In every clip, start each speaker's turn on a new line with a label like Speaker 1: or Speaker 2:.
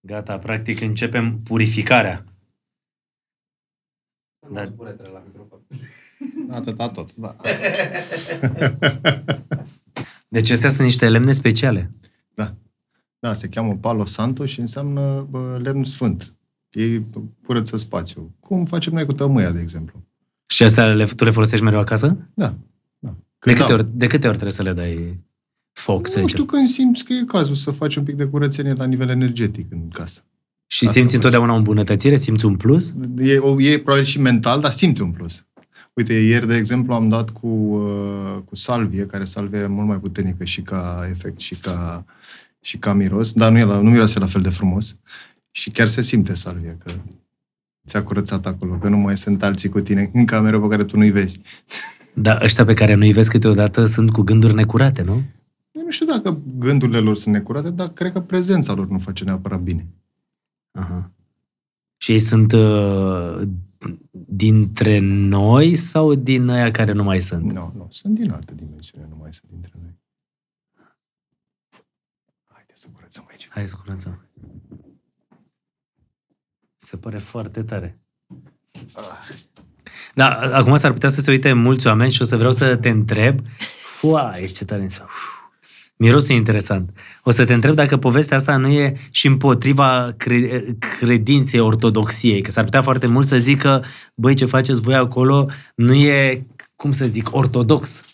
Speaker 1: Gata, practic începem purificarea. Da.
Speaker 2: Da. Buretele la microfon.
Speaker 3: Atâta tot. Da.
Speaker 1: Deci astea sunt niște lemne speciale.
Speaker 3: da, se cheamă Palo Santo și înseamnă bă, lemn sfânt. Ei curăță spațiul. Cum facem noi cu tămâia, de exemplu.
Speaker 1: Și astea le, tu le folosești mereu acasă? de, câte
Speaker 3: am-
Speaker 1: ori, de câte ori trebuie să le dai foc, să
Speaker 3: da, Nu
Speaker 1: zicem?
Speaker 3: știu când simți că e cazul să faci un pic de curățenie la nivel energetic în casă.
Speaker 1: Și
Speaker 3: Asta
Speaker 1: simți
Speaker 3: faci.
Speaker 1: întotdeauna o îmbunătățire? Simți un plus?
Speaker 3: E, o, e probabil și mental, dar simți un plus. Uite, ieri, de exemplu, am dat cu, uh, cu salvie, care salvie e mult mai puternică și ca efect și ca, și ca miros, dar nu, e la, nu miroase la fel de frumos. Și chiar se simte salvie că ți-a curățat acolo, că nu mai sunt alții cu tine în cameră pe care tu nu-i vezi.
Speaker 1: Dar ăștia pe care nu-i vezi câteodată sunt cu gânduri necurate, nu?
Speaker 3: Eu nu știu dacă gândurile lor sunt necurate, dar cred că prezența lor nu face neapărat bine.
Speaker 1: Aha. Și ei sunt uh, dintre noi sau din aia care nu mai sunt?
Speaker 3: Nu, nu, sunt din altă dimensiune, nu mai sunt dintre noi. Haide să curățăm aici.
Speaker 1: Hai să curățăm. Se pare foarte tare. Da, a- acum s-ar putea să se uite mulți oameni și o să vreau să te întreb. Uai, ce tare mirosul. Mirosul e interesant. O să te întreb dacă povestea asta nu e și împotriva cre- credinței ortodoxiei, că s-ar putea foarte mult să zică, băi, ce faceți voi acolo nu e, cum să zic, ortodox.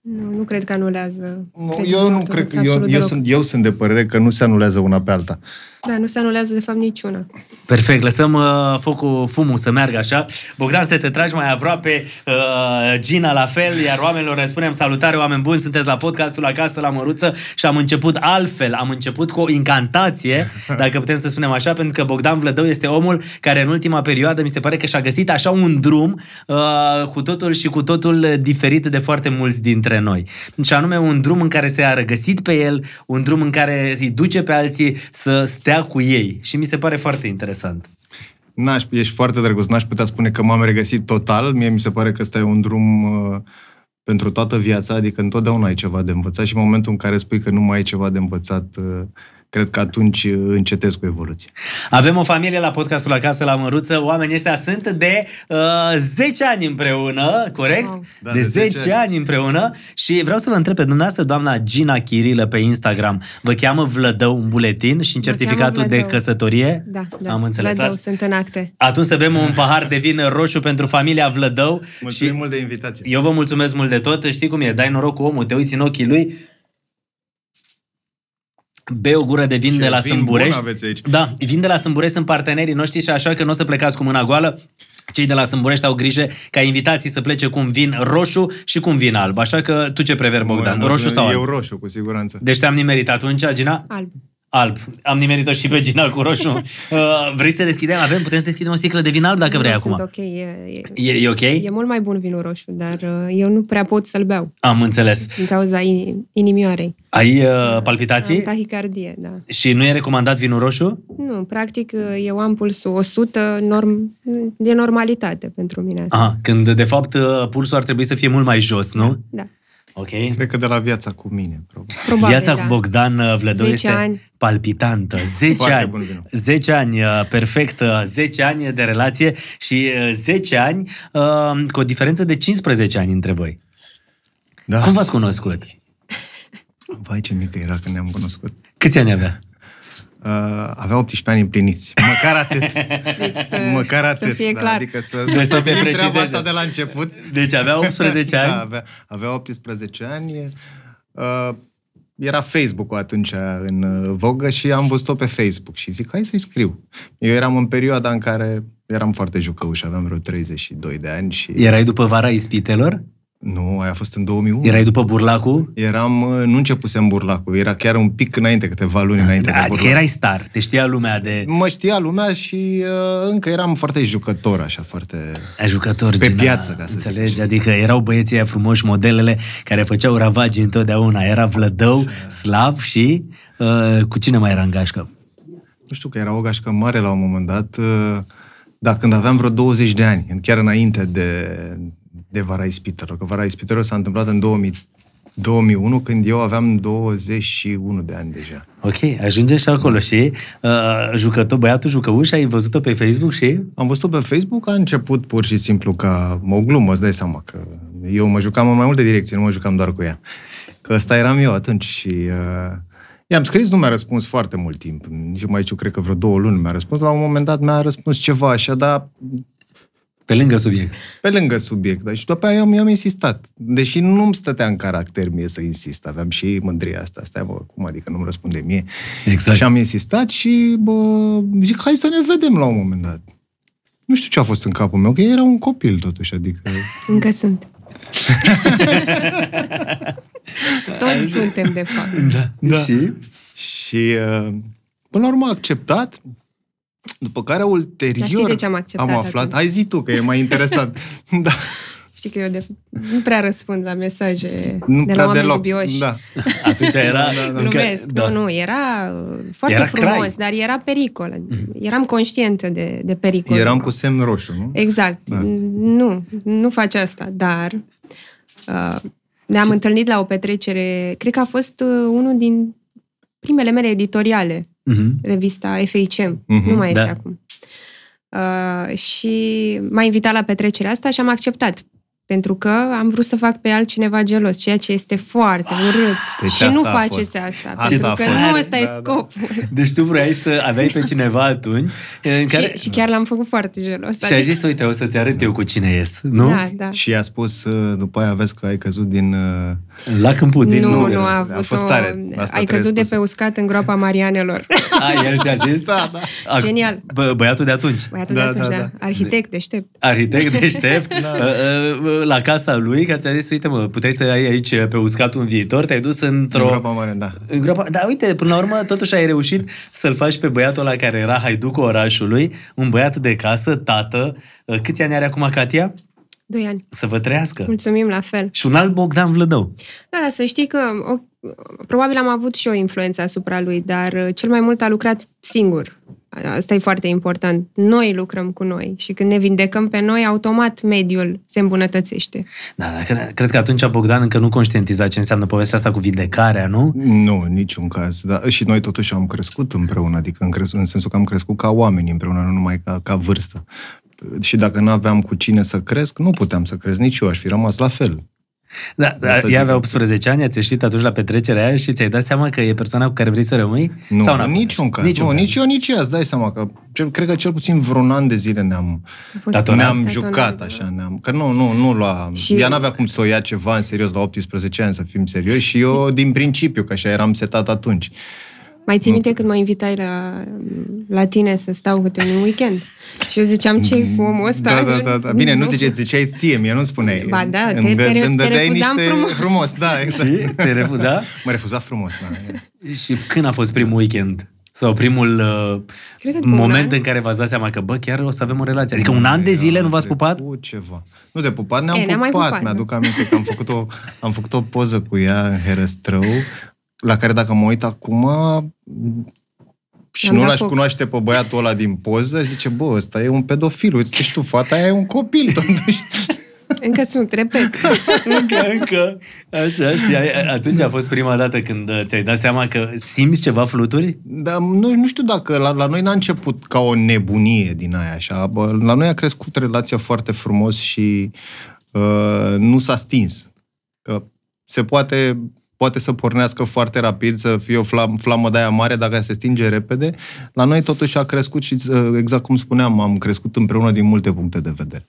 Speaker 4: Nu, nu cred că anulează.
Speaker 3: Nu,
Speaker 4: credința
Speaker 3: eu nu
Speaker 4: ortodoxă
Speaker 3: cred că eu,
Speaker 4: absolut
Speaker 3: eu,
Speaker 4: deloc.
Speaker 3: sunt, eu sunt de părere că nu se anulează una pe alta.
Speaker 4: Da, nu se anulează de fapt niciuna.
Speaker 1: Perfect, lăsăm uh, focul, fumul să meargă așa. Bogdan, să te tragi mai aproape, uh, Gina la fel, iar oamenilor le spunem salutare, oameni buni, sunteți la podcastul Acasă la Măruță și am început altfel, am început cu o incantație, dacă putem să spunem așa, pentru că Bogdan Vlădău este omul care în ultima perioadă mi se pare că și-a găsit așa un drum uh, cu totul și cu totul diferit de foarte mulți dintre noi. Și anume un drum în care se a regăsit pe el, un drum în care îi duce pe alții să stea cu ei și mi se pare foarte interesant.
Speaker 3: N-aș, ești foarte drăguț, n-aș putea spune că m-am regăsit total. Mie mi se pare că ăsta e un drum uh, pentru toată viața, adică întotdeauna ai ceva de învățat și în momentul în care spui că nu mai ai ceva de învățat, uh, cred că atunci uh, încetezi cu evoluția.
Speaker 1: Avem o familie la podcastul Acasă la Măruță. Oamenii ăștia sunt de uh, 10 ani împreună, corect?
Speaker 4: Wow.
Speaker 1: Da, de, 10, 10
Speaker 3: ani.
Speaker 1: ani împreună. Și vreau să vă întreb pe dumneavoastră, doamna Gina Chirilă pe Instagram, vă cheamă Vlădău în buletin și în
Speaker 4: Mă
Speaker 1: certificatul
Speaker 4: cheamă
Speaker 1: de
Speaker 4: Vlădău.
Speaker 1: căsătorie?
Speaker 4: Da, da.
Speaker 1: Am înțeles.
Speaker 4: Vlădău, sunt în acte.
Speaker 1: Atunci să bem un pahar de vin roșu pentru familia Vlădău.
Speaker 3: Da. Mulțumim
Speaker 1: și
Speaker 3: mult de invitație.
Speaker 1: eu vă mulțumesc mult de tot. Știi cum e? Dai noroc cu omul, te uiți în ochii lui, bei o gură de vin
Speaker 3: Și
Speaker 1: de la
Speaker 3: vin
Speaker 1: Sâmburești.
Speaker 3: Bun aveți aici.
Speaker 1: Da, vin de la Sâmburești, sunt partenerii noștri și așa că nu o să plecați cu mâna goală. Cei de la Sâmburești au grijă ca invitații să plece cu un vin roșu și cu un vin alb. Așa că tu ce preferi, Bogdan?
Speaker 3: Mă-
Speaker 1: roșu sau alb?
Speaker 3: Eu roșu, cu siguranță.
Speaker 1: Deci te-am nimerit atunci, Gina?
Speaker 4: Alb.
Speaker 1: Alb. Am nimerit-o și pe Gina cu roșu. Uh, vrei să deschidem? Avem? Putem să deschidem o sticlă de vin alb dacă vrei
Speaker 4: nu
Speaker 1: acum.
Speaker 4: Sunt ok, e, e,
Speaker 1: E, e ok?
Speaker 4: e mult mai bun vinul roșu, dar uh, eu nu prea pot să-l beau
Speaker 1: Am înțeles.
Speaker 4: din cauza in, inimioarei.
Speaker 1: Ai uh, palpitații?
Speaker 4: Am tahicardie, da.
Speaker 1: Și nu e recomandat vinul roșu?
Speaker 4: Nu, practic uh, eu am pulsul 100, norm, e normalitate pentru mine asta.
Speaker 1: Aha, când de fapt uh, pulsul ar trebui să fie mult mai jos, nu?
Speaker 4: Da,
Speaker 1: Ok.
Speaker 3: Cred că de la viața cu mine, probabil.
Speaker 4: probabil,
Speaker 1: Viața
Speaker 4: da.
Speaker 1: cu Bogdan uh, Vlădău
Speaker 4: 10
Speaker 1: este
Speaker 4: ani.
Speaker 1: palpitantă. 10
Speaker 3: Foarte
Speaker 1: ani.
Speaker 3: bun vinul.
Speaker 1: 10 ani, uh, perfect, uh, 10 ani de relație și uh, 10 ani uh, cu o diferență de 15 ani între voi.
Speaker 3: Da.
Speaker 1: Cum v-ați cunoscut?
Speaker 3: Vai ce mică era când ne-am cunoscut.
Speaker 1: Câți ani avea?
Speaker 3: Uh, avea 18 ani împliniți. Măcar atât.
Speaker 4: Deci să,
Speaker 3: Măcar atât.
Speaker 4: să fie
Speaker 3: da,
Speaker 4: clar.
Speaker 3: Adică să,
Speaker 1: Să se
Speaker 3: să, să treaba
Speaker 1: precizeze.
Speaker 3: asta de la început.
Speaker 1: Deci avea 18
Speaker 3: Da,
Speaker 1: ani.
Speaker 3: avea, avea 18 ani. Uh, era Facebook-ul atunci în uh, vogă și am văzut-o pe Facebook și zic, hai să-i scriu. Eu eram în perioada în care eram foarte jucăuș, aveam vreo 32 de ani și...
Speaker 1: Erai după vara ispitelor?
Speaker 3: Nu, aia a fost în
Speaker 4: Da.
Speaker 3: 2001.
Speaker 1: Erai după burlacul?
Speaker 3: Eram, uh, nu începusem burlacul, era chiar un pic înainte, câteva luni înainte de
Speaker 1: Adică
Speaker 3: burlac.
Speaker 1: erai star, te știa lumea de
Speaker 3: Mă știa lumea și uh, încă eram foarte jucător, așa, foarte...
Speaker 1: a jucători.
Speaker 3: Pe
Speaker 1: Gina,
Speaker 3: piață, ca să zic
Speaker 1: Înțelegi? Adică erau băieții aia frumoși, modelele, care făceau ravagii întotdeauna. Era Vlădău, Slav și... Uh, cu cine mai era în gașcă?
Speaker 3: Nu știu că era o gașcă mare la un moment dat, uh, dar când aveam vreo 20 de ani, chiar înainte de, de vara ispitelor, că vara ispitelor s-a întâmplat în 2000, 2001, când eu aveam 21 de ani deja.
Speaker 1: Ok, ajungem și acolo și uh, jucător, băiatul jucăuș, ai văzut-o pe Facebook și...
Speaker 3: Am văzut-o pe Facebook, a început pur și simplu ca o glumă, îți dai seama că eu mă jucam în mai multe direcții, nu mă jucam doar cu ea. Că ăsta eram eu atunci și uh, i-am scris, nu mi-a răspuns foarte mult timp, nici mai știu, cred că vreo două luni mi-a răspuns, la un moment dat mi-a răspuns ceva așa, dar
Speaker 1: Pe lângă subiect.
Speaker 3: pe lângă subiect. Dar și după aia eu, eu am insistat. Deși nu-mi stătea în caracter mie să insist. Aveam și mândria asta. Stai, bă, cum adică nu-mi răspunde mie?
Speaker 1: Exact.
Speaker 3: Și am insistat și bă, zic, hai să ne vedem la un moment dat. Nu știu ce a fost în capul meu, că eu era un copil totuși, adică...
Speaker 4: Încă sunt. Toți suntem, de fapt.
Speaker 1: Da,
Speaker 3: Și? Și uh, până la urmă a acceptat, după care ulterior
Speaker 4: Dar știi de ce am acceptat
Speaker 3: am aflat...
Speaker 4: atunci?
Speaker 3: Ai zi tu, că e mai interesant. da,
Speaker 4: Știi că eu de nu prea răspund la mesaje
Speaker 3: nu
Speaker 4: de la
Speaker 3: prea
Speaker 4: oameni
Speaker 3: deloc.
Speaker 4: dubioși.
Speaker 3: Da.
Speaker 1: Atunci era... încă-
Speaker 4: Glumesc,
Speaker 1: da.
Speaker 4: nu, nu, era uh, foarte
Speaker 1: Era
Speaker 4: frumos,
Speaker 1: crai. Mm.
Speaker 4: dar era pericol. Eram conștientă de, de pericol.
Speaker 3: Eram cu semn roșu, nu?
Speaker 4: Exact.
Speaker 3: Da.
Speaker 4: Nu, nu faci asta, dar uh, ne-am întâlnit la o petrecere, cred că a fost uh, unul din primele mele editoriale,
Speaker 1: Mhm.
Speaker 4: revista FHM,
Speaker 3: Mhm,
Speaker 4: nu mai
Speaker 1: da.
Speaker 4: este acum. Uh, și m-a invitat la petrecerea asta și am acceptat. Pentru că am vrut să fac pe altcineva gelos, ceea ce este foarte urât.
Speaker 3: Deci
Speaker 4: și
Speaker 3: asta
Speaker 4: nu
Speaker 3: a fost.
Speaker 4: faceți asta,
Speaker 3: Asta
Speaker 4: pentru
Speaker 3: a
Speaker 4: că
Speaker 3: fost.
Speaker 4: nu ăsta e
Speaker 3: Da, da.
Speaker 4: scopul.
Speaker 1: Deci tu vroiai să aveai pe cineva atunci în care...
Speaker 4: Și, și chiar l-am făcut foarte gelos.
Speaker 1: Și ai zis, uite, o să-ți arăt eu cu cine ies, nu?
Speaker 4: Da, da.
Speaker 3: Și i-a spus, uh, după aia vezi că ai căzut din... uh,
Speaker 1: La câmpuț.
Speaker 3: Din
Speaker 4: Nu,
Speaker 3: nou,
Speaker 4: nu
Speaker 3: a
Speaker 4: a avut
Speaker 3: fost
Speaker 4: o...
Speaker 3: tare. Asta
Speaker 4: Ai
Speaker 3: trebuie
Speaker 4: căzut de
Speaker 3: spus.
Speaker 4: pe uscat în groapa Marianelor.
Speaker 1: A, el ți-a zis?
Speaker 3: Da, da.
Speaker 1: A,
Speaker 4: Genial.
Speaker 1: Bă, băiatul de atunci.
Speaker 4: Băiatul
Speaker 3: Da,
Speaker 4: de atunci,
Speaker 3: da,
Speaker 4: da,
Speaker 3: da.
Speaker 4: Arhitect deștept.
Speaker 1: Arhitect deștept,
Speaker 3: Da.
Speaker 1: ă, ă, la casa lui, că ți-a zis, uite mă, puteai să ai aici pe uscat un viitor, te-ai dus într-o...
Speaker 3: În groapa mare, da.
Speaker 1: În groapa... Da, uite, până la urmă, totuși ai reușit să-l faci pe băiatul ăla care era haiducul orașului, un băiat de casă, tată. Ă, Câți ani are acum Katia?
Speaker 4: Doi ani.
Speaker 1: Să vă trăiască.
Speaker 4: Mulțumim la fel.
Speaker 1: Și un alt Bogdan Vlădău.
Speaker 4: Da, dar să știi că o, probabil am avut și o influență asupra lui, dar uh, cel mai mult a lucrat singur. Asta e foarte important. Noi lucrăm cu noi și când ne vindecăm pe noi, automat mediul se îmbunătățește.
Speaker 1: Da, da, cred- cred că atunci Bogdan încă nu conștientiza ce înseamnă povestea asta cu vindecarea, nu?
Speaker 3: Nu, în niciun caz. Dar și noi totuși am crescut împreună, adică în, cres- în sensul că am crescut ca oameni împreună, nu numai ca, ca vârstă. Și dacă nu aveam cu cine să cresc, nu puteam să cresc nici eu, aș fi rămas la fel.
Speaker 1: Da, da
Speaker 3: Asta
Speaker 1: ea avea
Speaker 3: zic.
Speaker 1: 18 ani, ați ieșit atunci la petrecerea aia și ți-ai dat seama că e persoana cu care vrei să rămâi?
Speaker 3: Nu,
Speaker 1: Sau n-a
Speaker 3: în
Speaker 1: fost
Speaker 3: niciun
Speaker 1: așa?
Speaker 3: caz. Niciun nu, nici eu, nici ea, îți dai seama că cel, cred că cel puțin vreun an de zile ne-am,
Speaker 4: A fost
Speaker 1: Datonat.
Speaker 3: ne-am
Speaker 4: datonat,
Speaker 3: jucat
Speaker 4: da.
Speaker 3: așa, ne-am, că nu, nu, nu lua,
Speaker 4: Și-
Speaker 3: și... ea n-avea cum să o ia ceva în serios la 18 ani, să fim serioși și eu din principiu, că așa eram setat atunci.
Speaker 4: Mai ții minte când mă invitai la, la tine să stau câte un weekend? Și eu ziceam, ce cu omul ăsta?
Speaker 3: Da, da, da, da. Bine, nu ziceai, ziceai ție, mie nu spuneai.
Speaker 4: Ba da, te-
Speaker 3: Îmi dă-
Speaker 4: te re-
Speaker 3: îmi
Speaker 4: te
Speaker 3: dădeai
Speaker 4: refuzam
Speaker 3: niște
Speaker 4: frumos.
Speaker 3: frumos, da, exact.
Speaker 1: Și te refuza?
Speaker 3: Mă refuza frumos, da.
Speaker 1: Și când a fost primul weekend? Sau primul
Speaker 4: Cred că
Speaker 1: uh,
Speaker 4: după un
Speaker 1: moment
Speaker 4: an.
Speaker 1: în care v-ați dat seama că, bă, chiar o să avem o relație? Adică un an de
Speaker 3: Era
Speaker 1: zile nu v-ați
Speaker 3: de
Speaker 1: pupat?
Speaker 3: Cu ceva. Nu, de pupat ne-am,
Speaker 4: E, ne-am mai
Speaker 3: pupat.
Speaker 4: pupat, da.
Speaker 3: Mi-aduc aminte că am făcut, o, am făcut o poză cu ea în Herăstrău, la care dacă mă uit acum și
Speaker 4: Am
Speaker 3: nu
Speaker 4: dat
Speaker 3: l-aș
Speaker 4: foc.
Speaker 3: cunoaște pe băiatul ăla din poză, zice, bă, ăsta e un pedofil, uite și tu, fata aia e un copil, totuși.
Speaker 4: Încă sunt, repet.
Speaker 1: încă, încă. Așa, și ai, atunci a fost prima dată când uh, ți-ai dat seama că simți ceva fluturi?
Speaker 3: Dar nu, nu știu dacă la, la noi n-a început ca o nebunie din aia așa. Bă, la noi a crescut relația foarte frumos și uh, nu s-a stins. Că se poate, poate să pornească foarte rapid, să fie o flam, flamă de aia mare dacă se stinge repede. La noi totuși a crescut și uh, exact cum spuneam, am crescut împreună din multe puncte de vedere.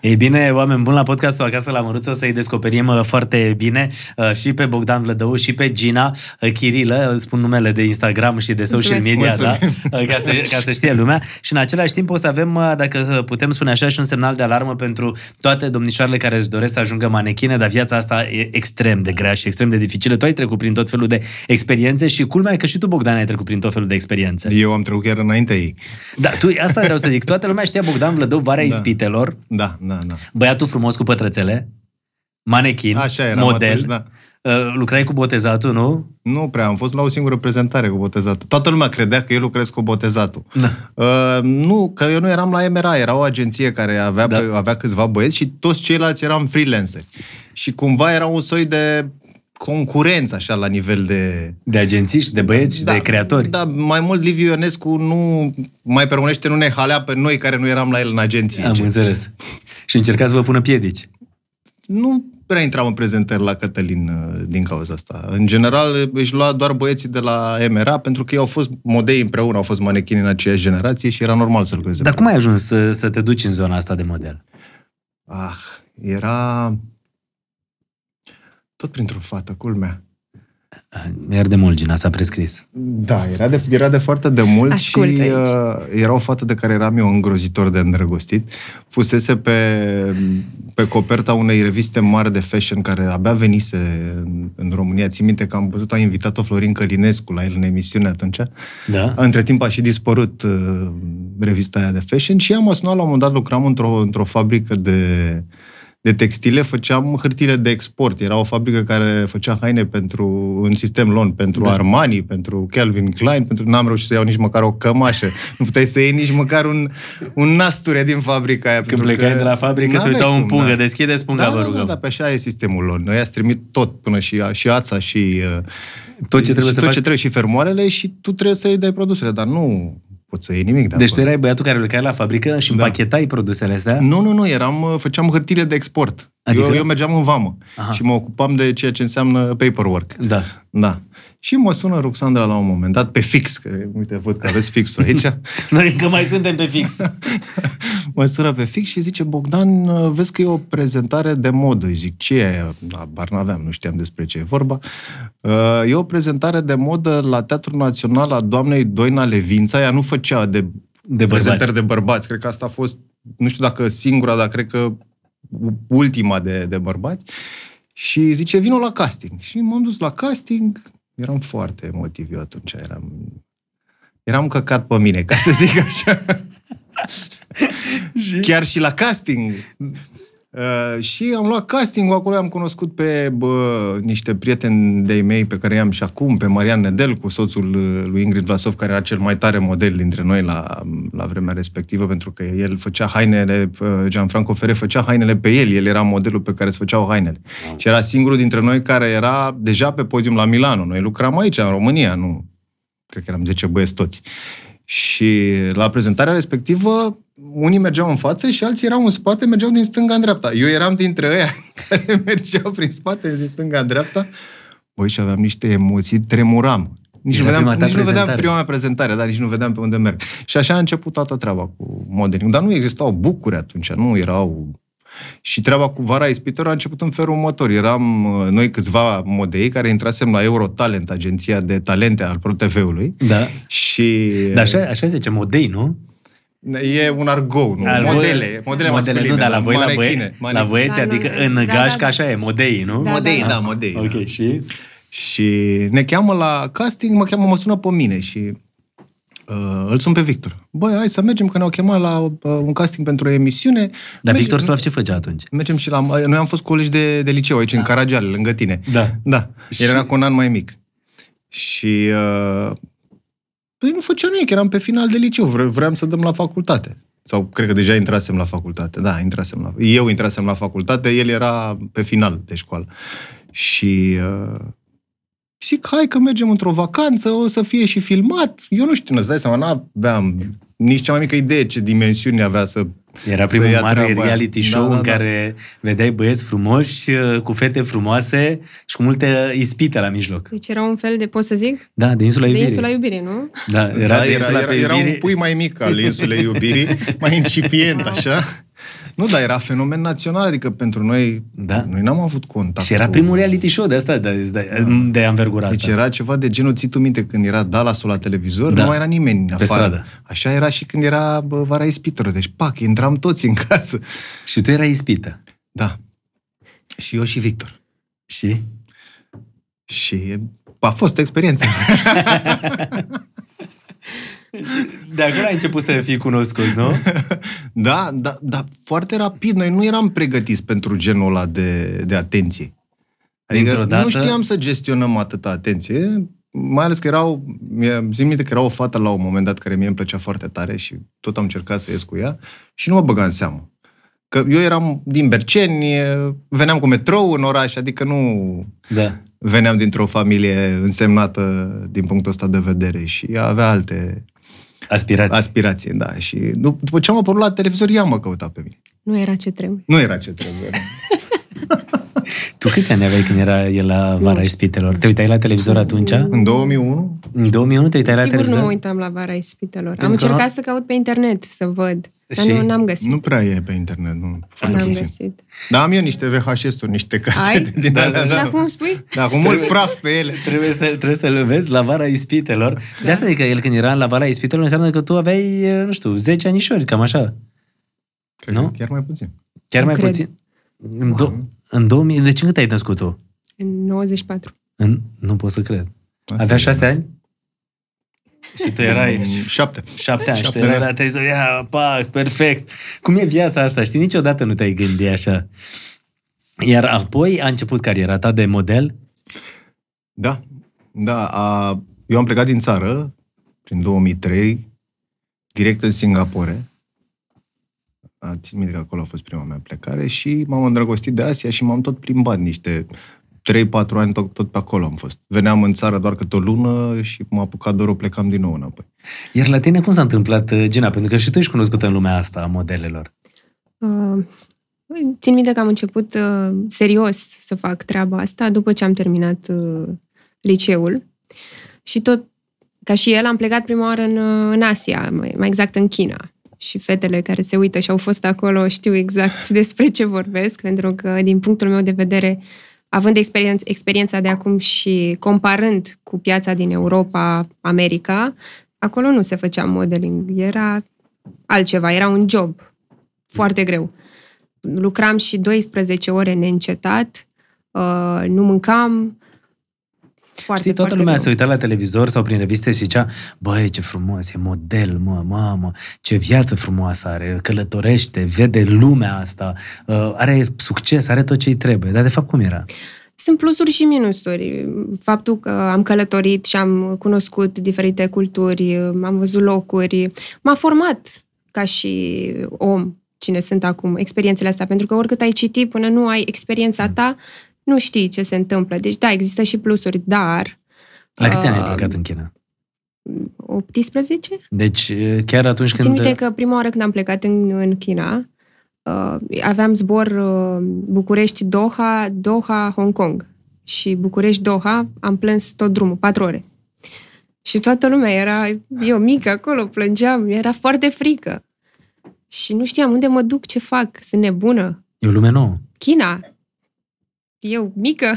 Speaker 1: Ei bine, oameni buni, la podcastul Acasă la Măruță o să-i descoperim uh, foarte bine uh, și pe Bogdan Vlădău și pe Gina uh, Chirilă, îți spun numele de Instagram și de social
Speaker 4: Mulțumesc.
Speaker 1: media, da,
Speaker 3: Mulțumim.
Speaker 1: uh, ca, să, ca să știe lumea. Și în același timp o să avem, uh, dacă uh, putem spune așa, și un semnal de alarmă pentru toate domnișoarele care își doresc să ajungă manechine, dar viața asta e extrem de grea și extrem de dificilă. Tu ai trecut prin tot felul de experiențe și culmea e că și tu, Bogdan, ai trecut prin tot felul de experiențe.
Speaker 3: Eu am trecut chiar înaintea ei.
Speaker 1: Da, tu, asta vreau să zic. Toată lumea știa Bogdan Vlădău, Varea da. Ispitelor,
Speaker 3: Da, da, da.
Speaker 1: Băiatul frumos cu pătrățele, manechin,
Speaker 3: Așa eram
Speaker 1: model.
Speaker 3: atunci, da.
Speaker 1: Uh, Lucrai cu botezatul, nu?
Speaker 3: Nu prea, am fost la o singură prezentare cu botezatul. Toată lumea credea că eu lucrez cu botezatul.
Speaker 1: Da.
Speaker 3: Uh, nu, că eu nu eram la MRA, era o agenție care avea,
Speaker 1: Da.
Speaker 3: da. pe, avea câțiva băieți și toți ceilalți eram freelanceri. Și cumva era un soi de concurență așa la nivel de...
Speaker 1: De agenții și de băieți și de creatori.
Speaker 3: Da, mai mult Liviu Ionescu nu mai permonește, nu ne halea pe noi care nu eram la el în agenție.
Speaker 1: Am
Speaker 3: Gen,
Speaker 1: înțeles. Și încercați să vă pună piedici.
Speaker 3: nu prea intram în prezentări la Cătălin uh, din cauza asta. În general își lua doar băieții de la MRA pentru că ei au fost modei împreună, au fost manechini în aceeași generație și era normal să-l lucreze.
Speaker 1: Dar cum ai ajuns să, să te duci în zona asta de model?
Speaker 3: Ah, era tot printr-o fată, culmea.
Speaker 1: Uh, Iar de mult, Gina, s-a prescris.
Speaker 3: Da, era de, era de foarte de mult
Speaker 4: Ascult
Speaker 3: și
Speaker 4: aici.
Speaker 3: uh, era o fată de care eram eu îngrozitor de îndrăgostit. Fusese pe, pe coperta unei reviste mari de fashion care abia venise în, în România. Țin minte că am văzut, a invitat-o Florin Călinescu la el în emisiune atunci.
Speaker 1: Da?
Speaker 3: Între timp a și dispărut uh, revista aia de fashion și am sunat la un moment dat, lucram într-o, într-o fabrică de, de textile, făceam hârtile de export. Era o fabrică care făcea haine pentru, în sistem lon, pentru da. Armani, pentru Calvin Klein, pentru n-am reușit să iau nici măcar o cămașă. nu puteai să iei nici măcar un, un nasture din fabrica aia.
Speaker 1: Când
Speaker 3: pentru
Speaker 1: plecai
Speaker 3: că
Speaker 1: de la fabrică, se
Speaker 3: n-aveai
Speaker 1: uitau în
Speaker 3: cum,
Speaker 1: pungă.
Speaker 3: da.
Speaker 1: Da. Deschideți punga,
Speaker 3: Da,
Speaker 1: vă
Speaker 3: da,
Speaker 1: rugăm.
Speaker 3: da, da, pe așa e sistemul lor. Noi ați trimit tot, până și, și ața și... uh,
Speaker 1: Tot ce trebuie
Speaker 3: și
Speaker 1: să
Speaker 3: tot
Speaker 1: faci.
Speaker 3: ce trebuie și fermoarele și tu trebuie să îi dai produsele, dar nu poți să iei nimic de
Speaker 1: Deci tu
Speaker 3: acolo.
Speaker 1: erai băiatul care lucrai la fabrică și împachetai produsele astea?
Speaker 3: Da. Nu, nu, nu, eram, uh, făceam hârtile de export.
Speaker 1: Adică?
Speaker 3: Adică? Eu, eu mergeam în vamă
Speaker 1: Aha.
Speaker 3: Aha. și mă ocupam de ceea ce înseamnă paperwork.
Speaker 1: Da.
Speaker 3: Da. Și mă sună Ruxandra la un moment dat, pe fix, că uite, văd că aveți fixul aici,
Speaker 1: Noi încă mai suntem pe fix.
Speaker 3: mă sună pe fix și zice, Bogdan, uh, vezi că e o prezentare de modă. Îi zic, ce e? aia?" Da, bar n-aveam, nu știam despre ce e vorba. "Uh, E o prezentare de modă la Teatrul Național a doamnei Doina Levința. Ea nu făcea de
Speaker 1: De bărbați.
Speaker 3: prezentări de bărbați. Cred că asta a fost, nu știu dacă singura, dar cred că ultima de, de bărbați. Și zice, vino la casting. Și m-am dus la casting, eram foarte emotiv eu atunci, eram, eram căcat pe mine, ca să zic așa. Chiar și la casting. Uh, și am luat casting acolo, am cunoscut pe bă, niște prieteni de-ai mei pe care i-am și acum, pe Marian Nedelcu, soțul uh, lui Ingrid Vlasov, care era cel mai tare model dintre noi la, la vremea respectivă, pentru că el făcea hainele, uh, Gianfranco Fere făcea hainele pe el, el era modelul pe care se făceau hainele. Și era singurul dintre noi care era deja pe podium la Milano. Noi lucram aici, în România, nu cred că eram 10 băieți toți. Și la prezentarea respectivă, unii mergeau în față și alții erau în spate, mergeau din stânga în dreapta. Eu eram dintre ăia care mergeau prin spate, din stânga în dreapta. Băi, și aveam niște emoții, tremuram. Nici,
Speaker 1: Era
Speaker 3: nu vedeam,
Speaker 1: prima ta
Speaker 3: nici nu vedeam
Speaker 1: prezentare.
Speaker 3: prima mea prezentare, dar nici nu vedeam pe unde merg. Și așa a început toată treaba cu modeling. Dar nu existau bucuri atunci, nu erau și treaba cu vara ispitelor a început în felul următor. Eram uh, noi câțiva modei care intrasem la Eurotalent, agenția de talente al ProTV-ului.
Speaker 1: Da.
Speaker 3: Și
Speaker 1: Dar așa, așa zice, modei, nu?
Speaker 3: e un argou, nu?
Speaker 1: Al-
Speaker 3: modele, modele,
Speaker 1: modele
Speaker 3: masculine,
Speaker 1: nu, dar la voi, la, băie,
Speaker 3: manechine,
Speaker 1: la băieți,
Speaker 4: Da, nu,
Speaker 1: adică
Speaker 4: da,
Speaker 1: în
Speaker 4: da,
Speaker 1: gașcă
Speaker 4: da.
Speaker 1: așa e, modei, nu?
Speaker 4: Da,
Speaker 3: Modei,
Speaker 4: da.
Speaker 3: da, modei. da.
Speaker 1: Ok, și?
Speaker 3: Și ne cheamă la casting, mă cheamă, mă sună pe mine și uh, îl sun pe Victor. Băi, hai să mergem, că ne-au chemat la uh, un casting pentru o emisiune.
Speaker 1: Dar
Speaker 3: Mergem-
Speaker 1: Victor Slav ce făcea atunci?
Speaker 3: Mergem și la... Noi am fost colegi de, de liceu aici, da. în Caragiale, lângă tine.
Speaker 1: Da.
Speaker 3: Da. El era cu un an mai mic. Și... Uh, păi nu făcea nimic, eram pe final de liceu, vre- vreau să dăm la facultate. Sau cred că deja intrasem la facultate. Da, intrasem la... Eu intrasem la facultate, el era pe final de școală. Și... Uh, zic, hai că mergem într-o vacanță, o să fie și filmat. Eu nu știu, îți dai seama, n-aveam nici cea mai mică idee ce dimensiuni avea să
Speaker 1: Era
Speaker 3: să ia
Speaker 1: primul mare
Speaker 3: treaba aia.
Speaker 1: reality show
Speaker 3: Da, da,
Speaker 1: în
Speaker 3: da.
Speaker 1: care vedeai băieți frumoși, uh, cu fete frumoase și cu multe ispite la mijloc.
Speaker 4: Deci era un fel de, pot să zic,
Speaker 1: Da, de insula
Speaker 4: de
Speaker 1: iubirii.
Speaker 4: insula iubirii, nu?
Speaker 1: Da, era,
Speaker 3: Era,
Speaker 1: de
Speaker 3: da,
Speaker 1: insula
Speaker 3: era, era,
Speaker 1: pe
Speaker 3: era un
Speaker 1: iubire.
Speaker 3: pui mai mic al insulei iubirii, mai incipient, așa. Nu, dar era fenomen național, adică pentru noi,
Speaker 1: Da.
Speaker 3: noi n-am avut contact.
Speaker 1: Și era
Speaker 3: cu-
Speaker 1: primul reality show de asta, de, de, de anvergura asta.
Speaker 3: Deci era ceva Da. de genul, ții tu minte, când era Dallasul la televizor,
Speaker 1: Da.
Speaker 3: da. nu mai era nimeni afară.
Speaker 1: stradă.
Speaker 3: Așa era și când era bă, vara ispitor. Deci, pac, intram toți în casă.
Speaker 1: Și tu erai ispită.
Speaker 3: Da. Și eu și Victor.
Speaker 1: Și?
Speaker 3: Și a fost o experiență.
Speaker 1: De acolo ai început să fii cunoscut, nu?
Speaker 3: da, da, da, foarte rapid. Noi nu eram pregătiți pentru genul ăla de, de atenție. Adică
Speaker 1: Dintr-o dată-
Speaker 3: nu știam să gestionăm atâta atenție, mai ales că erau, mi-am țin minte că era o fată la un moment dat care mie îmi plăcea foarte tare și tot am încercat să ies cu ea și nu mă băga în seamă. Că eu eram din Berceni, veneam cu metrou în oraș, adică nu...
Speaker 1: Da.
Speaker 3: veneam dintr-o familie însemnată din punctul ăsta de vedere și avea alte
Speaker 1: Aspirații. As-
Speaker 3: aspirații, da. Și dup- după ce am apărut la televizor, ea mă căuta pe mine.
Speaker 4: Nu era ce trebuie.
Speaker 3: Nu era ce trebuie.
Speaker 1: tu câți ani aveai când era el la Vara Ispitelor? Te uitai la televizor atunci?
Speaker 3: în 2001,
Speaker 1: În 2001 te uitai la
Speaker 4: Sigur
Speaker 1: televizor?
Speaker 4: nu mă uitam la vara ispitelor. Am
Speaker 1: Pentru că
Speaker 4: încercat
Speaker 1: nu-
Speaker 4: să caut pe internet să văd, dar
Speaker 1: Și?
Speaker 4: nu, n-am găsit.
Speaker 3: nu prea e pe internet, nu. Foarte
Speaker 4: N-am
Speaker 3: puțin.
Speaker 4: găsit.
Speaker 3: Dar am eu niște VHS-uri, niște
Speaker 4: Ai?
Speaker 3: casete din
Speaker 1: Da,
Speaker 3: alea,
Speaker 1: da,
Speaker 4: Și
Speaker 1: da.
Speaker 4: acum îmi spui?
Speaker 3: Da, cu mult praf pe ele.
Speaker 1: Trebuie să, trebuie să-l vezi la vara ispitelor.
Speaker 4: Da.
Speaker 1: De asta adică el când era la vara ispitelor înseamnă că tu aveai, nu știu, 10 anișori, cam așa.
Speaker 3: Cred
Speaker 1: Nu?
Speaker 3: că Chiar mai puțin.
Speaker 1: Chiar
Speaker 4: Nu
Speaker 1: mai
Speaker 4: cred.
Speaker 1: puțin. În, do- în 2000, deci în cât ai născut tu?
Speaker 4: În 94.
Speaker 1: În, nu pot să cred.
Speaker 3: Asta
Speaker 1: Avea
Speaker 3: e.
Speaker 1: 6 ani? Și tu
Speaker 3: Mm,
Speaker 1: erai
Speaker 3: Șapte.
Speaker 1: Șapte ani, știi,
Speaker 3: Șapte
Speaker 1: era
Speaker 3: ani.
Speaker 1: la televizor, ia, pac, perfect. Cum e viața asta, știi, niciodată nu te-ai gândit așa. Iar apoi a început cariera ta de model.
Speaker 3: Da, da. A, eu am plecat din țară prin 2003, direct în Singapore. A, țin minte că acolo a fost prima mea plecare și m-am îndrăgostit de Asia și m-am tot plimbat niște 3-4 ani tot, tot pe acolo am fost. Veneam în țară doar câte o lună și m-a apucat dorul, plecam din nou înapoi.
Speaker 1: Iar la tine cum s-a întâmplat, uh, Gina? Pentru că și tu ești cunoscută în lumea asta a modelelor.
Speaker 4: Uh, țin minte că am început uh, serios să fac treaba asta după ce am terminat uh, liceul și tot, ca și el, am plecat prima oară în, uh, în Asia, mai, mai exact în China. Și fetele care se uită și au fost acolo știu exact despre ce vorbesc, pentru că, din punctul meu de vedere, având experienț- experiența de acum și comparând cu piața din Europa, America, acolo nu se făcea modeling, era altceva, era un job foarte greu. Lucram și 12 ore neîncetat, uh, nu mâncam, foarte,
Speaker 1: Știi, toată
Speaker 4: foarte
Speaker 1: lumea
Speaker 4: greu.
Speaker 1: se uita la televizor sau prin reviste și zicea, băi, ce frumos, e model, mă, mamă, ce viață frumoasă are, călătorește, vede lumea asta, uh, are succes, are tot ce îi trebuie. Dar de fapt cum era?
Speaker 4: Sunt plusuri și minusuri. Faptul că am călătorit și am cunoscut diferite culturi, uh, am văzut locuri, m-a format ca și om cine sunt acum, experiențele astea, pentru că oricât ai citit până nu ai experiența ta, nu știi ce se întâmplă. Deci, da, există și plusuri, dar
Speaker 1: La câți ani ai
Speaker 4: Ah.
Speaker 1: plecat în China?
Speaker 4: 18?
Speaker 1: Deci uh, chiar atunci
Speaker 4: Țin
Speaker 1: când... uh,
Speaker 4: minte că prima oară când am plecat în, în China, uh, aveam zbor uh, București-Doha, Doha-Hong Kong. Și București-Doha am plâns tot drumul, patru ore. Și toată lumea era, eu mică acolo, plângeam, era foarte frică. Și nu știam unde mă duc, ce fac, sunt nebună,
Speaker 1: E o lume nouă.
Speaker 4: China, eu mică,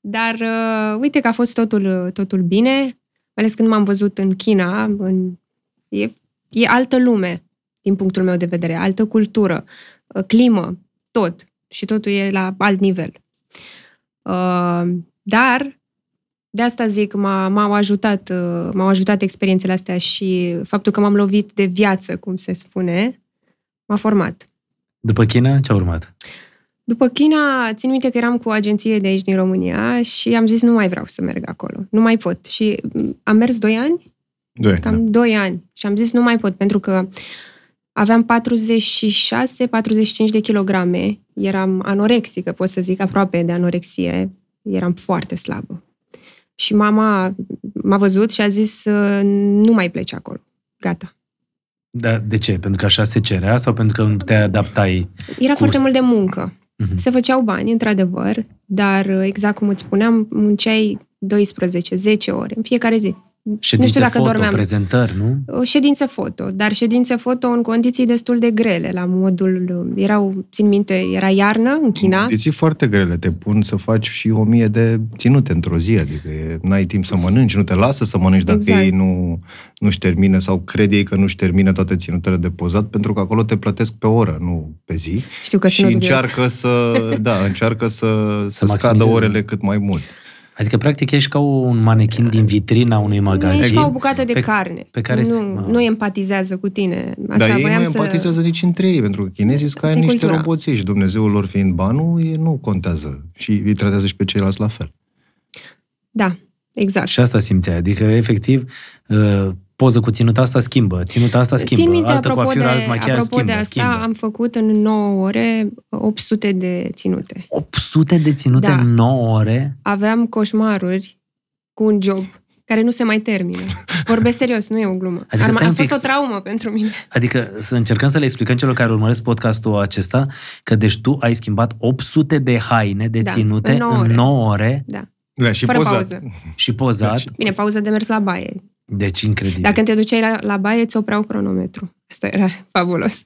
Speaker 4: dar uh, uite că a fost totul, uh, totul bine, mai ales când m-am văzut în China, în, e, e altă lume din punctul meu de vedere, altă cultură, uh, climă, tot. Și totul e la alt nivel. Uh, dar de asta zic, m-a, m-au, ajutat, uh, m-au ajutat experiențele astea și faptul că m-am lovit de viață, cum se spune, m-a format.
Speaker 1: După China, ce a urmat?
Speaker 4: După China, țin minte că eram cu o agenție de aici din România și am zis nu mai vreau să merg acolo, nu mai pot. Și m, am mers 2 ani,
Speaker 3: Doi,
Speaker 4: cam
Speaker 3: da.
Speaker 4: 2 ani și am zis nu mai pot pentru că aveam 46-45 de kilograme, eram anorexică, pot să zic, aproape de anorexie, eram foarte slabă. Și mama m-a văzut și a zis nu mai pleci acolo, gata.
Speaker 1: Da, de ce? Pentru că așa se cerea sau pentru că nu te adaptai?
Speaker 4: Era
Speaker 1: Cu
Speaker 4: foarte
Speaker 1: st-
Speaker 4: mult de muncă.
Speaker 1: Mhm.
Speaker 4: Se făceau bani, într-adevăr, dar exact cum îți spuneam, munceai 12, 10 ore în fiecare zi.
Speaker 1: Ședințe
Speaker 4: știu dacă
Speaker 1: foto,
Speaker 4: dormeam.
Speaker 1: prezentări, nu?
Speaker 4: Ședințe foto, dar ședințe foto în condiții destul de grele, la modul, uh, erau, țin minte, era iarnă în China,
Speaker 3: Condiții Deci foarte grele. Te pun să faci și o mie de ținute într-o zi. Adică e- n-ai timp să mănânci, nu te lasă să mănânci dacă
Speaker 4: Exact.
Speaker 3: ei nu, nu-și termină sau crede ei că nu-și termină toate ținutele de pozat, pentru că acolo te plătesc pe oră, nu pe zi.
Speaker 4: știu că
Speaker 3: și
Speaker 4: sună dubios.
Speaker 3: încearcă să, da, încearcă să, să, scadă
Speaker 1: maximizeze.
Speaker 3: orele cât mai mult.
Speaker 1: Adică, practic, ești ca un manechin din vitrina unui magazin.
Speaker 4: Ești ca o bucată de
Speaker 1: pe-
Speaker 4: carne.
Speaker 1: pe care se-
Speaker 4: nu,
Speaker 1: mă.
Speaker 4: nu empatizează cu tine. Asta
Speaker 3: Dar Da, ei nu
Speaker 4: voiam să...
Speaker 3: empatizează nici între ei, pentru că chinezii sunt ca
Speaker 4: Asta e
Speaker 3: niște
Speaker 4: cultura.
Speaker 3: roboții și Dumnezeul lor fiind banul, ei nu contează și îi tratează și pe ceilalți la fel.
Speaker 4: Da, exact.
Speaker 1: Și asta simțeai. Adică, efectiv, uh, poză cu ținuta asta schimbă, ținuta asta schimbă,
Speaker 4: Țin minte,
Speaker 1: altă
Speaker 4: apropo, de,
Speaker 1: coafură, alt machiaj
Speaker 4: apropo
Speaker 1: schimbă,
Speaker 4: de asta,
Speaker 1: schimbă.
Speaker 4: am făcut în 9 ore 800 de ținute.
Speaker 1: 800 de ținute
Speaker 4: Da.
Speaker 1: în 9 ore?
Speaker 4: Aveam coșmaruri cu un job care nu se mai termină. Vorbesc serios, nu e o glumă.
Speaker 1: Adică
Speaker 4: Ar,
Speaker 1: stai
Speaker 4: a
Speaker 1: un
Speaker 4: fost
Speaker 1: pic.
Speaker 4: o traumă pentru mine.
Speaker 1: Adică să încercăm să le explicăm celor care urmăresc podcastul acesta că deci tu ai schimbat 800 de haine, de
Speaker 4: Da,
Speaker 1: ținute
Speaker 4: în nouă
Speaker 1: în
Speaker 4: ore.
Speaker 1: 9 ore
Speaker 4: Da.
Speaker 3: Da, și
Speaker 4: Fără
Speaker 3: poza.
Speaker 4: pauză.
Speaker 1: și pozat.
Speaker 3: Deci-
Speaker 4: Bine, pauză de mers la baie.
Speaker 1: Deci incredibil.
Speaker 4: Dacă te duceai la, la baie, îți opreau cronometru. Asta era fabulos.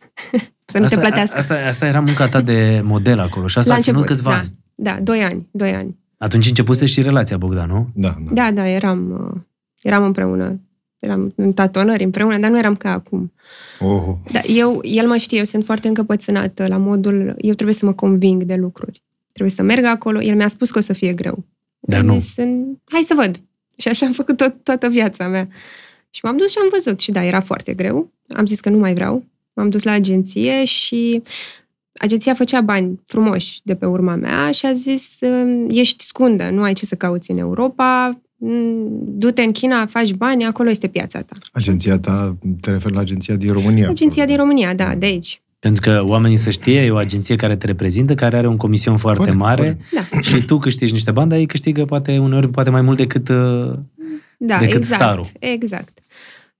Speaker 4: Să nu
Speaker 1: asta,
Speaker 4: te plătească.
Speaker 1: a- Asta, asta era munca ta de model acolo și asta
Speaker 4: la
Speaker 1: a ținut
Speaker 4: început,
Speaker 1: câțiva
Speaker 4: da.
Speaker 1: ani.
Speaker 4: Da, doi ani, doi ani.
Speaker 1: Atunci începuse și relația, Bogdan, nu?
Speaker 3: Da, da.
Speaker 4: Da, da, eram, uh, eram împreună. Eram în tatonări împreună, dar nu eram ca acum.
Speaker 3: Oh,
Speaker 4: Da, eu, el mă știe, eu sunt foarte încăpățânată la modul, eu trebuie să mă conving de lucruri. Trebuie să merg acolo. El mi-a spus că o să fie greu.
Speaker 1: Dar
Speaker 4: Am
Speaker 1: nu.
Speaker 4: Zis, "În- Hai să văd. Și așa am făcut tot, toată viața mea. Și m-am dus și am văzut. Și da, era foarte greu. Am zis că nu mai vreau. M-am dus la agenție și agenția făcea bani frumoși de pe urma mea și a zis, "Ehm, ești scundă, nu ai ce să cauți în Europa, mm, du-te în China, faci bani, acolo este piața ta.
Speaker 3: agenția ta, te referi la agenția din România.
Speaker 4: Agenția din România, da, de aici.
Speaker 1: Pentru că oamenii să știe, e o agenție care te reprezintă, care are un comision foarte
Speaker 3: Corect,
Speaker 1: mare
Speaker 4: Da,
Speaker 1: și tu câștigi niște bani, dar ei câștigă poate uneori poate mai mult decât... uh,
Speaker 4: da
Speaker 1: Decât
Speaker 4: exact.
Speaker 1: starul.
Speaker 4: Exact.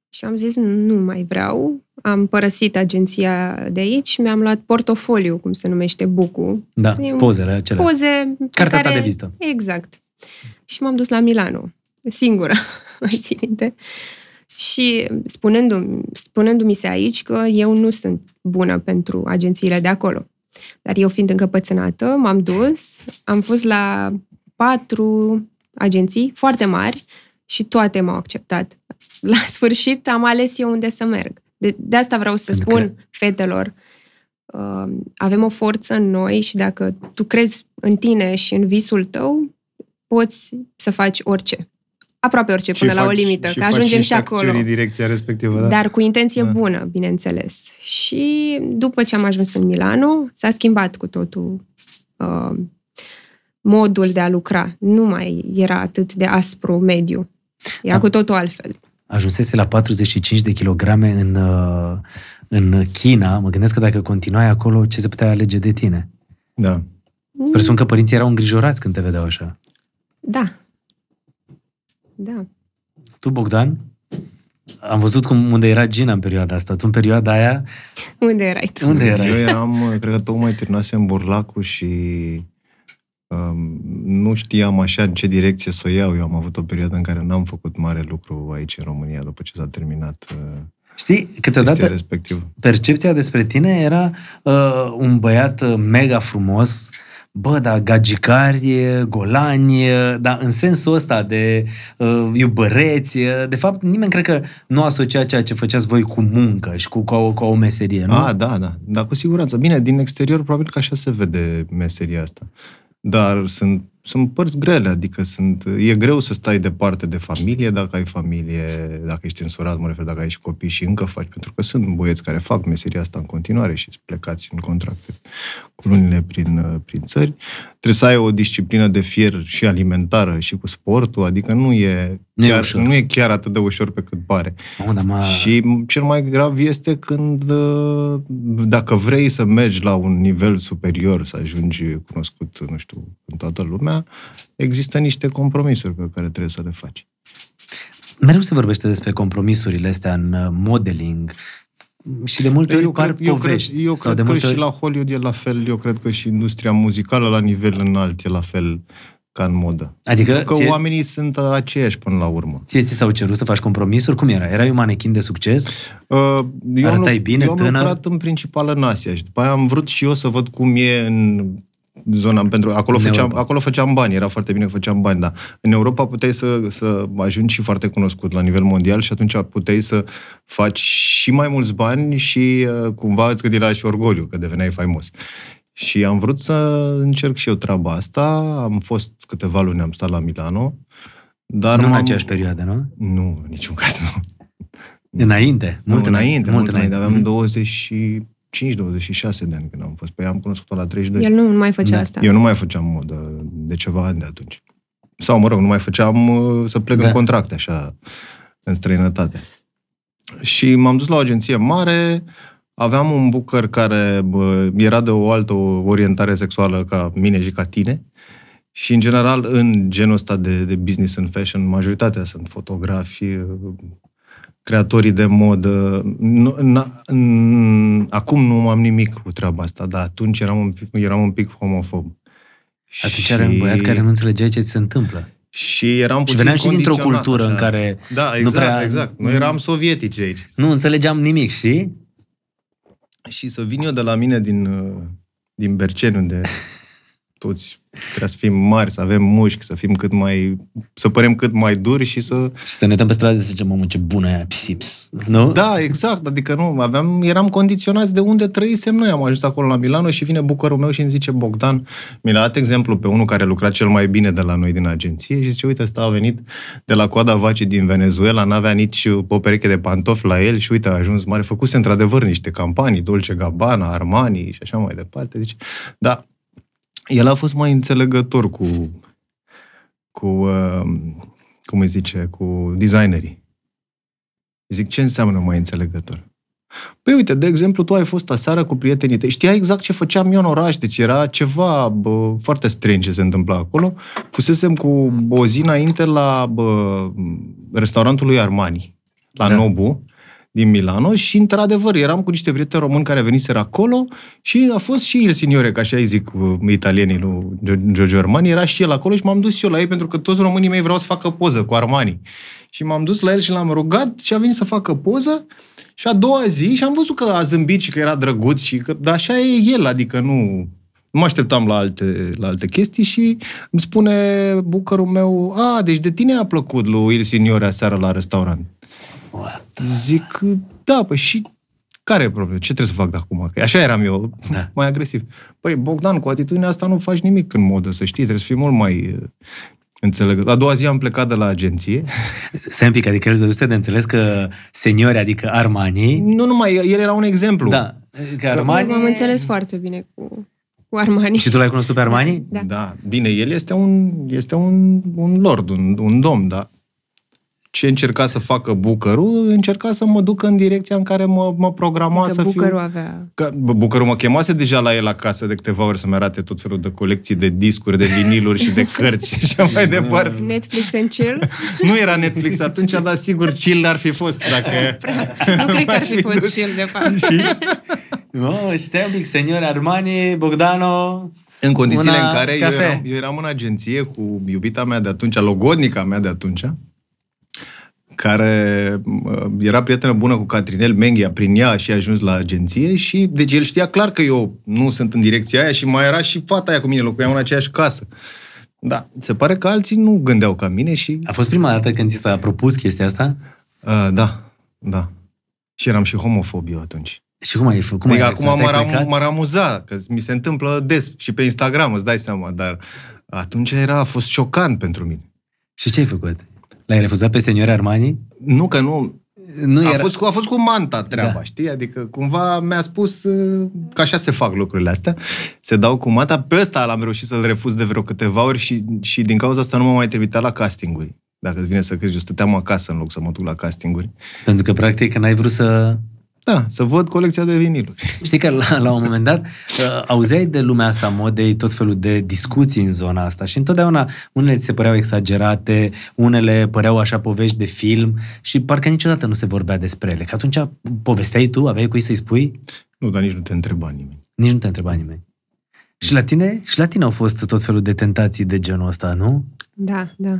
Speaker 4: Și am zis, nu mai vreau. Am părăsit agenția de aici, mi-am luat portofoliu, cum se numește, bucu,
Speaker 1: Da,
Speaker 4: E un-
Speaker 1: pozele acelea.
Speaker 4: poze. pe
Speaker 1: Cartea ta de vizită.
Speaker 4: Exact. Și m-am dus la Milano, singură, mai țin minte. Și spunându-mi, spunându-mi se aici că eu nu sunt bună pentru agențiile de acolo. Dar eu fiind încăpățânată, m-am dus, am fost la patru agenții foarte mari și toate m-au acceptat. La sfârșit am ales eu unde să merg. De, de asta vreau să
Speaker 1: Pentru
Speaker 4: spun fetelor, uh, avem o forță în noi și dacă tu crezi în tine și în visul tău, poți să faci orice. Aproape orice, până la o limită, că ajungem și acolo.
Speaker 3: În direcția respectivă, da?
Speaker 4: Dar cu intenție
Speaker 3: Da.
Speaker 4: bună, bineînțeles. Și după ce am ajuns în Milano, s-a schimbat cu totul uh, modul de a lucra. Nu mai era atât de aspru mediu. Era
Speaker 1: Da.
Speaker 4: cu totul altfel.
Speaker 1: Ajunsese la 45 de kilograme în, uh, în China. Mă gândesc că dacă continuai acolo, ce se putea alege de tine?
Speaker 3: da.
Speaker 1: Presupun că părinții erau îngrijorați când te vedeau așa.
Speaker 4: Da. Da.
Speaker 1: Tu, Bogdan, am văzut cum, unde era Gina în perioada asta. Tu în perioada aia,
Speaker 4: Unde erai tu?
Speaker 1: unde erai?
Speaker 3: Eu eram, cred că tocmai terminasem burlacul și um, nu știam așa în ce direcție să o iau. Eu am avut o perioadă în care n-am făcut mare lucru aici în România după ce s-a terminat uh,
Speaker 1: Știi,
Speaker 3: chestia
Speaker 1: câteodată
Speaker 3: respectivă.
Speaker 1: percepția despre tine era uh, un băiat uh, mega frumos, bă, da, gagicari, e, golani, e, dar în sensul ăsta de uh, iubăreți, e, de fapt nimeni cred că nu asocia ceea ce făceați voi cu muncă și cu, cu, o, cu o meserie, nu?
Speaker 3: A, da, da. Dar cu siguranță. Bine, din exterior probabil că așa se vede meseria asta. Dar sunt, sunt părți grele, adică sunt, e greu să stai departe de familie dacă ai familie, dacă ești însurat, mă refer, dacă ai și copii și încă faci, pentru că sunt băieți care fac meseria asta în continuare și sunt plecați în contracte cu lunile prin, uh, prin țări. Trebuie să ai o disciplină de fier și alimentară și cu sportul, adică nu e,
Speaker 1: Nu e
Speaker 3: chiar,
Speaker 1: ușor.
Speaker 3: nu e chiar atât de ușor pe cât pare.
Speaker 1: Mamă, dar m-a...
Speaker 3: Și cel mai grav este când, uh, dacă vrei să mergi la un nivel superior, să ajungi cunoscut, nu știu, în toată lumea, există niște compromisuri pe care trebuie să le faci.
Speaker 1: Mereu se vorbește despre compromisurile astea în uh, modeling și de multe ori par
Speaker 3: eu cred,
Speaker 1: povești. sau
Speaker 3: eu cred
Speaker 1: de
Speaker 3: că
Speaker 1: multe
Speaker 3: și
Speaker 1: ori-
Speaker 3: la Hollywood e la fel, eu cred că și industria muzicală la nivel înalt e la fel ca în modă.
Speaker 1: Adică
Speaker 3: Că
Speaker 1: ție-
Speaker 3: oamenii sunt uh, aceiași până la urmă.
Speaker 1: Ție ți s-au cerut să faci compromisuri? Cum era? Erai un manechin de succes?
Speaker 3: Uh, Eu am,
Speaker 1: Arătai
Speaker 3: lu-
Speaker 1: bine,
Speaker 3: eu am
Speaker 1: tânăr?
Speaker 3: lucrat în principal în Asia și după aia am vrut și eu să văd cum e în zona, pentru acolo
Speaker 1: În
Speaker 3: făceam,
Speaker 1: Europa.
Speaker 3: acolo făceam bani, era foarte bine că făceam bani, dar în Europa puteai să, să ajungi și foarte cunoscut la nivel mondial și atunci puteai să faci și mai mulți bani și uh, cumva îți gâdila și orgoliu că deveneai faimos. Și am vrut să încerc și eu treaba asta, am fost câteva luni, am stat la Milano, dar
Speaker 1: nu în
Speaker 3: m-am-
Speaker 1: aceeași perioadă, nu?
Speaker 3: Nu, în niciun caz nu.
Speaker 1: Înainte. Mult
Speaker 3: Mult înainte, mult înainte. Mm.
Speaker 1: Mhm.
Speaker 3: Aveam 25-26 de ani când am fost. Păi am cunoscut-o la 32.
Speaker 4: El nu, nu mai făcea
Speaker 1: Da.
Speaker 4: asta.
Speaker 3: Eu nu mai făceam modă de ceva ani de atunci. Sau, mă rog, nu mai făceam uh, să plec
Speaker 1: Da.
Speaker 3: în contracte, așa, în străinătate. Și m-am dus la o agenție mare, aveam un bucăr care bă, era de o altă orientare sexuală ca mine și ca tine. Și, în general, în genul ăsta de, de business and fashion, majoritatea sunt fotografi, creatorii de modă. Nu, na, n- acum nu am nimic cu treaba asta, dar atunci eram un pic, eram un pic homofob.
Speaker 1: Atunci era un băiat care nu înțelegea ce se întâmplă.
Speaker 3: Și eram
Speaker 1: Și
Speaker 3: puțin
Speaker 1: veneam și dintr-o
Speaker 3: condiționat,
Speaker 1: cultură
Speaker 3: așa.
Speaker 1: în care
Speaker 3: Da,
Speaker 1: nu
Speaker 3: exact,
Speaker 1: prea-
Speaker 3: exact. Noi eram sovietici aici.
Speaker 1: nu înțelegeam nimic și...
Speaker 3: Și să vin eu de la mine din, uh, din Berceni, unde toți trebuie să fim mari, să avem mușchi, să fim cât mai... să părem cât mai duri și să...
Speaker 1: Și să ne uităm pe stradă și să zicem, mamă, ce bună e aia, psips. Nu?
Speaker 3: Da, exact, adică nu, aveam, eram condiționați de unde trăisem noi. Am ajuns acolo la Milano și vine bucărul meu și îmi zice, Bogdan, mi l-a dat exemplu pe unul care lucra cel mai bine de la noi din agenție și zice, uite, ăsta a venit de la coada vacii din Venezuela, n-avea nici o pereche de pantofi la el și uite, a ajuns mare, făcuse într-adevăr niște campanii, Dolce Gabbana, Armani și așa mai departe. Zice, da, el a fost mai înțelegător cu, cu uh, cum îi zice, cu designerii. Zic, ce înseamnă mai înțelegător? Păi uite, de exemplu, tu ai fost aseară cu prietenii tăi. Știa exact ce făceam eu în oraș, deci era ceva bă, foarte strange ce se întâmpla acolo. Fusesem cu o zi înainte la bă, restaurantul lui Armani, la
Speaker 1: Da.
Speaker 3: da. Nobu, din Milano și, într-adevăr, eram cu niște prieteni români care veniseră acolo și a fost și el, signore, ca așa îi zic bă, italienii lui Gio- Giorgio Armani, era și el acolo și m-am dus și eu la ei pentru că toți românii mei vreau să facă poză cu Armani. Și m-am dus la el și l-am rugat și a venit să facă poză și a doua zi și am văzut că a zâmbit și că era drăguț și că, dar așa e el, adică nu, nu mă așteptam la alte, la alte chestii și îmi spune bucărul meu, a, deci de tine a plăcut lui Il Signore aseară la restaurant. Zic, da, păi și care e problema? Ce trebuie să fac de acum? Că așa eram eu,
Speaker 1: Da.
Speaker 3: da. mai agresiv. Păi, Bogdan, cu atitudinea asta nu faci nimic în modă, să știi, trebuie să fii mult mai uh, înțelegător. A doua zi am plecat de la agenție.
Speaker 1: Stai un pic, adică el îți dăduse de înțeles că seniori, adică Armani...
Speaker 3: Nu numai, el era un exemplu.
Speaker 1: Da, că Armani...
Speaker 4: M-am înțeles foarte bine cu, cu Armani.
Speaker 1: Și tu l-ai cunoscut pe Armani?
Speaker 4: Da.
Speaker 3: Da. da. Bine, el este un, este un, un lord, un, un domn, da. Ce încerca să facă Bucăru, încerca să mă ducă în direcția în care mă, mă programa
Speaker 4: Că
Speaker 3: să
Speaker 4: Bucăru
Speaker 3: fiu...
Speaker 4: avea...
Speaker 3: Că Bucăru mă chemase deja la el acasă de câteva ori să-mi arate tot felul de colecții de discuri, de viniluri și de cărți și așa mai departe.
Speaker 4: Netflix and chill?
Speaker 3: Nu era Netflix atunci, dar sigur chill ar fi fost dacă...
Speaker 4: nu cred că ar fi
Speaker 3: fi
Speaker 4: fost
Speaker 3: dus.
Speaker 4: chill, de fapt.
Speaker 1: Nu, no, stai un pic, seniori Armani, Bogdano...
Speaker 3: În condițiile
Speaker 1: Una
Speaker 3: în care eu
Speaker 1: cafe.
Speaker 3: eram, eu eram în agenție cu iubita mea de atunci, logodnica mea de atunci, care uh, era prietenă bună cu Catrinel Menghia, prin ea și a ajuns la agenție și deci el știa clar că eu nu sunt în direcția aia și mai era și fata aia cu mine, locuiam în aceeași casă. Da, se pare că alții nu gândeau ca mine și
Speaker 1: A fost prima dată când ți s-a propus chestia asta?
Speaker 3: uh, da, da. Și eram și homofob eu atunci.
Speaker 1: Și cum ai făcut? Cum
Speaker 3: adică
Speaker 1: ai
Speaker 3: acum m-ar,
Speaker 1: reacționat? Te-ai
Speaker 3: am,
Speaker 1: plecat?
Speaker 3: m-ar amuza, că mi se întâmplă des și pe Instagram, îți dai seama, dar atunci era, a fost șocant pentru mine.
Speaker 1: Și ce ai făcut? L-ai refuzat pe seniori Armani?
Speaker 3: Nu că nu...
Speaker 1: Nu
Speaker 3: A
Speaker 1: era...
Speaker 3: fost, cu, a fost cu manta treaba,
Speaker 1: Da.
Speaker 3: da. știi? Adică cumva mi-a spus uh, că așa se fac lucrurile astea. Se dau cu manta. Pe ăsta l-am reușit să-l refuz de vreo câteva ori și, și din cauza asta nu m-am mai trimitat la castinguri. Dacă îți vine să crezi, eu stăteam acasă în loc să mă duc la castinguri.
Speaker 1: Pentru că, practic, n-ai vrut să...
Speaker 3: Da, să văd colecția de viniluri.
Speaker 1: Știi că la, la un moment dat uh, auzeai de lumea asta a modei tot felul de discuții în zona asta și întotdeauna unele ți se păreau exagerate, unele păreau așa povești de film și parcă niciodată nu se vorbea despre ele. Că atunci povesteai tu, aveai cui să-i spui,
Speaker 3: Nu, dar nici nu te întreba nimeni.
Speaker 1: nici nu te întreba nimeni. Și la tine, și la tine au fost tot felul de tentații de genul ăsta, nu?
Speaker 4: Da, da.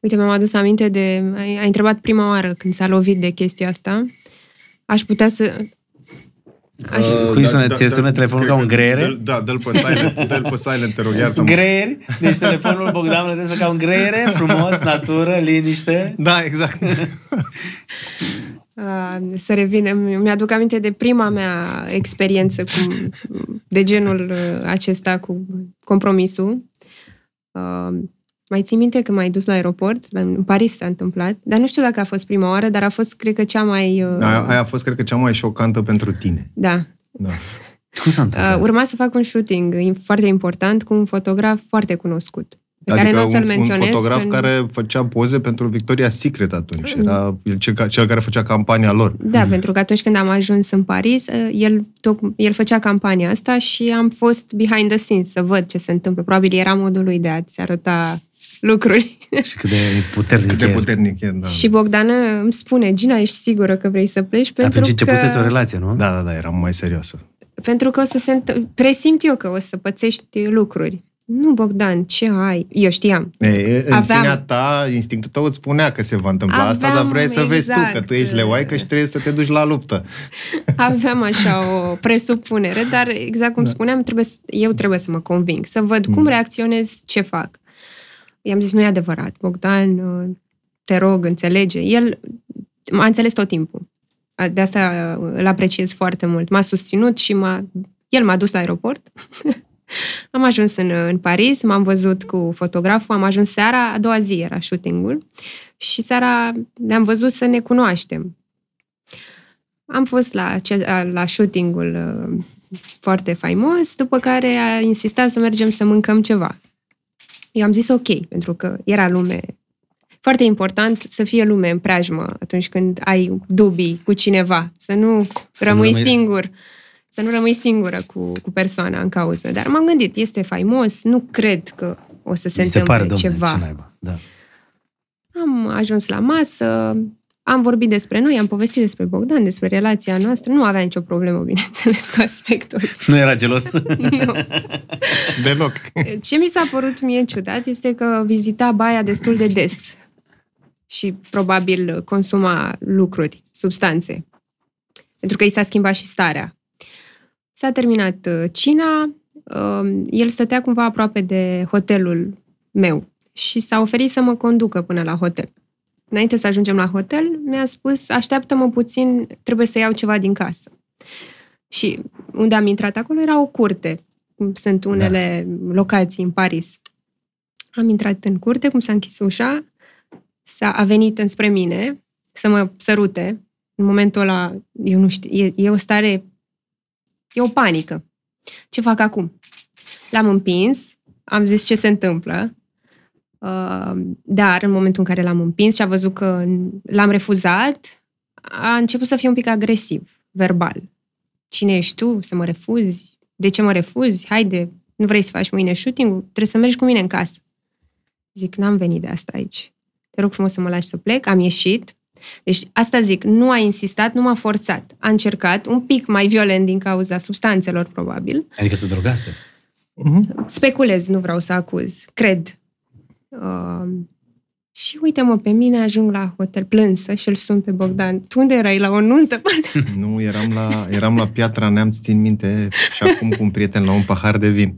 Speaker 4: Uite, mi-am adus aminte de... Ai, ai întrebat prima oară când s-a lovit de chestia asta. Aș putea să... Aș,
Speaker 1: Uh, Cui sună? Ție sună telefonul ca un greiere?
Speaker 3: Da, dă-l pe silent, dă-l pe silent, te rog, iartă-mă.
Speaker 1: Greieri, deci telefonul Bogdan Rădescu ca un greiere, frumos, natură, liniște.
Speaker 3: Da, exact.
Speaker 4: a, Uh, să revin, îmi- mi-aduc aminte de prima mea experiență cu, de genul uh, acesta cu compromisul. Uh, mai ții minte că m-ai dus la aeroport? La, în Paris s-a întâmplat, dar nu știu dacă a fost prima oară, dar a fost, cred că, cea mai... Uh,
Speaker 3: Aia, aia a fost, cred că, cea mai șocantă pentru tine.
Speaker 4: da,
Speaker 3: Da.
Speaker 1: Cum s-a
Speaker 4: Uh,
Speaker 1: întâmplat?
Speaker 4: urma să fac un shooting im- foarte important cu un fotograf foarte cunoscut. pe care nu o să-l
Speaker 3: Adică un,
Speaker 4: menționez.
Speaker 3: un fotograf
Speaker 4: în-
Speaker 3: care făcea poze pentru Victoria Secret atunci. Era el cel, ca- cel care făcea campania lor.
Speaker 4: Da, pentru că atunci când am ajuns în Paris, eh, el, toc- el făcea campania asta și am fost behind the scenes să văd ce se întâmplă. Probabil era modul lui de a-ți arăta lucruri.
Speaker 1: Și cât de puternic
Speaker 3: Cât de
Speaker 1: e.
Speaker 3: puternic e, da.
Speaker 4: și Bogdana îmi spune, Gina, ești sigură că vrei să pleci? Pentru
Speaker 1: Atunci începuseți
Speaker 4: că...
Speaker 1: o relație, nu?
Speaker 3: Da, da, da, eram mai serioasă.
Speaker 4: pentru că o să se întâ- presimt eu că o să pățești lucruri. Nu, Bogdan, ce ai? Eu știam.
Speaker 3: E, e, în
Speaker 4: Aveam-
Speaker 3: sinea ta, instinctul tău îți spunea că se va întâmpla asta,
Speaker 4: Aveam-
Speaker 3: dar vrei să vezi tu că
Speaker 4: exact.
Speaker 3: tu ești leoaică și trebuie să te duci la luptă.
Speaker 4: Aveam așa o presupunere, dar exact cum da. spuneam, trebuie să, eu trebuie să mă conving, să văd cum reacționez, ce fac. I-am zis, nu e adevărat, Bogdan, uh, te rog, înțelege. El m-a înțeles tot timpul. De asta uh, îl apreciez foarte mult. M-a susținut și m-a... el m-a dus la aeroport. am ajuns în, uh, în Paris, m-am văzut cu fotograful, am ajuns seara, a doua zi era shootingul și seara ne-am văzut să ne cunoaștem. Am fost la, ce, la shootingul uh, foarte faimos, după care a insistat să mergem să mâncăm ceva. Eu am zis ok, pentru că era lume. Foarte important să fie lume în preajmă atunci când ai dubii cu cineva, să nu
Speaker 1: nu
Speaker 4: rămâi
Speaker 1: rămâi-
Speaker 4: singur, să nu rămâi singură cu, cu persoana în cauză. Dar m-am gândit, este faimos, nu cred că o să se
Speaker 1: Mi se
Speaker 4: întâmple
Speaker 1: pare, domnule,
Speaker 4: ceva.
Speaker 1: ce naiba. Da.
Speaker 4: Am ajuns la masă, am vorbit despre noi, am povestit despre Bogdan, despre relația noastră. Nu avea nicio problemă, bineînțeles, cu aspectul ăsta.
Speaker 1: Nu era gelos?
Speaker 4: Nu.
Speaker 3: Deloc.
Speaker 4: Ce mi s-a părut mie ciudat este că vizita baia destul de des și probabil consuma lucruri, substanțe. Pentru că i s-a schimbat și starea. S-a terminat uh, cina, um, el stătea cumva aproape de hotelul meu și s-a oferit să mă conducă până la hotel. Înainte să ajungem la hotel, mi-a spus, așteaptă-mă puțin, trebuie să iau ceva din casă. Și unde am intrat acolo era o curte, cum sunt unele locații în Paris. Am intrat în curte, cum s-a închis ușa, s-a, a venit înspre mine să mă sărute. În momentul ăla, eu nu știu, e, e o stare, e o panică. Ce fac acum? L-am împins, am zis ce se întâmplă, uh, dar în momentul în care l-am împins și a văzut că l-am refuzat, a început să fie un pic agresiv, verbal. Cine ești tu să mă refuzi? De ce mă refuzi? Haide, nu vrei să faci mâine shooting Trebuie să mergi cu mine în casă. Zic, n-am venit de asta aici. Te rog frumos să mă lași să plec. Am ieșit. Deci asta zic, nu a insistat, nu m-a forțat. A încercat, un pic mai violent din cauza substanțelor, probabil.
Speaker 1: Adică se drogase.
Speaker 3: Mhm.
Speaker 4: Speculez, nu vreau să acuz. Cred. Uh, și uite-mă pe mine, ajung la hotel plânsă și îl sun pe Bogdan. Tu unde erai la o nuntă?
Speaker 3: Nu, eram la, eram la Piatra Neamț, țin minte, și acum cu un prieten la un pahar de vin.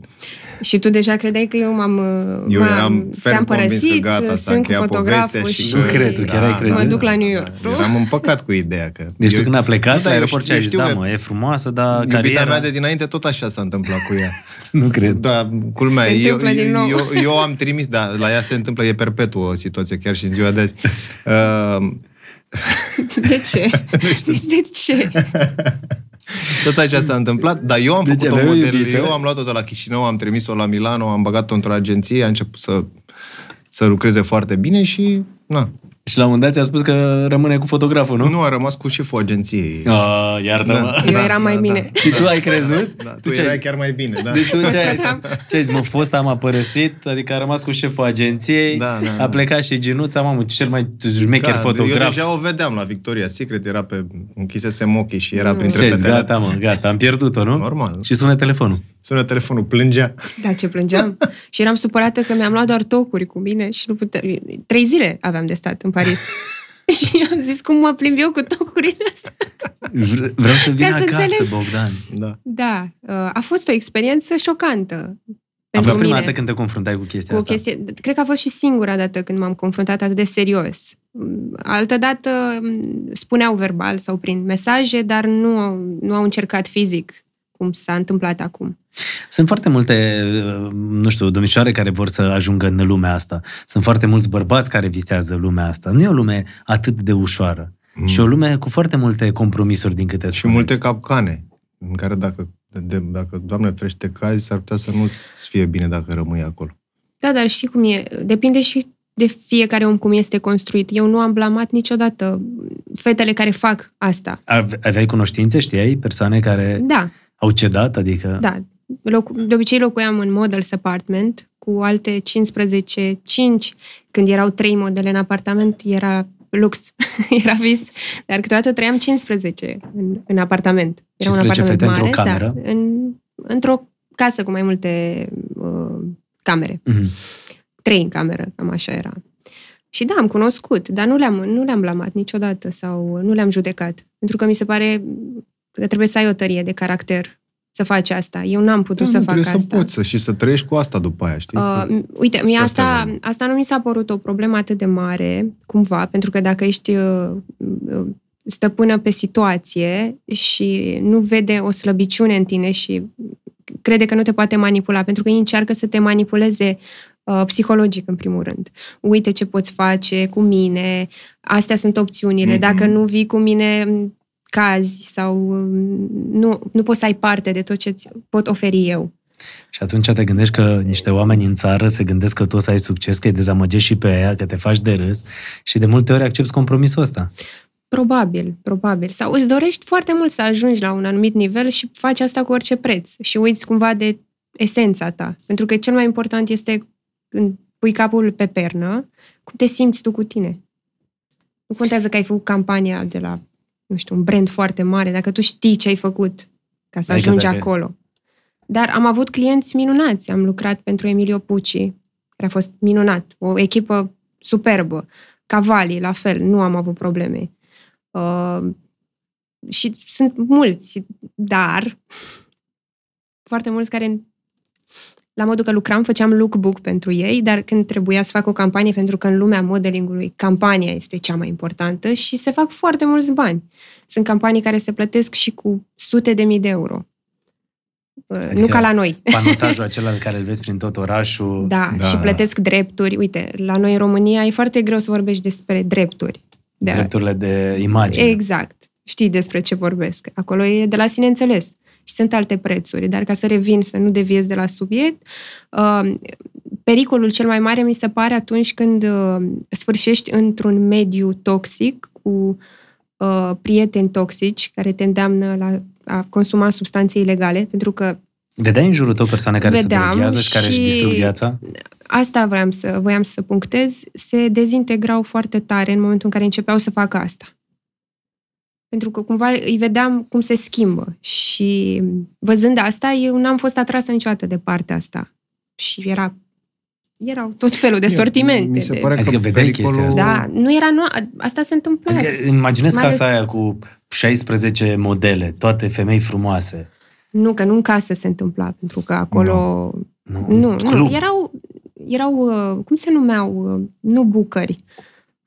Speaker 4: Și tu deja credeai că eu m-am... uh,
Speaker 3: Eu
Speaker 4: m-am-
Speaker 3: eram ferm convins că
Speaker 4: te-am părăsit,
Speaker 3: gata, s-a
Speaker 4: sunt cu
Speaker 3: încheiat povestea
Speaker 4: fotograful
Speaker 3: și...
Speaker 4: și...
Speaker 1: Nu cred, tu chiar ai crezut?
Speaker 4: Mă duc la New York.
Speaker 3: Da, eram împăcat cu ideea că...
Speaker 1: Deci tu
Speaker 3: eu-
Speaker 1: când a plecat
Speaker 3: Nu,
Speaker 1: la
Speaker 3: dar eu
Speaker 1: aeroport
Speaker 3: știu-
Speaker 1: ce ai zis,
Speaker 3: eu
Speaker 1: da
Speaker 3: știu
Speaker 1: mă, e frumoasă, dar
Speaker 3: Iubita
Speaker 1: cariera...
Speaker 3: mea de dinainte tot așa s-a întâmplat cu ea.
Speaker 1: Nu cred.
Speaker 3: Da, culmea,
Speaker 4: Se
Speaker 3: eu,
Speaker 4: întâmplă din nou.
Speaker 3: eu, eu am trimis, da, la ea se întâmplă, e perpetuă o situație chiar și în ziua de azi. Uh,
Speaker 4: De ce? De ce?
Speaker 3: tot așa s-a întâmplat, dar eu am
Speaker 1: Deci
Speaker 3: făcut-o
Speaker 1: aveai
Speaker 3: model,
Speaker 1: iubită?
Speaker 3: eu am luat-o de la Chișinău, am trimis-o la Milano, am bagat-o într-o agenție, a început să, să lucreze foarte bine și, na,
Speaker 1: Și la un moment dat ți-a spus că rămâne cu fotograful, nu?
Speaker 3: nu a rămas cu șeful agenției.
Speaker 1: Ah, iartă-mă.
Speaker 4: Eu eram mai bine.
Speaker 1: Și tu ai crezut?
Speaker 3: Da, tu,
Speaker 1: ce ai-
Speaker 3: erai chiar mai bine, da.
Speaker 1: Deci tu ce ai,
Speaker 4: Scuzați-am.
Speaker 1: ce ai zis, mă, fosta m-a părăsit, adică a rămas cu șeful agenției,
Speaker 3: Da, da,
Speaker 1: a
Speaker 3: da.
Speaker 1: plecat și Ginuța, mamă, cel mai șmecher
Speaker 3: da, Eu
Speaker 1: fotograf.
Speaker 3: deja o vedeam la Victoria Secret, era pe închisesem ochii și
Speaker 4: Mm.
Speaker 3: era printre
Speaker 1: Ce ai zis,
Speaker 3: fetele.
Speaker 1: gata, mă, gata, am pierdut-o, nu?
Speaker 3: Normal.
Speaker 1: Și sună telefonul.
Speaker 3: Sună telefonul, plângea.
Speaker 4: Da, ce plângeam. Și eram supărată că mi-am luat doar tocuri cu mine și nu puteam... Trei zile aveam de stat în Paris. și am zis, cum mă plimb eu cu tocurile astea?
Speaker 1: Vre- Vreau să vin
Speaker 4: Ca să
Speaker 1: acasă,
Speaker 4: înțelegi.
Speaker 1: Bogdan.
Speaker 3: Da.
Speaker 4: Da, uh, a fost o experiență șocantă.
Speaker 1: A
Speaker 4: pentru
Speaker 1: fost prima
Speaker 4: mine.
Speaker 1: dată când te confruntai cu chestia
Speaker 4: cu
Speaker 1: asta.
Speaker 4: o chestie, cred că a fost și singura dată când m-am confruntat atât de serios. Altă dată m, spuneau verbal sau prin mesaje, dar nu au, nu au încercat fizic, cum s-a întâmplat acum.
Speaker 1: Sunt foarte multe, uh, nu știu, domnișoare care vor să ajungă în lumea asta. Sunt foarte mulți bărbați care visează lumea asta. Nu e o lume atât de ușoară. Mm. Și o lume cu foarte multe compromisuri din câte
Speaker 3: Și multe capcane, în care dacă, de, dacă Doamne frește, cazi, s-ar putea să nu-ți fie bine dacă rămâi acolo.
Speaker 4: Da, dar știi cum e? Depinde și de fiecare om cum este construit. Eu nu am blamat niciodată fetele care fac asta.
Speaker 1: Ave- Aveai cunoștințe, știai, persoane care
Speaker 4: Da,
Speaker 1: au cedat, adică...
Speaker 4: da. Locu- de obicei locuiam în models apartment cu alte 15, 5, când erau 3 modele în apartament, era lux, era vis, dar câteodată trăiam 15 în, în apartament. Era
Speaker 1: 15
Speaker 4: un apartament
Speaker 1: fete
Speaker 4: mare,
Speaker 1: într-o cameră?
Speaker 4: Da, în, într-o casă cu mai multe uh, camere.
Speaker 1: Mhm.
Speaker 4: trei în cameră, cam așa era. Și da, am cunoscut, dar nu le-am, nu le-am blamat niciodată sau nu le-am judecat. Pentru că mi se pare că trebuie să ai o tărie de caracter să faci asta. Eu n-am putut
Speaker 3: Da,
Speaker 4: să
Speaker 3: nu,
Speaker 4: fac
Speaker 3: trebuie
Speaker 4: asta.
Speaker 3: să poți să, și să trăiești cu asta după aia, știi? Că-
Speaker 4: Uh, uite, mie
Speaker 3: Asta
Speaker 4: asta,
Speaker 3: e-
Speaker 4: asta nu mi s-a părut o problemă atât de mare, cumva, pentru că dacă ești uh, uh, stăpână pe situație și nu vede o slăbiciune în tine și crede că nu te poate manipula, pentru că ei încearcă să te manipuleze uh, psihologic, în primul rând. Uite ce poți face cu mine, astea sunt opțiunile,
Speaker 3: Mhm.
Speaker 4: dacă nu vii cu mine m, cazi sau um, nu, nu poți să ai parte de tot ce ți pot oferi eu.
Speaker 1: Și atunci te gândești că niște oameni în țară se gândesc că tu o să ai succes, că îi dezamăgești și pe aia, că te faci de râs și de multe ori accepti compromisul ăsta.
Speaker 4: Probabil, probabil. Sau îți dorești foarte mult să ajungi la un anumit nivel și faci asta cu orice preț și uiți cumva de esența ta. Pentru că cel mai important este când pui capul pe pernă, cum te simți tu cu tine. Nu contează că ai făcut campania de la, nu știu, un brand foarte mare, dacă tu știi ce ai făcut ca să
Speaker 1: Adică
Speaker 4: ajungi
Speaker 1: dacă-
Speaker 4: acolo. Dar am avut clienți minunați. Am lucrat pentru Emilio Pucci, care a fost minunat, o echipă superbă. Cavalii, la fel, nu am avut probleme. Uh, și sunt mulți, dar foarte mulți care, la modul că lucram, făceam lookbook pentru ei, dar când trebuia să fac o campanie, pentru că în lumea modelingului campania este cea mai importantă și se fac foarte mulți bani. Sunt campanii care se plătesc și cu sute de mii de euro. Uh,
Speaker 1: Adică-
Speaker 4: nu ca la noi.
Speaker 1: Panotajul acela pe care îl vezi prin tot orașul.
Speaker 4: Da,
Speaker 3: Da,
Speaker 4: da, și
Speaker 3: da.
Speaker 4: plătesc drepturi. Uite, la noi în România e foarte greu să vorbești despre drepturi.
Speaker 1: de
Speaker 4: De
Speaker 1: drepturile de imagine.
Speaker 4: exact. Știi despre ce vorbesc. Acolo e de la sine înțeles. Și sunt alte prețuri. Dar ca să revin, să nu deviez de la subiect, uh, pericolul cel mai mare mi se pare atunci când uh, sfârșești într-un mediu toxic cu uh, prieteni toxici care te îndeamnă la a consuma substanțe ilegale, pentru că
Speaker 1: Vedeai în jurul tău persoane care
Speaker 4: Vedeam
Speaker 1: se droghează și care își
Speaker 4: și-
Speaker 1: distrug viața?
Speaker 4: asta voiam să, voiam să punctez, se dezintegrau foarte tare în momentul în care începeau să facă asta. Pentru că cumva îi vedeam cum se schimbă și văzând asta, eu n-am fost atrasă niciodată de partea asta. Și era, erau tot felul de
Speaker 3: Eu-
Speaker 4: sortimente.
Speaker 3: Mi se
Speaker 4: de...
Speaker 3: pare
Speaker 1: Adică
Speaker 3: că
Speaker 1: vedeai chestia
Speaker 3: pericolul...
Speaker 1: asta.
Speaker 4: Da, nu era noua, asta se întâmpla.
Speaker 1: Adică imaginez
Speaker 4: Mai
Speaker 1: casa
Speaker 4: ales-
Speaker 1: aia cu 16 modele, toate femei frumoase.
Speaker 4: Nu, că nu în casă se întâmpla, pentru că acolo...
Speaker 1: Nu,
Speaker 4: Nu,
Speaker 1: un
Speaker 4: nu,
Speaker 1: club.
Speaker 4: erau, erau, uh, cum se numeau, uh, nu bucări,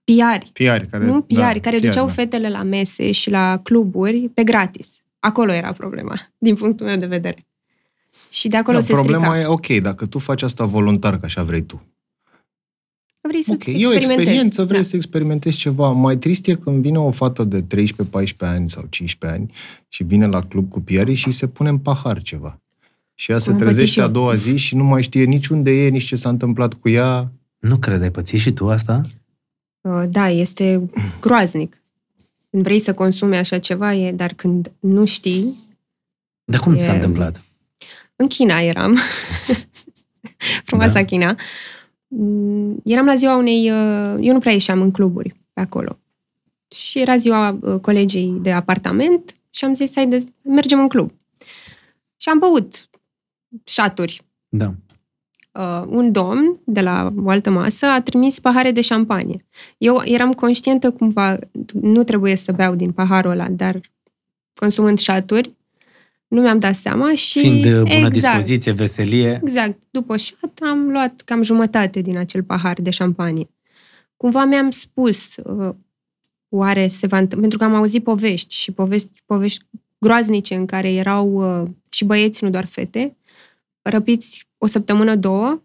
Speaker 4: piari.
Speaker 3: PR, care,
Speaker 4: nu PR,
Speaker 3: da,
Speaker 4: care
Speaker 3: PR,
Speaker 4: duceau
Speaker 3: da.
Speaker 4: fetele la mese și la cluburi pe gratis. Acolo era problema, din punctul meu de vedere. Și de acolo
Speaker 3: Da,
Speaker 4: se
Speaker 3: problema
Speaker 4: strica.
Speaker 3: e, ok, dacă tu faci asta voluntar, că așa vrei tu.
Speaker 4: Că Vrei să da.
Speaker 3: Ok,
Speaker 4: okay.
Speaker 3: e o experiență, vrei să experimentezi ceva. Mai trist e când vine o fată de 13-14 ani sau 15 ani și vine la club cu piarii și îi se pune în pahar ceva. Și ea se
Speaker 4: Am pățit și
Speaker 3: trezește
Speaker 4: eu.
Speaker 3: a doua zi și nu mai știe nici unde e, nici ce s-a întâmplat cu ea.
Speaker 1: Nu cred, ai pățit și tu asta?
Speaker 4: Da. Uh, da, este groaznic. Când vrei să consumi așa ceva, e, dar când nu știi,
Speaker 1: Dar cum ți s-a
Speaker 4: E-
Speaker 1: întâmplat?
Speaker 4: în China eram. Frumoasa
Speaker 1: Da.
Speaker 4: da. China. Mm, Eram la ziua unei... uh, Eu nu prea ieșeam în cluburi pe acolo. Și era ziua uh, colegii de apartament și am zis, hai, de, mergem în club. Și am băut șaturi.
Speaker 1: Da.
Speaker 4: Uh, un domn de la o altă masă a trimis pahare de șampanie. Eu eram conștientă cumva, nu trebuie să beau din paharul ăla, dar consumând șaturi, nu mi-am dat seama și...
Speaker 1: Fiind uh, bună
Speaker 4: exact,
Speaker 1: dispoziție, veselie,
Speaker 4: Exact. După șat am luat cam jumătate din acel pahar de șampanie. Cumva mi-am spus, uh, oare se va întâmpla, pentru că am auzit povești și povești, povești groaznice în care erau uh, și băieți, nu doar fete, răpiți o săptămână, două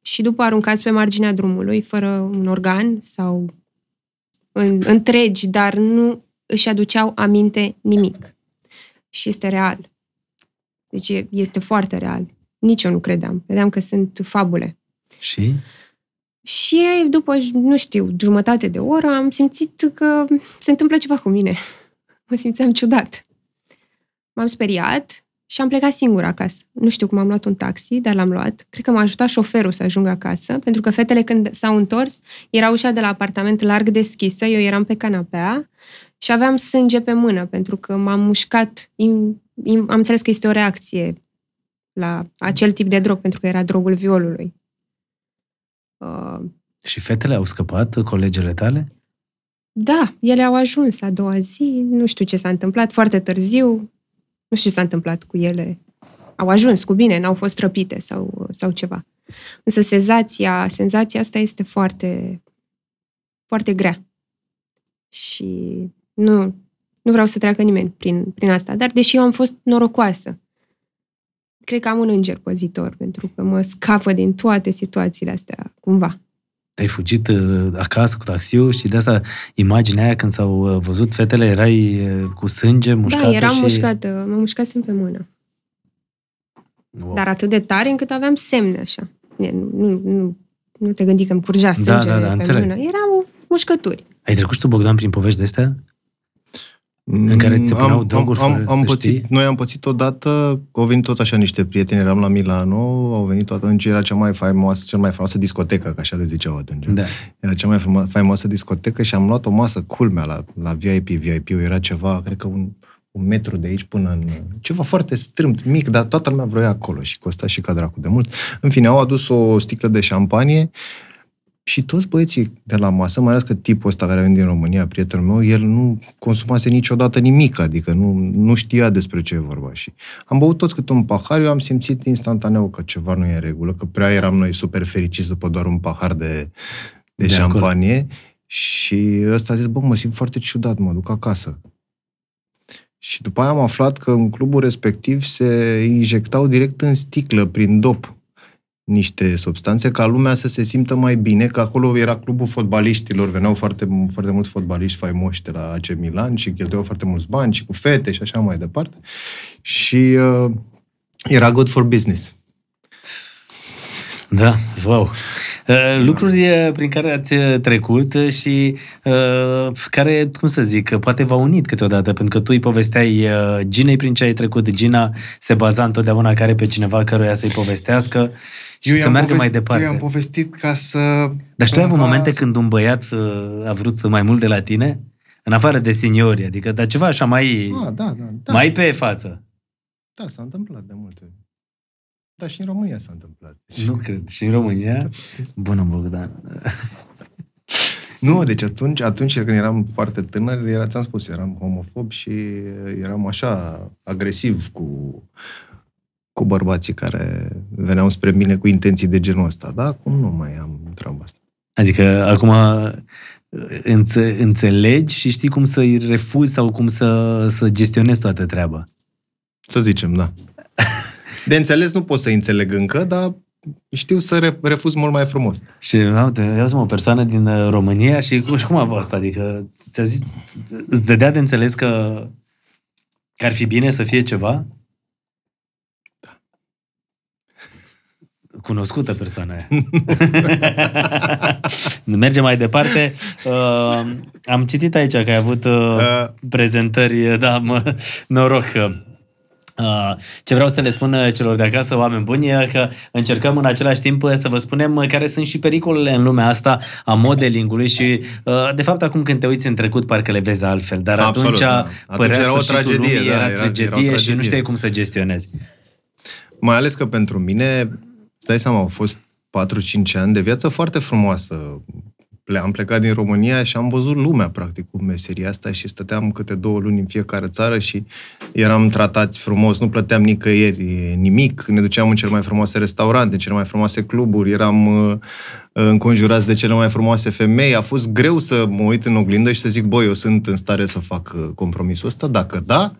Speaker 4: și după aruncați pe marginea drumului, fără un organ sau în, întregi, dar nu își aduceau aminte nimic. Și este real. Deci e- este foarte real. Nici eu nu credeam. Credeam că sunt fabule.
Speaker 1: Și?
Speaker 4: Și după, nu știu, jumătate de oră am simțit că se întâmplă ceva cu mine. Mă simțeam ciudat. M-am speriat și am plecat singură acasă. Nu știu cum am luat un taxi, dar l-am luat. Cred că m-a ajutat șoferul să ajung acasă, pentru că fetele când s-au întors, era ușa de la apartament larg deschisă, eu eram pe canapea și aveam sânge pe mână, pentru că m-am mușcat. In, in, am înțeles că este o reacție la acel tip de drog, pentru că era drogul violului. Uh,
Speaker 1: Și fetele au scăpat, uh, colegele tale?
Speaker 4: da, ele au ajuns a doua zi, nu știu ce s-a întâmplat, foarte târziu, nu știu ce s-a întâmplat cu ele. Au ajuns cu bine, n-au fost răpite sau, sau ceva. Însă senzația, senzația asta este foarte, foarte grea. Și nu, nu vreau să treacă nimeni prin, prin asta. Dar deși eu am fost norocoasă, cred că am un înger păzitor, pentru că mă scapă din toate situațiile astea, cumva.
Speaker 1: Ai fugit uh, acasă cu taxiul și de asta imaginea aia când s-au uh, văzut fetele, erai uh, cu sânge mușcată
Speaker 4: da, eram
Speaker 1: și...
Speaker 4: mușcată, mă mușcasem pe mână.
Speaker 1: Wow.
Speaker 4: Dar atât de tare încât aveam semne așa. Bine, Nu, nu, nu, nu te gândi că îmi curgea sângele
Speaker 1: da, da,
Speaker 4: pe
Speaker 1: înțeleg.
Speaker 4: mână. Erau mușcături.
Speaker 1: Ai trecut și tu, Bogdan, prin povești de astea? În care ți se puneau droguri
Speaker 3: Mm, am,
Speaker 1: fără
Speaker 3: am
Speaker 1: să
Speaker 3: pățit,
Speaker 1: știi?
Speaker 3: Noi am pățit odată, au venit tot așa niște prieteni, eram la Milano, au venit toată, atunci era cea mai faimoasă, cea mai faimoasă discotecă, ca așa le ziceau atunci.
Speaker 1: Da.
Speaker 3: Era cea mai faimo- faimoasă discotecă și am luat o masă culmea la, la VIP. VIP-ul era ceva, cred că un, un metru de aici până în... Ceva foarte strâmt, mic, dar toată lumea vroia acolo și costa și ca dracu de mult. În fine, au adus o sticlă de șampanie și toți băieții de la masă, mai ales că tipul ăsta care a venit din România, prietenul meu, el nu consumase niciodată nimic, adică nu, nu știa despre ce e vorba. Și am băut toți câte un pahar, eu am simțit instantaneu că ceva nu e în regulă, că prea eram noi super fericiți după doar un pahar de, de, de
Speaker 1: De acord.
Speaker 3: șampanie. Și ăsta a zis, bă, mă simt foarte ciudat, mă duc acasă. Și după aia am aflat că în clubul respectiv se injectau direct în sticlă, prin dop, niște substanțe ca lumea să se simtă mai bine, că acolo era clubul fotbaliștilor, veneau foarte, foarte mulți fotbaliști faimoși de la AC Milan și cheltuiau foarte mulți bani și cu fete și așa mai departe. Și uh, era good for business.
Speaker 1: Da, wow. Uh, Lucruri uh, prin care ați uh, trecut uh, și uh, care, cum să zic, uh, poate v-au unit câteodată, pentru că tu îi povesteai uh, Ginei prin ce ai trecut. Gina se baza întotdeauna care pe cineva căruia să-i povestească și să
Speaker 3: i-am
Speaker 1: meargă mai
Speaker 3: povestit-
Speaker 1: departe.
Speaker 3: Eu am povestit ca să...
Speaker 1: Dar și tu ai avut
Speaker 3: cumva-
Speaker 1: momente când un băiat uh, a vrut să mai mult de la tine? În afară de seniori, adică, dar ceva așa mai,
Speaker 3: Ah, da, da, da.
Speaker 1: da. mai pe față.
Speaker 3: Da, s-a întâmplat de multe ori. Dar și în România s-a întâmplat.
Speaker 1: Nu cred. Și în România? Bună, Bogdan.
Speaker 3: Nu, deci atunci, atunci când eram foarte tânăr, era, ți-am spus, eram homofob și eram așa agresiv cu, cu bărbații care veneau spre mine cu intenții de genul ăsta. Da, acum nu mai am treaba asta.
Speaker 1: Adică acum înțe- înțelegi și știi cum să-i refuzi sau cum să, să gestionezi toată treaba.
Speaker 3: Să zicem, da. De înțeles nu pot să înțeleg încă, dar știu să re- refuz mult mai frumos.
Speaker 1: Și uite, eu sunt o persoană din uh, România și, cum- și cum a fost asta? Adică ți-a zis, îți dădea de înțeles că, că ar fi bine să fie ceva? Cunoscută persoană aia. Mergem mai departe. Uh, am citit aici că ai avut uh,
Speaker 3: Uh,
Speaker 1: prezentări, da, mă, noroc că Uh, Ce vreau să le spun uh, celor de acasă, oameni buni, e că încercăm în același timp uh, să vă spunem uh, care sunt și pericolele în lumea asta a modelingului și, uh, de fapt, acum când te uiți în trecut, parcă le vezi altfel, dar
Speaker 3: Absolut,
Speaker 1: atunci,
Speaker 3: da. Atunci
Speaker 1: părea
Speaker 3: era o
Speaker 1: sfârșitul
Speaker 3: tragedie,
Speaker 1: lumii,
Speaker 3: da,
Speaker 1: era,
Speaker 3: era- era o
Speaker 1: tragedie și nu
Speaker 3: tragedie.
Speaker 1: știai cum să gestionezi.
Speaker 3: Mai ales că pentru mine, îți dai seama, au fost 4-5 ani de viață foarte frumoasă. Ple- Am plecat din România și am văzut lumea, practic, cu meseria asta și stăteam câte două luni în fiecare țară și eram tratați frumos, nu plăteam nicăieri nimic, ne duceam în cele mai frumoase restaurante, în cele mai frumoase cluburi, eram uh, înconjurați de cele mai frumoase femei. A fost greu să mă uit în oglindă și să zic, băi, eu sunt în stare să fac uh, compromisul ăsta? Dacă da,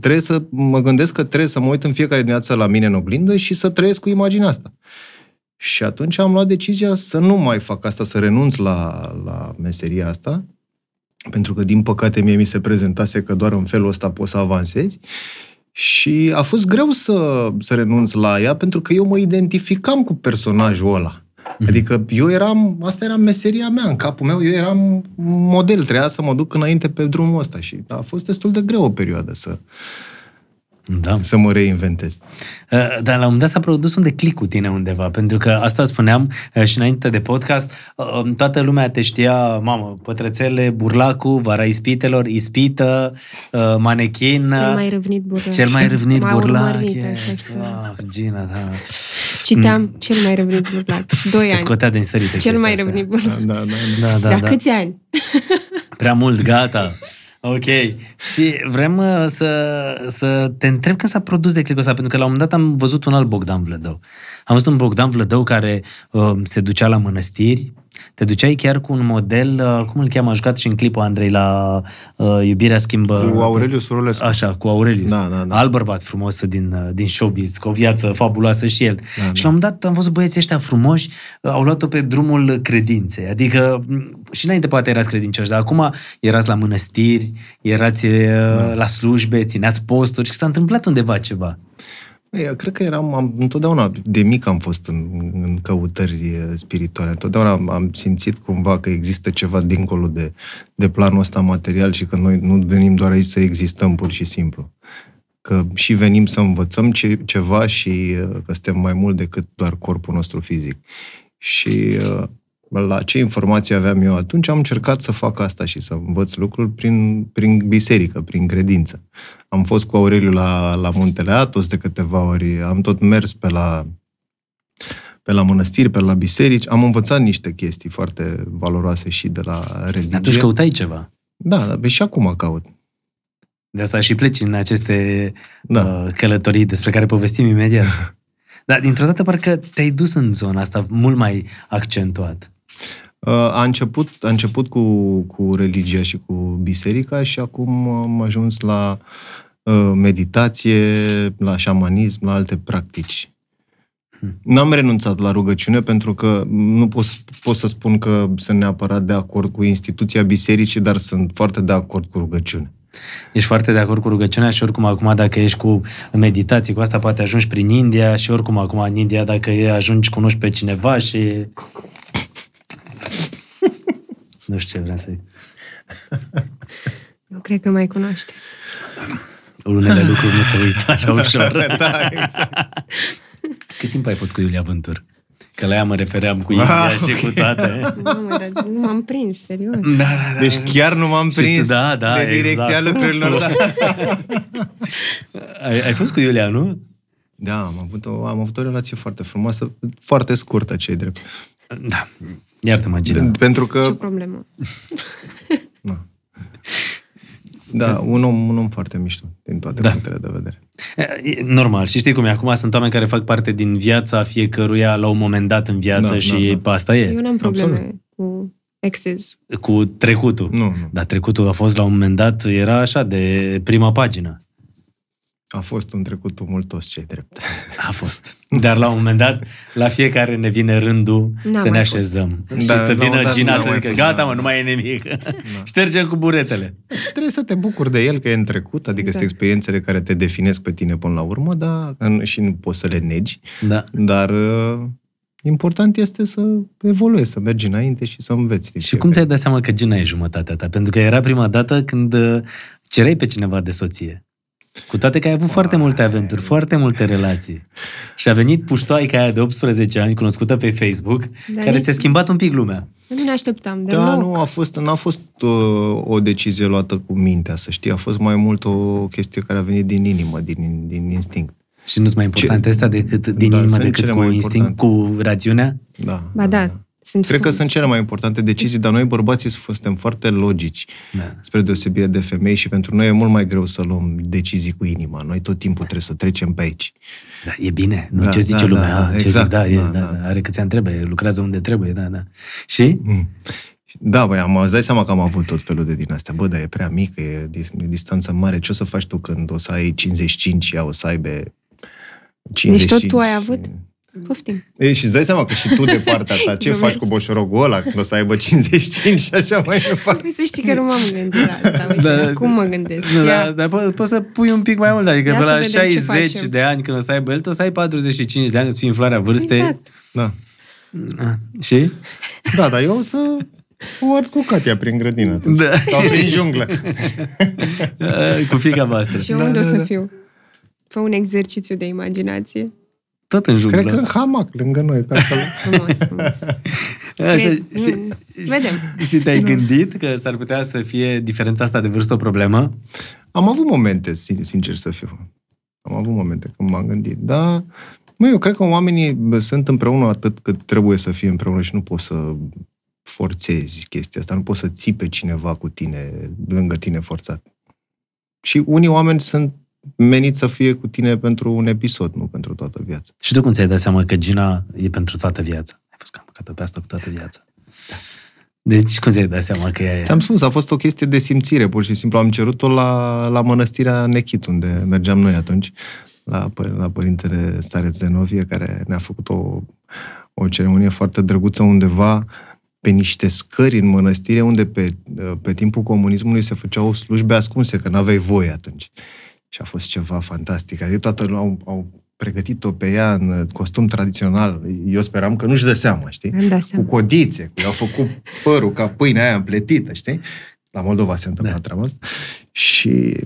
Speaker 3: trebuie să mă gândesc că trebuie să mă uit în fiecare dimineață la mine în oglindă și să trăiesc cu imaginea asta. Și atunci am luat decizia să nu mai fac asta, să renunț la, la meseria asta, pentru că, din păcate, mie mi se prezentase că doar în felul ăsta poți să avansezi. Și a fost greu să, să renunț la ea, pentru că eu mă identificam cu personajul ăla. Adică eu eram, asta era meseria mea în capul meu, eu eram model, trebuia să mă duc înainte pe drumul ăsta și a fost destul de greu o perioadă să,
Speaker 1: Da.
Speaker 3: să mă reinventez.
Speaker 1: Uh, Dar la un moment dat s-a produs un declic cu tine undeva, pentru că asta spuneam uh, și înainte de podcast, uh, toată lumea te știa, mamă, pătrățele, burlacu, vara ispitelor, ispită, uh, manechin,
Speaker 4: Cel mai răvnit burlac.
Speaker 1: cel mai râvnit
Speaker 4: M-a
Speaker 1: burlac.
Speaker 4: urmărit,
Speaker 1: yes,
Speaker 4: așa că-
Speaker 1: ah, Gina, da.
Speaker 4: Citeam cel mai răvnit burlac. Doi
Speaker 1: Mm. Te
Speaker 4: ani.
Speaker 1: scotea din sărite
Speaker 4: Cel mai
Speaker 1: chestia asta.
Speaker 4: răvnit burlac.
Speaker 3: Da, da, da.
Speaker 1: Da, da,
Speaker 4: Dar
Speaker 1: da.
Speaker 4: câți ani?
Speaker 1: Prea mult, gata. Ok. Și vrem uh, să, să te întreb când s-a produs declicul ăsta, pentru că la un moment dat am văzut un alt Bogdan Vlădău. Am văzut un Bogdan Vlădău care uh, se ducea la mănăstiri, te duceai chiar cu un model, uh, cum îl cheamă, a jucat și în clipul Andrei la uh, Iubirea schimbă...
Speaker 3: Cu Aurelius Rulescu.
Speaker 1: Așa, cu Aurelius.
Speaker 3: Da, da, da.
Speaker 1: Alt bărbat frumos din, uh, din showbiz, cu o viață fabuloasă și el. Da, și la un moment dat am văzut băieții ăștia frumoși, uh, au luat-o pe drumul credinței. Adică m, și înainte poate erați credincioși, dar acum erați la mănăstiri, erați da. la slujbe, țineați posturi și s-a întâmplat undeva ceva.
Speaker 3: Eu cred că eram, am, întotdeauna, de mic am fost în, în căutări eh, spirituale, întotdeauna am, am simțit cumva că există ceva dincolo de, de planul ăsta material și că noi nu venim doar aici să existăm pur și simplu. Că și venim să învățăm ce, ceva și eh, că suntem mai mult decât doar corpul nostru fizic. Și eh, la ce informații aveam eu atunci, am încercat să fac asta și să învăț lucruri prin, prin biserică, prin credință. Am fost cu Aureliu la, la Muntele Atos de câteva ori, am tot mers pe la, pe la mănăstiri, pe la biserici, am învățat niște chestii foarte valoroase și de la religie.
Speaker 1: Atunci căutai ceva.
Speaker 3: Da, da, și acum caut.
Speaker 1: De asta și pleci în aceste
Speaker 3: Da.
Speaker 1: da. călătorii despre care povestim imediat. Dar dintr-o dată parcă te-ai dus în zona asta mult mai accentuat.
Speaker 3: Uh, A început, a început cu, cu religia și cu biserica și acum am ajuns la uh, meditație, la șamanism, la alte practici.
Speaker 1: Hmm.
Speaker 3: N-am renunțat la rugăciune pentru că nu pot, pot să spun că sunt neapărat de acord cu instituția bisericii, dar sunt foarte de acord cu rugăciune.
Speaker 1: Ești foarte de acord cu rugăciunea și oricum acum dacă ești cu meditații, cu asta poate ajungi prin India și oricum acum în India dacă e, ajungi cunoști pe cineva și... nu știu ce vreau să zic.
Speaker 4: Eu cred că mai cunoaște.
Speaker 1: Unele lucruri nu se uită așa ușor.
Speaker 3: da, exact.
Speaker 1: Cât timp ai fost cu Iulia Vântur? Că la ea mă refeream cu India
Speaker 3: Ah,
Speaker 1: și cu toate.
Speaker 4: Mamă, dar nu m-am prins,
Speaker 1: Da,
Speaker 4: serios.
Speaker 1: da, da.
Speaker 3: Deci chiar nu m-am
Speaker 1: Și tu-
Speaker 3: prins
Speaker 1: da, da,
Speaker 3: de direcția
Speaker 1: exact.
Speaker 3: lucrurilor. Da.
Speaker 1: Ai, ai fost cu Iulia, nu?
Speaker 3: da, am avut, o, am avut o relație foarte frumoasă, foarte scurtă, ce drept.
Speaker 1: Da. Iartă-mă, Gina.
Speaker 3: Da. Pentru
Speaker 4: Ce
Speaker 1: uh,
Speaker 3: că
Speaker 4: problemă.
Speaker 3: Na. Da, un om, un om foarte mișto, din toate
Speaker 1: Da.
Speaker 3: da. punctele de vedere.
Speaker 1: E Normal. Și știi cum e? Acum sunt oameni care fac parte din viața fiecăruia la un moment dat în viață
Speaker 3: Da,
Speaker 1: și
Speaker 3: da,
Speaker 1: asta e.
Speaker 4: Eu n-am probleme
Speaker 3: absolut.
Speaker 4: cu exes.
Speaker 1: cu trecutul.
Speaker 3: Nu, nu.
Speaker 1: Dar trecutul a fost la un moment dat, era așa, de prima pagină.
Speaker 3: A fost un trecut tumultos, ce drept.
Speaker 1: A fost. Dar la un moment dat, la fiecare ne vine rândul
Speaker 4: N-a
Speaker 1: să ne
Speaker 4: mai
Speaker 1: așezăm.
Speaker 3: fost.
Speaker 1: și
Speaker 3: Da,
Speaker 1: să
Speaker 3: la un
Speaker 1: vină
Speaker 3: moment dat
Speaker 1: Gina
Speaker 3: n-a
Speaker 1: să
Speaker 3: mai
Speaker 1: zică,
Speaker 3: fost,
Speaker 1: gata
Speaker 3: da.
Speaker 1: mă, nu mai e nimic. Ștergem cu buretele.
Speaker 3: Trebuie să te bucuri de el, că e în trecut, adică exact.
Speaker 4: Exact.
Speaker 3: sunt experiențele care te definesc pe tine până la urmă, dar în- și nu poți să le negi,
Speaker 1: Da.
Speaker 3: dar uh, important este să evoluezi, să mergi înainte și să înveți. din
Speaker 1: Și
Speaker 3: fiecare.
Speaker 1: cum ți-ai dat seama că Gina e jumătatea ta? Pentru că era prima dată când uh, cereai pe cineva de soție. Cu toate că ai avut foarte multe aventuri, foarte multe relații. Și a venit puștoaica aia de 18 ani, cunoscută pe Facebook,
Speaker 4: Dar
Speaker 1: care
Speaker 4: nici-
Speaker 1: ți-a schimbat un pic lumea.
Speaker 4: Nu ne așteptam deloc.
Speaker 3: Da, nu, a fost, n-a fost uh, o decizie luată cu mintea, să știi, a fost mai mult o chestie care a venit din inimă, din, din instinct.
Speaker 1: Și nu-ți mai important
Speaker 3: Ce-
Speaker 1: astea decât din
Speaker 3: Da,
Speaker 1: inimă,
Speaker 3: sunt
Speaker 1: decât
Speaker 3: cele
Speaker 1: cu
Speaker 3: mai
Speaker 1: instinct, cu rațiunea?
Speaker 3: Da.
Speaker 4: Ba da, sunt
Speaker 3: Cred că
Speaker 4: foarte-
Speaker 3: sunt cele mai importante decizii, dar noi bărbații suntem foarte logici,
Speaker 1: Da.
Speaker 3: spre deosebire de femei și pentru noi e mult mai greu să luăm decizii cu inima. Noi tot timpul trebuie să trecem pe aici.
Speaker 1: da e bine, nu
Speaker 3: Da,
Speaker 1: ce zice
Speaker 3: da,
Speaker 1: lumea,
Speaker 3: da, da,
Speaker 1: ce
Speaker 3: exact,
Speaker 1: zic, da, e,
Speaker 3: da,
Speaker 1: da,
Speaker 3: da.
Speaker 1: da, are câți ani trebuie, lucrează unde trebuie, da, da. Și?
Speaker 3: Mm. Da, băi, am, îți dai seama că am avut tot felul de din astea. Bă, dar e prea mică, e, dis- e distanță mare. Ce o să faci tu când o să ai 55, ea o să aibă 55?
Speaker 4: Deci tot tu ai avut? Poftim.
Speaker 3: Ei, și îți dai seama că și tu de partea ta, ce
Speaker 4: Glumesc.
Speaker 3: faci cu boșorogul ăla când o să aibă 55 și așa mai departe?
Speaker 4: Trebuie să știi că nu m-am gândit la asta. Uite,
Speaker 1: Da,
Speaker 4: acum mă gândesc.
Speaker 1: Nu,
Speaker 4: Ia,
Speaker 1: dar da, po- poți să pui un pic mai mult, adică
Speaker 4: Ia
Speaker 1: pe
Speaker 4: să
Speaker 1: la
Speaker 4: vedem ce
Speaker 1: 60
Speaker 4: facem.
Speaker 1: de ani când o să ai el, tu o să ai 45 de ani, îți fii în floarea vârstei.
Speaker 4: Exact.
Speaker 3: Da.
Speaker 1: Și?
Speaker 3: Da, dar eu o să ord cu Catia prin grădină. atunci.
Speaker 1: Da.
Speaker 3: Sau prin junglă.
Speaker 1: Eh, Cu fica voastră.
Speaker 4: Și eu
Speaker 3: Da,
Speaker 4: unde o
Speaker 3: da,
Speaker 4: să
Speaker 3: da.
Speaker 4: fiu? Fă un exercițiu de imaginație.
Speaker 1: Tot în da. junglă.
Speaker 3: Cred că în hamac, lângă noi, pe acolo.
Speaker 4: Frumos, frumos.
Speaker 1: Eh, Așa,
Speaker 4: Cred-
Speaker 1: și,
Speaker 4: mm, vedem. Da.
Speaker 1: Și te-ai gândit că s-ar putea să fie diferența asta de vârstă o problemă?
Speaker 3: Am avut momente, sin- sincer să fiu. Am avut momente când m-am gândit, dar mă, eu cred că oamenii bă, sunt împreună atât cât trebuie să fie împreună și nu poți să forțezi chestia asta, nu poți să ții pe cineva cu tine, lângă tine forțat. Și unii oameni sunt meniți să fie cu tine pentru un episod, nu pentru toată viața.
Speaker 1: Și tu cum ți-ai dat seama că Gina e pentru toată viața? Ai fost că am căcat pe asta cu toată viața. Deci cum ți-ai dat seama că ea e
Speaker 3: Ți-am spus, a fost o chestie de simțire, pur și simplu. Am cerut-o la, la mănăstirea Nechit, unde mergeam noi atunci, la, pă- la părintele Stareț Zenovie, care ne-a făcut o, o ceremonie foarte drăguță undeva pe niște scări în mănăstire, unde pe, pe timpul comunismului se făceau slujbe ascunse, că n-aveai voie atunci. Și a fost ceva fantastic. Adică toată lumea au, au pregătit-o pe ea în costum tradițional. Eu speram că nu-și dă seama, știi?
Speaker 4: Am dat
Speaker 3: cu
Speaker 1: Da.
Speaker 4: seama.
Speaker 3: codițe, cu i-au făcut părul ca pâinea aia împletită, știi? La Moldova se întâmplă
Speaker 1: Da.
Speaker 3: da. treaba asta. Și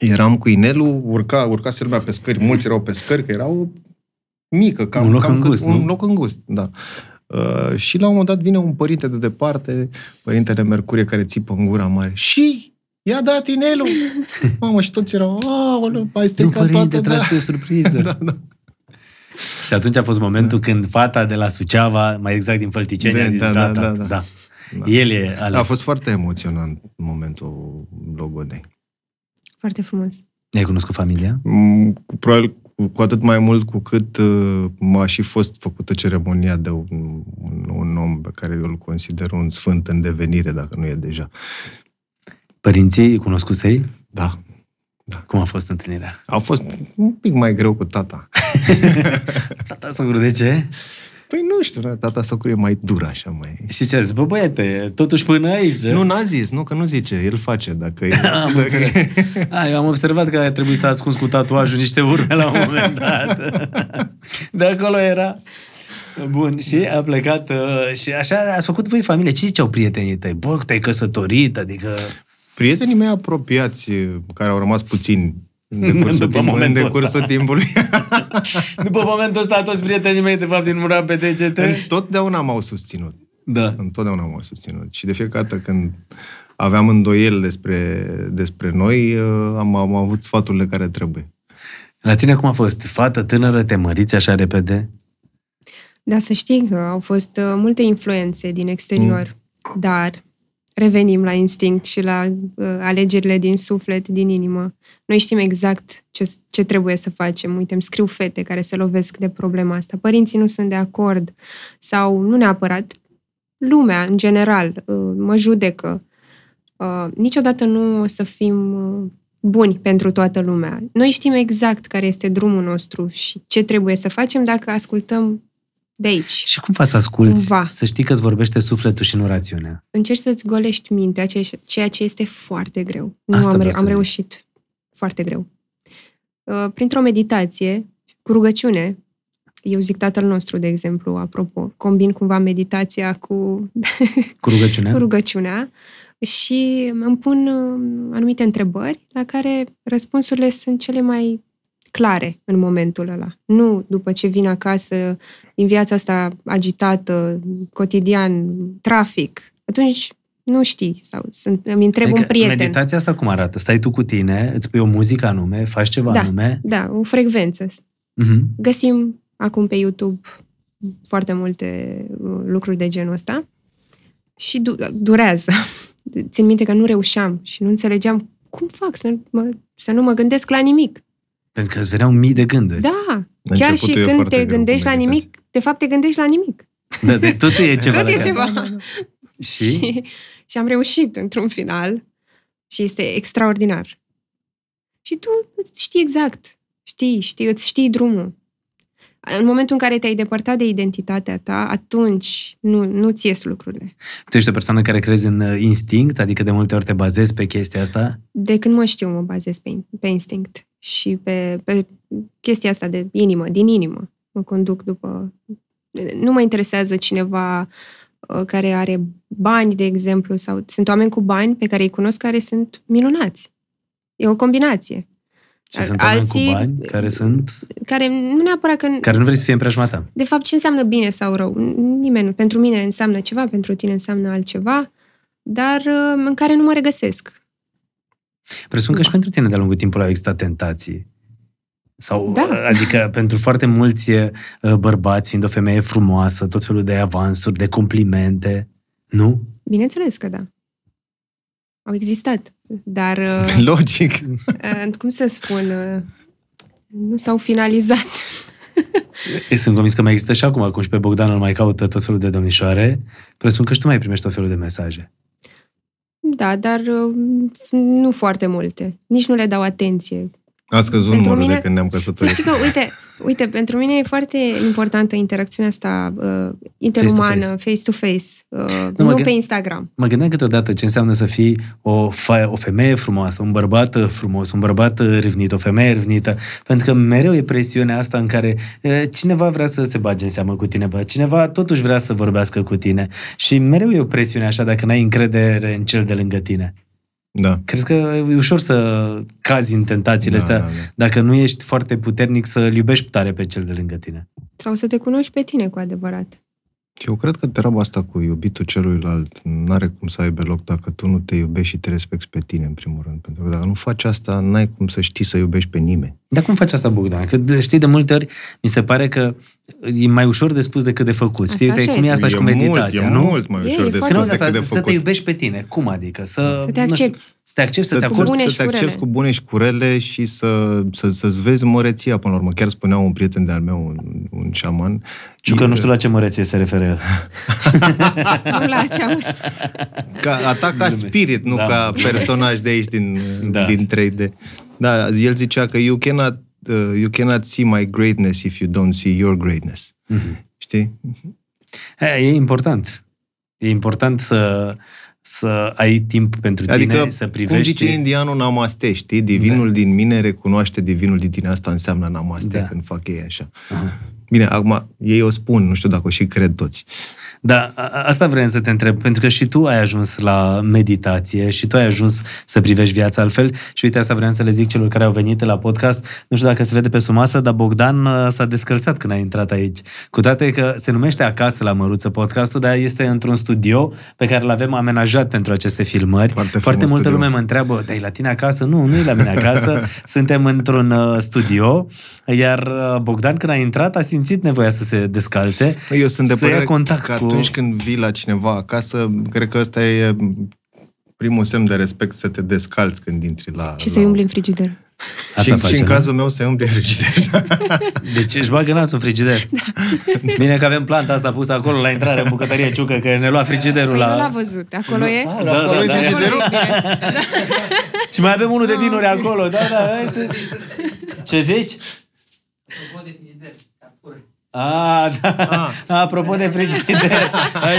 Speaker 3: eram cu Inelu, urca, urcase lumea pe scări, mulți erau pe scări, că erau mică, cam,
Speaker 1: Un loc
Speaker 3: cam
Speaker 1: îngust,
Speaker 3: cât, un
Speaker 1: nu?
Speaker 3: loc îngust, da. Uh, și la un moment dat vine un părinte de departe, părintele Mercurie, care țipă în gura mare. Și i-a dat Inelu! Mamă, și toți erau, aoleu, ai
Speaker 1: Nu,
Speaker 3: stricat
Speaker 1: părinte,
Speaker 3: toată,
Speaker 1: trebuie
Speaker 3: da.
Speaker 1: să fie o surpriză.
Speaker 3: da, da.
Speaker 1: Și atunci a fost momentul când fata de la Suceava, mai exact din Fălticeni,
Speaker 3: Da,
Speaker 1: a zis da, da, da, da.
Speaker 3: Da.
Speaker 1: El e ales.
Speaker 3: A fost foarte emoționant momentul logodei.
Speaker 4: Foarte frumos.
Speaker 1: Ai cunoscut familia?
Speaker 3: Mm, cu- Probabil cu- cu atât mai mult cu cât uh, m-a și fost făcută ceremonia de un, un, un om pe care eu îl consider un sfânt în devenire, dacă nu e deja.
Speaker 1: Părinții cunoscut ei?
Speaker 3: Da.
Speaker 1: Cum a fost întâlnirea?
Speaker 3: A fost un pic mai greu cu tata.
Speaker 1: Tata sungru, de ce?
Speaker 3: Păi nu știu, da, tata socru e mai dur așa, mai...
Speaker 1: Și ce a zis? Bă, băiete, totuși până aici.
Speaker 3: Nu, n-a zis, nu, că nu zice, el face, dacă e...
Speaker 1: Am înțeles. A, eu am observat că a trebuit să ascunzi cu tatuajul niște urme la un moment dat. De acolo era. Bun, și a plecat uh, și așa ați făcut voi familie. Ce ziceau prietenii tăi? Bă, te-ai căsătorit, adică...
Speaker 3: Prietenii mei apropiați, care au rămas puțini în
Speaker 1: După
Speaker 3: decursul, timpului, în
Speaker 1: momentul ăsta.
Speaker 3: decursul timpului,
Speaker 1: După momentul ăsta, toți prietenii mei, de fapt, din Muran pe degete.
Speaker 3: întotdeauna m-au susținut.
Speaker 1: Da.
Speaker 3: Întotdeauna m-au susținut. Și de fiecare dată când aveam îndoieli despre, despre noi, uh, am, am avut sfaturile care trebuie.
Speaker 1: La tine cum a fost? Fată tânără, te măriți așa repede?
Speaker 4: Dar Da, să știi că au fost uh, multe influențe din exterior, mm. dar revenim la instinct și la uh, alegerile din suflet, din inimă. Noi știm exact ce, ce trebuie să facem. Uite, îmi scriu fete care se lovesc de problema asta. Părinții nu sunt de acord sau nu neapărat. Lumea, în general, uh, mă judecă. Uh, niciodată nu o să fim uh, buni pentru toată lumea. Noi știm exact care este drumul nostru și ce trebuie să facem dacă ascultăm de aici.
Speaker 1: Și cum faci să asculți?
Speaker 4: Cumva.
Speaker 1: Să știi că îți vorbește sufletul și nu rațiunea.
Speaker 4: Încerci să-ți golești mintea, ceea ce- ceea ce este foarte greu. Nu
Speaker 1: Asta
Speaker 4: am,
Speaker 1: vreau
Speaker 4: reu-
Speaker 1: să
Speaker 4: am
Speaker 1: zic.
Speaker 4: reușit. Foarte greu. Uh, Printr-o meditație, cu rugăciune, eu zic tatăl nostru, de exemplu, apropo, combin cumva meditația cu
Speaker 1: Cu rugăciunea?
Speaker 4: cu rugăciunea și îmi pun um, anumite întrebări la care răspunsurile sunt cele mai clare în momentul ăla. Nu după ce vin acasă, din viața asta agitată, cotidian, trafic. Atunci nu știi sau sunt, îmi întreb
Speaker 1: Adică
Speaker 4: un prieten.
Speaker 1: Meditația asta cum arată? Stai tu cu tine, îți pui o muzică anume, faci ceva
Speaker 4: Da.
Speaker 1: anume.
Speaker 4: Da, o frecvență.
Speaker 1: Mhm.
Speaker 4: Găsim acum pe YouTube foarte multe uh, lucruri de genul ăsta și du- uh, durează. Țin minte că nu reușeam și nu înțelegeam cum fac să, mă, să nu mă gândesc la nimic.
Speaker 1: Pentru că îți veneau mii de gânduri.
Speaker 4: Da, chiar
Speaker 3: Deci, Începutul e
Speaker 4: și când
Speaker 3: foarte
Speaker 4: te
Speaker 3: greu cu
Speaker 4: gândești la
Speaker 3: meditația.
Speaker 4: nimic, de fapt te gândești la nimic.
Speaker 1: da de, tot e ceva.
Speaker 4: Tot
Speaker 1: la
Speaker 4: e
Speaker 1: care-
Speaker 3: Da,
Speaker 4: ceva.
Speaker 1: Și?
Speaker 4: și am reușit într-un final și este extraordinar. Și tu îți știi exact, știi, știi, îți știi drumul. În momentul în care te-ai depărtat de identitatea ta, atunci nu, nu ți ies lucrurile.
Speaker 1: Tu ești o persoană care crezi în uh, instinct, adică de multe ori te bazezi pe chestia asta.
Speaker 4: De când mă știu, mă bazez pe, in- pe instinct și pe, pe chestia asta de inimă, din inimă. Mă conduc după nu mă interesează cineva uh, care are bani, de exemplu, sau sunt oameni cu bani pe care îi cunosc care sunt minunați. E o combinație.
Speaker 1: Și sunt oameni cu bani care sunt...
Speaker 4: Care nu neapărat că...
Speaker 1: Care nu vrei să fie în preajma ta.
Speaker 4: De fapt, ce înseamnă bine sau rău? Nimeni nu. Pentru mine înseamnă ceva, pentru tine înseamnă altceva, dar uh, în care nu mă regăsesc.
Speaker 1: Presupun că și pentru tine de-a lungul timpului au existat tentații. Sau,
Speaker 4: Da.
Speaker 1: adică, pentru foarte mulți uh, bărbați, fiind o femeie frumoasă, tot felul de avansuri, de complimente, nu?
Speaker 4: Bineînțeles că da. Au existat, dar, uh,
Speaker 3: Logic.
Speaker 4: uh, cum să spun, uh, nu s-au finalizat.
Speaker 1: E, Sunt convins că mai există și acum, cum și pe Bogdan îl mai caută tot felul de domnișoare. Presupun că și tu mai primești tot felul de mesaje.
Speaker 4: Da, dar uh, nu foarte multe. Nici nu le dau atenție.
Speaker 3: A scăzut
Speaker 4: Pentru
Speaker 3: numărul de
Speaker 4: mine-
Speaker 3: când ne-am
Speaker 4: Să
Speaker 3: căsătorit.
Speaker 4: știi că, uite, uite, pentru mine e foarte importantă interacțiunea asta uh, interumană, face-to-face, uh,
Speaker 1: mă
Speaker 4: nu, nu
Speaker 1: gând-
Speaker 4: pe Instagram.
Speaker 1: Mă gândeam câteodată ce înseamnă să fii o, fa- o femeie frumoasă, un bărbat uh, frumos, un bărbat uh, râvnit, o femeie râvnită, pentru că mereu e presiunea asta în care e, cineva vrea să se bage în seamă cu tine, bă, cineva totuși vrea să vorbească cu tine și mereu e o presiune așa dacă n-ai încredere în cel de lângă tine.
Speaker 3: Da.
Speaker 1: Cred că e ușor să cazi în tentațiile
Speaker 3: Da,
Speaker 1: da, astea
Speaker 3: da,
Speaker 1: da,
Speaker 3: da.
Speaker 1: da. dacă nu ești foarte puternic să-l iubești tare pe cel de lângă tine.
Speaker 4: Sau să te cunoști pe tine cu adevărat.
Speaker 3: Eu cred că treaba asta cu iubitul celuilalt nu are cum să aibă loc dacă tu nu te iubești și te respecti pe tine, în primul rând. Pentru că dacă nu faci asta, n-ai cum să știi să iubești pe nimeni.
Speaker 1: Dar cum faci asta, Bogdan? Că de- știi, de multe ori mi se pare că e mai ușor de spus decât de făcut. Știi,
Speaker 4: Asta
Speaker 1: uite,
Speaker 4: așa
Speaker 1: cum e asta și cu meditația,
Speaker 3: mult,
Speaker 1: nu?
Speaker 3: E mult mai
Speaker 4: E,
Speaker 3: ușor
Speaker 4: e
Speaker 3: de
Speaker 4: foarte-
Speaker 1: Când
Speaker 3: spus
Speaker 1: auzi asta,
Speaker 3: decât de
Speaker 1: să te
Speaker 3: făcut.
Speaker 1: iubești pe tine. Cum adică? Să,
Speaker 4: Să te
Speaker 1: nu știu,
Speaker 4: accepti.
Speaker 1: Să te accepti, să-ți
Speaker 3: Să-
Speaker 1: acordi.
Speaker 4: bune
Speaker 3: să,
Speaker 4: și
Speaker 3: te
Speaker 4: cu
Speaker 3: accepti
Speaker 4: rele.
Speaker 3: cu bune și cu rele și să, să, să-ți vezi măreția până la urmă. Chiar spunea un prieten de-al meu, un, un șaman.
Speaker 1: Știu că
Speaker 3: e-
Speaker 1: nu știu la ce măreție se referă el.
Speaker 4: Nu la acea...
Speaker 3: Ca, atac ca
Speaker 1: Glume.
Speaker 3: spirit, nu
Speaker 1: Da.
Speaker 3: da. ca personaj de aici din,
Speaker 1: Da.
Speaker 3: da. din 3D. Da, el zicea că you cannot, uh, you cannot see my greatness if you don't see your greatness.
Speaker 1: Mhm.
Speaker 3: Știi?
Speaker 1: E e important. E important să, să ai timp pentru tine,
Speaker 3: Adică,
Speaker 1: să
Speaker 3: cum
Speaker 1: privești.
Speaker 3: zice indianul, namaste, știi? Divinul da. din mine recunoaște divinul din tine. Asta înseamnă namaste
Speaker 1: Da.
Speaker 3: da. când fac ei așa.
Speaker 1: Aha.
Speaker 3: Bine, acum, ei o spun, nu știu dacă o și cred toți.
Speaker 1: Da, a- a- asta vreau să te întreb, pentru că și tu ai ajuns la meditație și tu ai ajuns să privești viața altfel și uite, asta vreau să le zic celor care au venit la podcast, nu știu dacă se vede pe sumasă, dar Bogdan uh, s-a descălțat când a intrat aici, cu toate că se numește Acasă la Măruță podcastul, dar este într-un studio pe care l-avem amenajat pentru aceste filmări.
Speaker 3: Foarte
Speaker 1: Foarte
Speaker 3: frumos
Speaker 1: multă
Speaker 3: studio.
Speaker 1: lume mă întreabă, dar e la tine acasă? Nu, nu e la mine acasă, suntem într-un uh, studio, iar uh, Bogdan când a intrat a simțit nevoia să se descalțe,
Speaker 3: Păi Eu sunt de
Speaker 1: să ia
Speaker 3: părere
Speaker 1: contact
Speaker 3: că
Speaker 1: cu...
Speaker 3: atunci când vii la cineva acasă, cred că ăsta e primul semn de respect să te descalți când intri la...
Speaker 4: și
Speaker 3: la
Speaker 4: să-i umbli în frigider.
Speaker 1: Asta
Speaker 3: și,
Speaker 1: face,
Speaker 3: și în
Speaker 1: nu?
Speaker 3: cazul meu se umple frigider.
Speaker 1: Deci își bagă nasul în frigider. Bine că avem planta asta pusă acolo la intrare în bucătărie Ciucă, că ne lua frigiderul
Speaker 4: Păi nu l-a
Speaker 1: la...
Speaker 4: văzut. Acolo e?
Speaker 1: Da, da,
Speaker 3: Acolo e
Speaker 1: da.
Speaker 4: Acolo e
Speaker 3: frigiderul.
Speaker 4: bine.
Speaker 1: Și mai avem unul de vinuri acolo. Da, da, hai să- Ce zici? A, da.
Speaker 3: Ah.
Speaker 1: Apropo de frigider,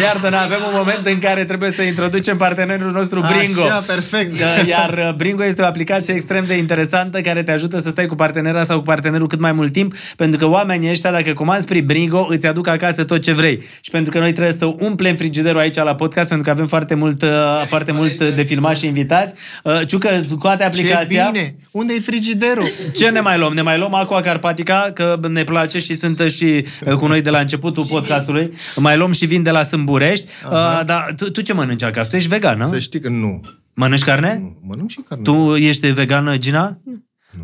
Speaker 1: iartă-ne, avem un moment în care trebuie să introducem partenerul nostru Bringo.
Speaker 3: Așa, perfect.
Speaker 1: Da, Iar uh, Bringo este o aplicație extrem de interesantă care te ajută să stai cu partenera sau cu partenerul cât mai mult timp, pentru că oamenii ăștia, dacă comanzi prin Bringo, îți aduc acasă tot ce vrei. Și pentru că noi trebuie să umplem frigiderul aici la podcast, pentru că avem foarte mult, uh, foarte mult uh, de filmat și invitați. Uh, Ciucă, scoate aplicația.
Speaker 3: Ce bine! Unde e frigiderul?
Speaker 1: Ce ne mai luăm? Ne mai luăm Aqua Carpatica, că ne place și sunt și uh, cu noi de la începutul podcastului. Mai luăm și vin de la Sâmburești. Uh, dar tu, tu ce mănânci acasă? Tu ești vegan, nu?
Speaker 3: Să știi că nu.
Speaker 1: Mănânci carne?
Speaker 3: Nu, Mănânc și carne.
Speaker 1: Tu ești vegană, Gina?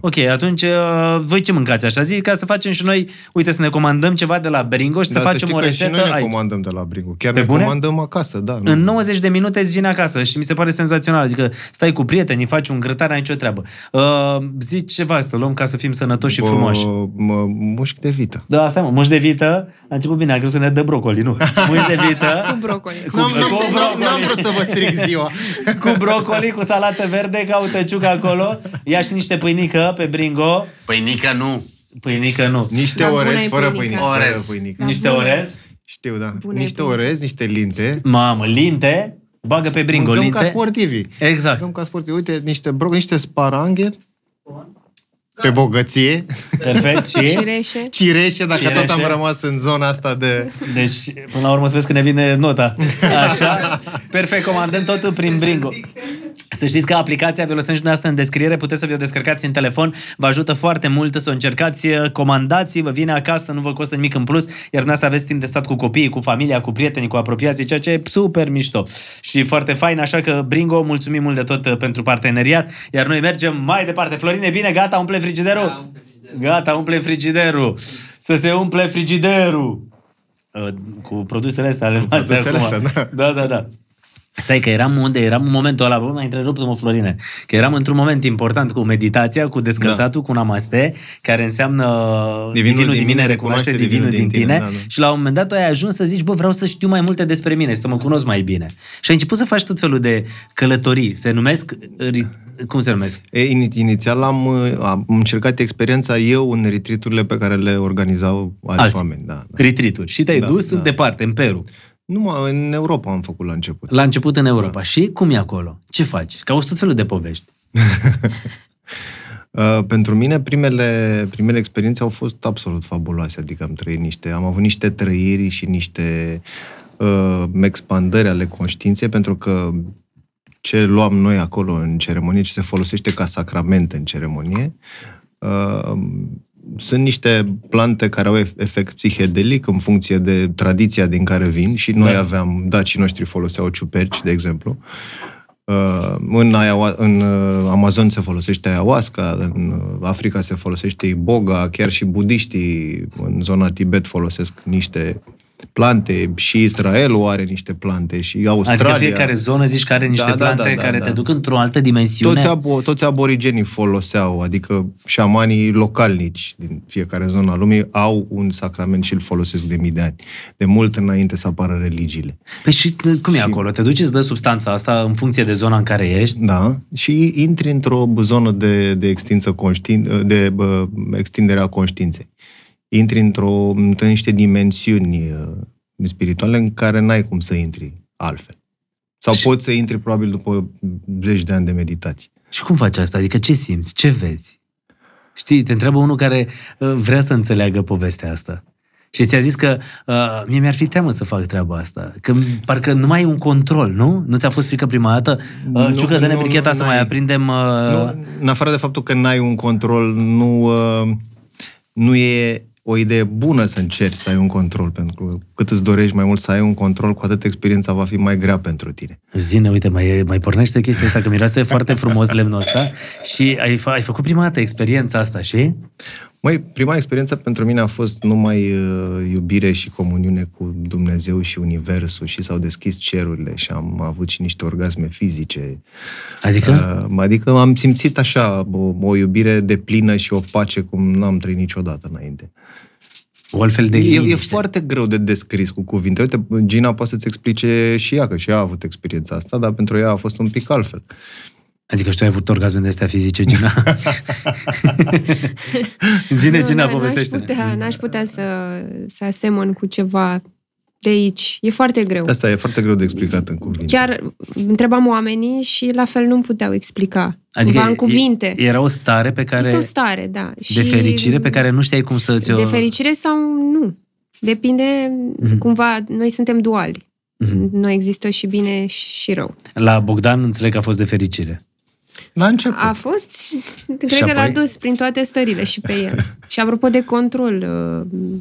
Speaker 1: Ok, atunci uh, voi ce mâncați așa zi? Ca să facem și noi, uite, să ne comandăm ceva de la Beringo și
Speaker 3: Dar
Speaker 1: să facem
Speaker 3: Da, știi
Speaker 1: o
Speaker 3: că și
Speaker 1: rețetă
Speaker 3: noi ne
Speaker 1: aici.
Speaker 3: comandăm de la Bringo. Chiar
Speaker 1: Pe
Speaker 3: ne
Speaker 1: bune?
Speaker 3: comandăm acasă, da. nu.
Speaker 1: În 90 de minute îți vine acasă și mi se pare senzațional. Adică stai cu prietenii, faci un grătar, ai nicio treabă. Uh, zici ceva să luăm ca să fim sănătoși și
Speaker 3: Bă,
Speaker 1: frumoși.
Speaker 3: uh, Mă, mușchi de vită.
Speaker 1: Da, asta mă, muș de vită, a început bine, a crezut să ne dă brocoli, nu? Muș de vită,
Speaker 4: Cu brocoli.
Speaker 1: Cu- N-am- n-am- n-am- n-am vrut
Speaker 3: să vă stric ziua.
Speaker 1: cu brocoli, cu salată verde, caută ciucă acolo, ia și niște pâinică pe bringo,
Speaker 2: Păi Nica nu.
Speaker 1: pâinică nu,
Speaker 3: Niște
Speaker 4: Da, bună
Speaker 3: orez
Speaker 4: e
Speaker 3: fără
Speaker 4: pâinică.
Speaker 3: pâinică. Fără
Speaker 2: Orez.
Speaker 3: pâinică.
Speaker 4: Da,
Speaker 1: niște
Speaker 4: bună.
Speaker 1: orez,
Speaker 3: Știu, da.
Speaker 4: Bună e
Speaker 3: Niște
Speaker 4: pâinică.
Speaker 3: orez, niște linte.
Speaker 1: mamă, linte, bagă pe bringo
Speaker 3: Mâncăm ca
Speaker 1: linte.
Speaker 3: sportivii.
Speaker 1: Exact.
Speaker 3: Mâncăm ca sportivi. Uite, niște broc, niște sparanghe. pe bogăție,
Speaker 1: Perfect. Și,
Speaker 4: Cireșe.
Speaker 3: cireșe, dacă tot
Speaker 1: Cireșe.
Speaker 3: am rămas în zona asta de...
Speaker 1: deci, până la urmă să vezi că ne vine nota. Așa. Perfect, comandăm totul prin Bringo.
Speaker 3: Adică
Speaker 1: Să știți că aplicația vi-o lăsăm și dumneavoastră în descriere, puteți să vi-o descărcați în telefon, vă ajută foarte mult să o încercați, comandați, vă vine acasă, nu vă costă nimic în plus, iar dumneavoastră aveți timp de stat cu copiii, cu familia, cu prietenii, cu apropiații, ceea ce e super mișto și foarte fain, așa că Bringo, mulțumim mult de tot uh, pentru parteneriat, iar noi mergem mai departe. Florin, e bine, gata, umple frigiderul?
Speaker 2: Da, umple frigiderul.
Speaker 1: Gata, umple frigiderul. Să se umple frigiderul. Uh, Cu produsele astea ale noastre
Speaker 3: produsele
Speaker 1: acum.
Speaker 3: astea,
Speaker 1: da, da, da. Stai că eram unde eram în momentul ăla, bă, m-a întrerupt-mă Florine, că eram într-un moment important cu meditația, cu descălțatul, da. cu namaste, care înseamnă divinul, divinul din mine recunoaște divinul din tine
Speaker 3: da, da.
Speaker 1: și la un moment dat tu ai ajuns să zici, bă, vreau să știu mai multe despre mine, să mă cunosc mai bine. Și ai început să faci tot felul de călătorii, se numesc, ri- cum se numesc?
Speaker 3: E, ini- inițial am, uh, am încercat experiența eu în retriturile pe care le organizau alți,
Speaker 1: Alții.
Speaker 3: oameni. Da, da.
Speaker 1: Retreat-uri. Și te-ai da,
Speaker 3: Da,
Speaker 1: dus da.
Speaker 3: da.
Speaker 1: departe, în Peru.
Speaker 3: Numai în Europa am făcut la început.
Speaker 1: La început în Europa. Da. Și cum e acolo? Ce faci? Că auzi tot felul de povești.
Speaker 3: Uh, pentru mine, primele, primele experiențe au fost absolut fabuloase, adică am trăit niște, am avut niște trăiri și niște uh, expandări ale conștiinței, pentru că ce luam noi acolo în ceremonie, ce se folosește ca sacrament în ceremonie, uh, sunt niște plante care au ef- efect psihedelic în funcție de tradiția din care vin și noi
Speaker 1: Da.
Speaker 3: aveam, dacii noștri foloseau ciuperci, de exemplu, Uh, în, ayawa- în uh, Amazon se folosește ayahuasca, în uh, Africa se folosește iboga, chiar și budiștii în zona Tibet folosesc niște plante și Israelul are niște plante și Australia.
Speaker 1: Australia. Adică fiecare zonă zici că are niște da, plante da, da,
Speaker 3: da,
Speaker 1: care
Speaker 3: da.
Speaker 1: te duc într-o altă dimensiune.
Speaker 3: toți, abo- toți aborigenii foloseau, adică șamanii localnici din fiecare zonă a lumii au un sacrament și îl folosesc de mii de ani, de mult înainte să apară religiile.
Speaker 1: Păi și t- cum e acolo? Te duci, îți dă substanța asta în funcție de zona în care ești?
Speaker 3: Da, și intri într-o zonă de, de, extinsă conștiin, de bă, extinderea conștiinței. Intri într-o, într niște dimensiuni uh, spirituale în care n-ai cum să intri altfel. Sau
Speaker 1: Și-
Speaker 3: poți să intri probabil după zeci de ani de meditații.
Speaker 1: Și cum faci asta? Adică ce simți? Ce vezi? Știi, te întreabă unul care uh, vrea să înțeleagă povestea asta. Și ți-a zis că uh, mie mi-ar fi teamă să fac treaba asta. Că parcă nu mai ai un control, nu? Nu ți-a fost frică prima dată? Uh,
Speaker 3: Nu,
Speaker 1: Ciucă, dă-ne
Speaker 3: nu,
Speaker 1: bricheta
Speaker 3: nu,
Speaker 1: să
Speaker 3: n-ai.
Speaker 1: mai aprindem... Uh,
Speaker 3: Nu, în afară de faptul că n-ai un control, nu, uh, nu e o idee bună să încerci să ai un control, pentru că cât îți dorești mai mult să ai un control, cu atât experiența va fi mai grea pentru tine.
Speaker 1: Zine, uite, mai, mai pornește chestia asta, că miroase foarte frumos lemnul ăsta și ai, fa- ai făcut prima dată experiența asta, și?
Speaker 3: Măi, prima experiență pentru mine a fost numai uh, iubire și comuniune cu Dumnezeu și Universul și s-au deschis cerurile și am avut și niște orgasme fizice.
Speaker 1: Adică? Uh,
Speaker 3: Uh, adică am simțit așa o, o iubire de plină și o pace cum n-am trăit niciodată înainte.
Speaker 1: o altfel de
Speaker 3: E, e
Speaker 1: liniște.
Speaker 3: foarte greu de descris cu cuvinte. Uite, Gina poate să-ți explice și ea, că și ea a avut experiența asta, dar pentru ea a fost un pic altfel.
Speaker 1: Adică și tu ai avut orgasme de astea fizice, Gina? Zine,
Speaker 4: Nu,
Speaker 1: Gina,
Speaker 4: n-aș
Speaker 1: povestește
Speaker 4: putea- N-aș putea să, să asemăn cu ceva de aici. E foarte greu.
Speaker 3: Asta e foarte greu de explicat în cuvinte.
Speaker 4: Chiar întrebam oamenii și la fel nu puteau explica.
Speaker 1: Adică
Speaker 4: cumva în
Speaker 1: e-
Speaker 4: cuvinte.
Speaker 1: Era o stare pe care...
Speaker 4: Este o stare, da.
Speaker 1: De fericire pe care nu știai cum să ți-o...
Speaker 4: De fericire sau nu. Depinde,
Speaker 1: Mhm.
Speaker 4: cumva, noi suntem duali.
Speaker 1: Mhm.
Speaker 4: Noi există și bine și rău.
Speaker 1: La Bogdan înțeleg că a fost de fericire.
Speaker 3: La început.
Speaker 4: A fost și cred
Speaker 1: Și
Speaker 4: că l-a
Speaker 1: apoi?
Speaker 4: dus prin toate stările și pe el. și apropo de control, uh,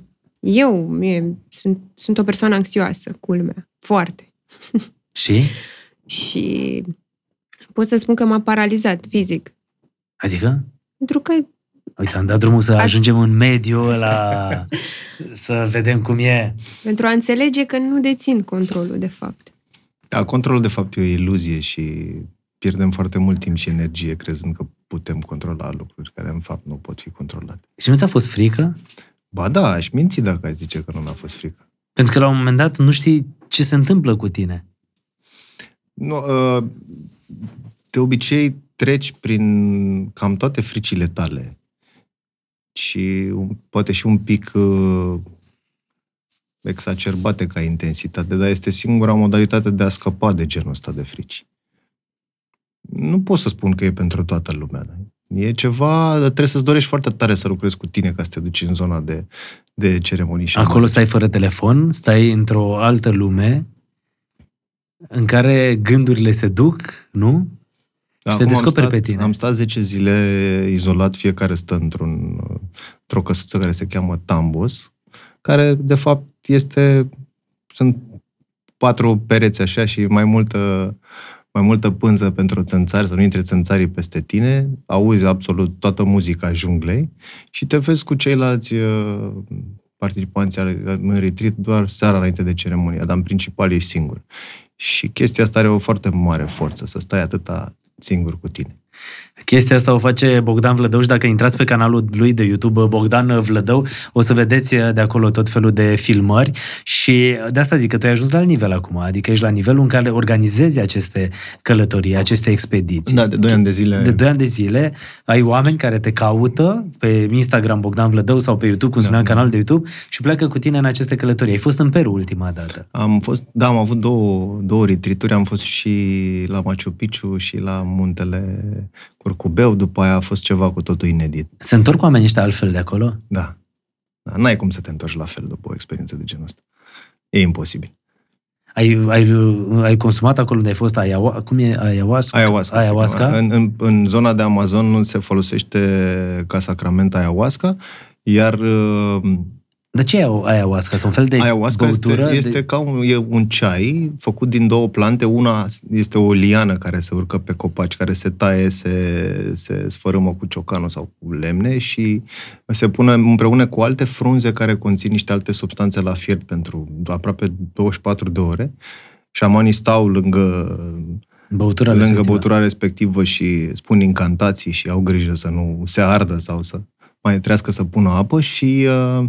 Speaker 4: eu mie, sunt, sunt o persoană anxioasă, culmea, foarte.
Speaker 1: Și?
Speaker 4: Și pot să spun că m-a paralizat fizic.
Speaker 1: Adică?
Speaker 4: Pentru că
Speaker 1: Uite, am dat drumul să ajungem în mediu la... să vedem cum e.
Speaker 4: pentru a înțelege că nu dețin controlul, de fapt.
Speaker 3: Da, controlul de fapt e o iluzie și pierdem foarte mult timp și energie crezând că putem controla lucruri care în fapt nu pot fi controlate.
Speaker 1: Și nu ți-a fost frică?
Speaker 3: Ba da, aș minți dacă aș zice că nu mi-a fost frică.
Speaker 1: Pentru că la un moment dat nu știi ce se întâmplă cu tine.
Speaker 3: Nu, uh, de obicei treci prin cam toate fricile tale și un- poate și un pic uh, exacerbate ca intensitate, dar este singura modalitate de a scăpa de genul ăsta de frici. Nu pot să spun că e pentru toată lumea, dar E ceva, trebuie să-ți dorești foarte tare să lucrezi cu tine ca să te duci în zona de, de ceremonii. Și
Speaker 1: Acolo stai fără telefon, stai într-o altă lume în care gândurile se duc, nu?
Speaker 3: Da,
Speaker 1: se
Speaker 3: acum am
Speaker 1: descoperi
Speaker 3: stat-
Speaker 1: pe tine.
Speaker 3: Am stat 10 zile izolat, fiecare stă într-un, într-o căsuță care se cheamă Tambos, care de fapt este, sunt patru pereți așa și mai multă, mai multă pânză pentru țânțari, să nu intre țânțarii peste tine, auzi absolut toată muzica junglei și te vezi cu ceilalți uh, participanți ale- în retreat doar seara înainte de ceremonie, dar în principal ești singur. Și chestia asta are o foarte mare forță, să stai atâta singur cu tine.
Speaker 1: Chestia asta o face Bogdan Vlădău și dacă intrați pe canalul lui de YouTube, Bogdan Vlădău, o să vedeți de acolo tot felul de filmări și de asta zic că tu ai ajuns la alt nivel acum, adică ești la nivelul în care organizezi aceste călătorii, aceste expediții.
Speaker 3: Da, de 2 ani de zile.
Speaker 1: De 2 ani de zile ai oameni care te caută pe Instagram Bogdan Vlădău sau pe YouTube, cum spuneam, da, canal de YouTube și pleacă cu tine în aceste călătorii. Ai fost în Peru ultima dată.
Speaker 3: Am fost, da, am avut două, două retrituri, am fost și la Machu Picchu și la muntele Curcubeu, după aia a fost ceva cu totul inedit.
Speaker 1: Se întorc oamenii ăștia altfel de acolo?
Speaker 3: Da. da n-ai cum să te întorci la fel după o experiență de genul ăsta. E imposibil.
Speaker 1: Ai, ai, ai consumat acolo unde ai fost ayahuasca? Cum e ayahuasca?
Speaker 3: Ayahuasca. se cheamă.
Speaker 1: ayahuasca?
Speaker 3: În, în, în zona de Amazon nu se folosește ca sacrament ayahuasca, iar uh,
Speaker 1: De ce e ayahuasca? Sunt un fel de
Speaker 3: Ayahuasca este,
Speaker 1: băutură?
Speaker 3: este
Speaker 1: de...
Speaker 3: ca un, e un ceai făcut din două plante. Una este o liană care se urcă pe copaci, care se taie, se, se sfărâmă cu ciocanul sau cu lemne și se pune împreună cu alte frunze care conțin niște alte substanțe la fiert pentru aproape 24 de ore. Șamanii stau lângă
Speaker 1: băutura
Speaker 3: lângă
Speaker 1: respectivă.
Speaker 3: băutura respectivă și spun incantații și au grijă să nu se ardă sau să mai trească să pună apă și uh,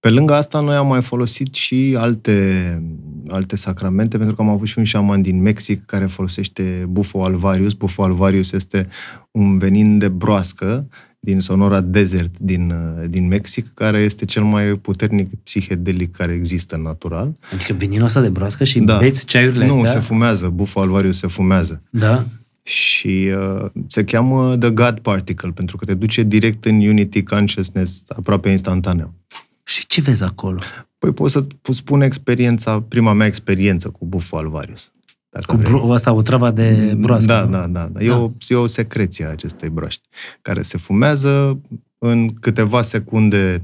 Speaker 3: pe lângă asta noi am mai folosit și alte, alte sacramente pentru că am avut și un șaman din Mexic care folosește bufo alvarius. Bufo alvarius este un venin de broască din Sonora Desert din, uh, din Mexic, care este cel mai puternic psihedelic care există natural.
Speaker 1: Adică veninul ăsta de broască și
Speaker 3: Da.
Speaker 1: beți ceaiurile
Speaker 3: nu,
Speaker 1: astea?
Speaker 3: se fumează, bufo alvarius se fumează
Speaker 1: da?
Speaker 3: și uh, se cheamă The God Particle, pentru că te duce direct în Unity Consciousness, aproape instantaneu.
Speaker 1: Și ce vezi acolo?
Speaker 3: Păi pot să spun experiența, prima mea experiență cu Bufo Alvarius. Dacă
Speaker 1: Cu
Speaker 3: vrei.
Speaker 1: bro- asta, o travă de broască.
Speaker 3: Păi- Da,
Speaker 1: nu?
Speaker 3: da, da. da. E, o, e o secreție a acestei broști, care se fumează în câteva secunde.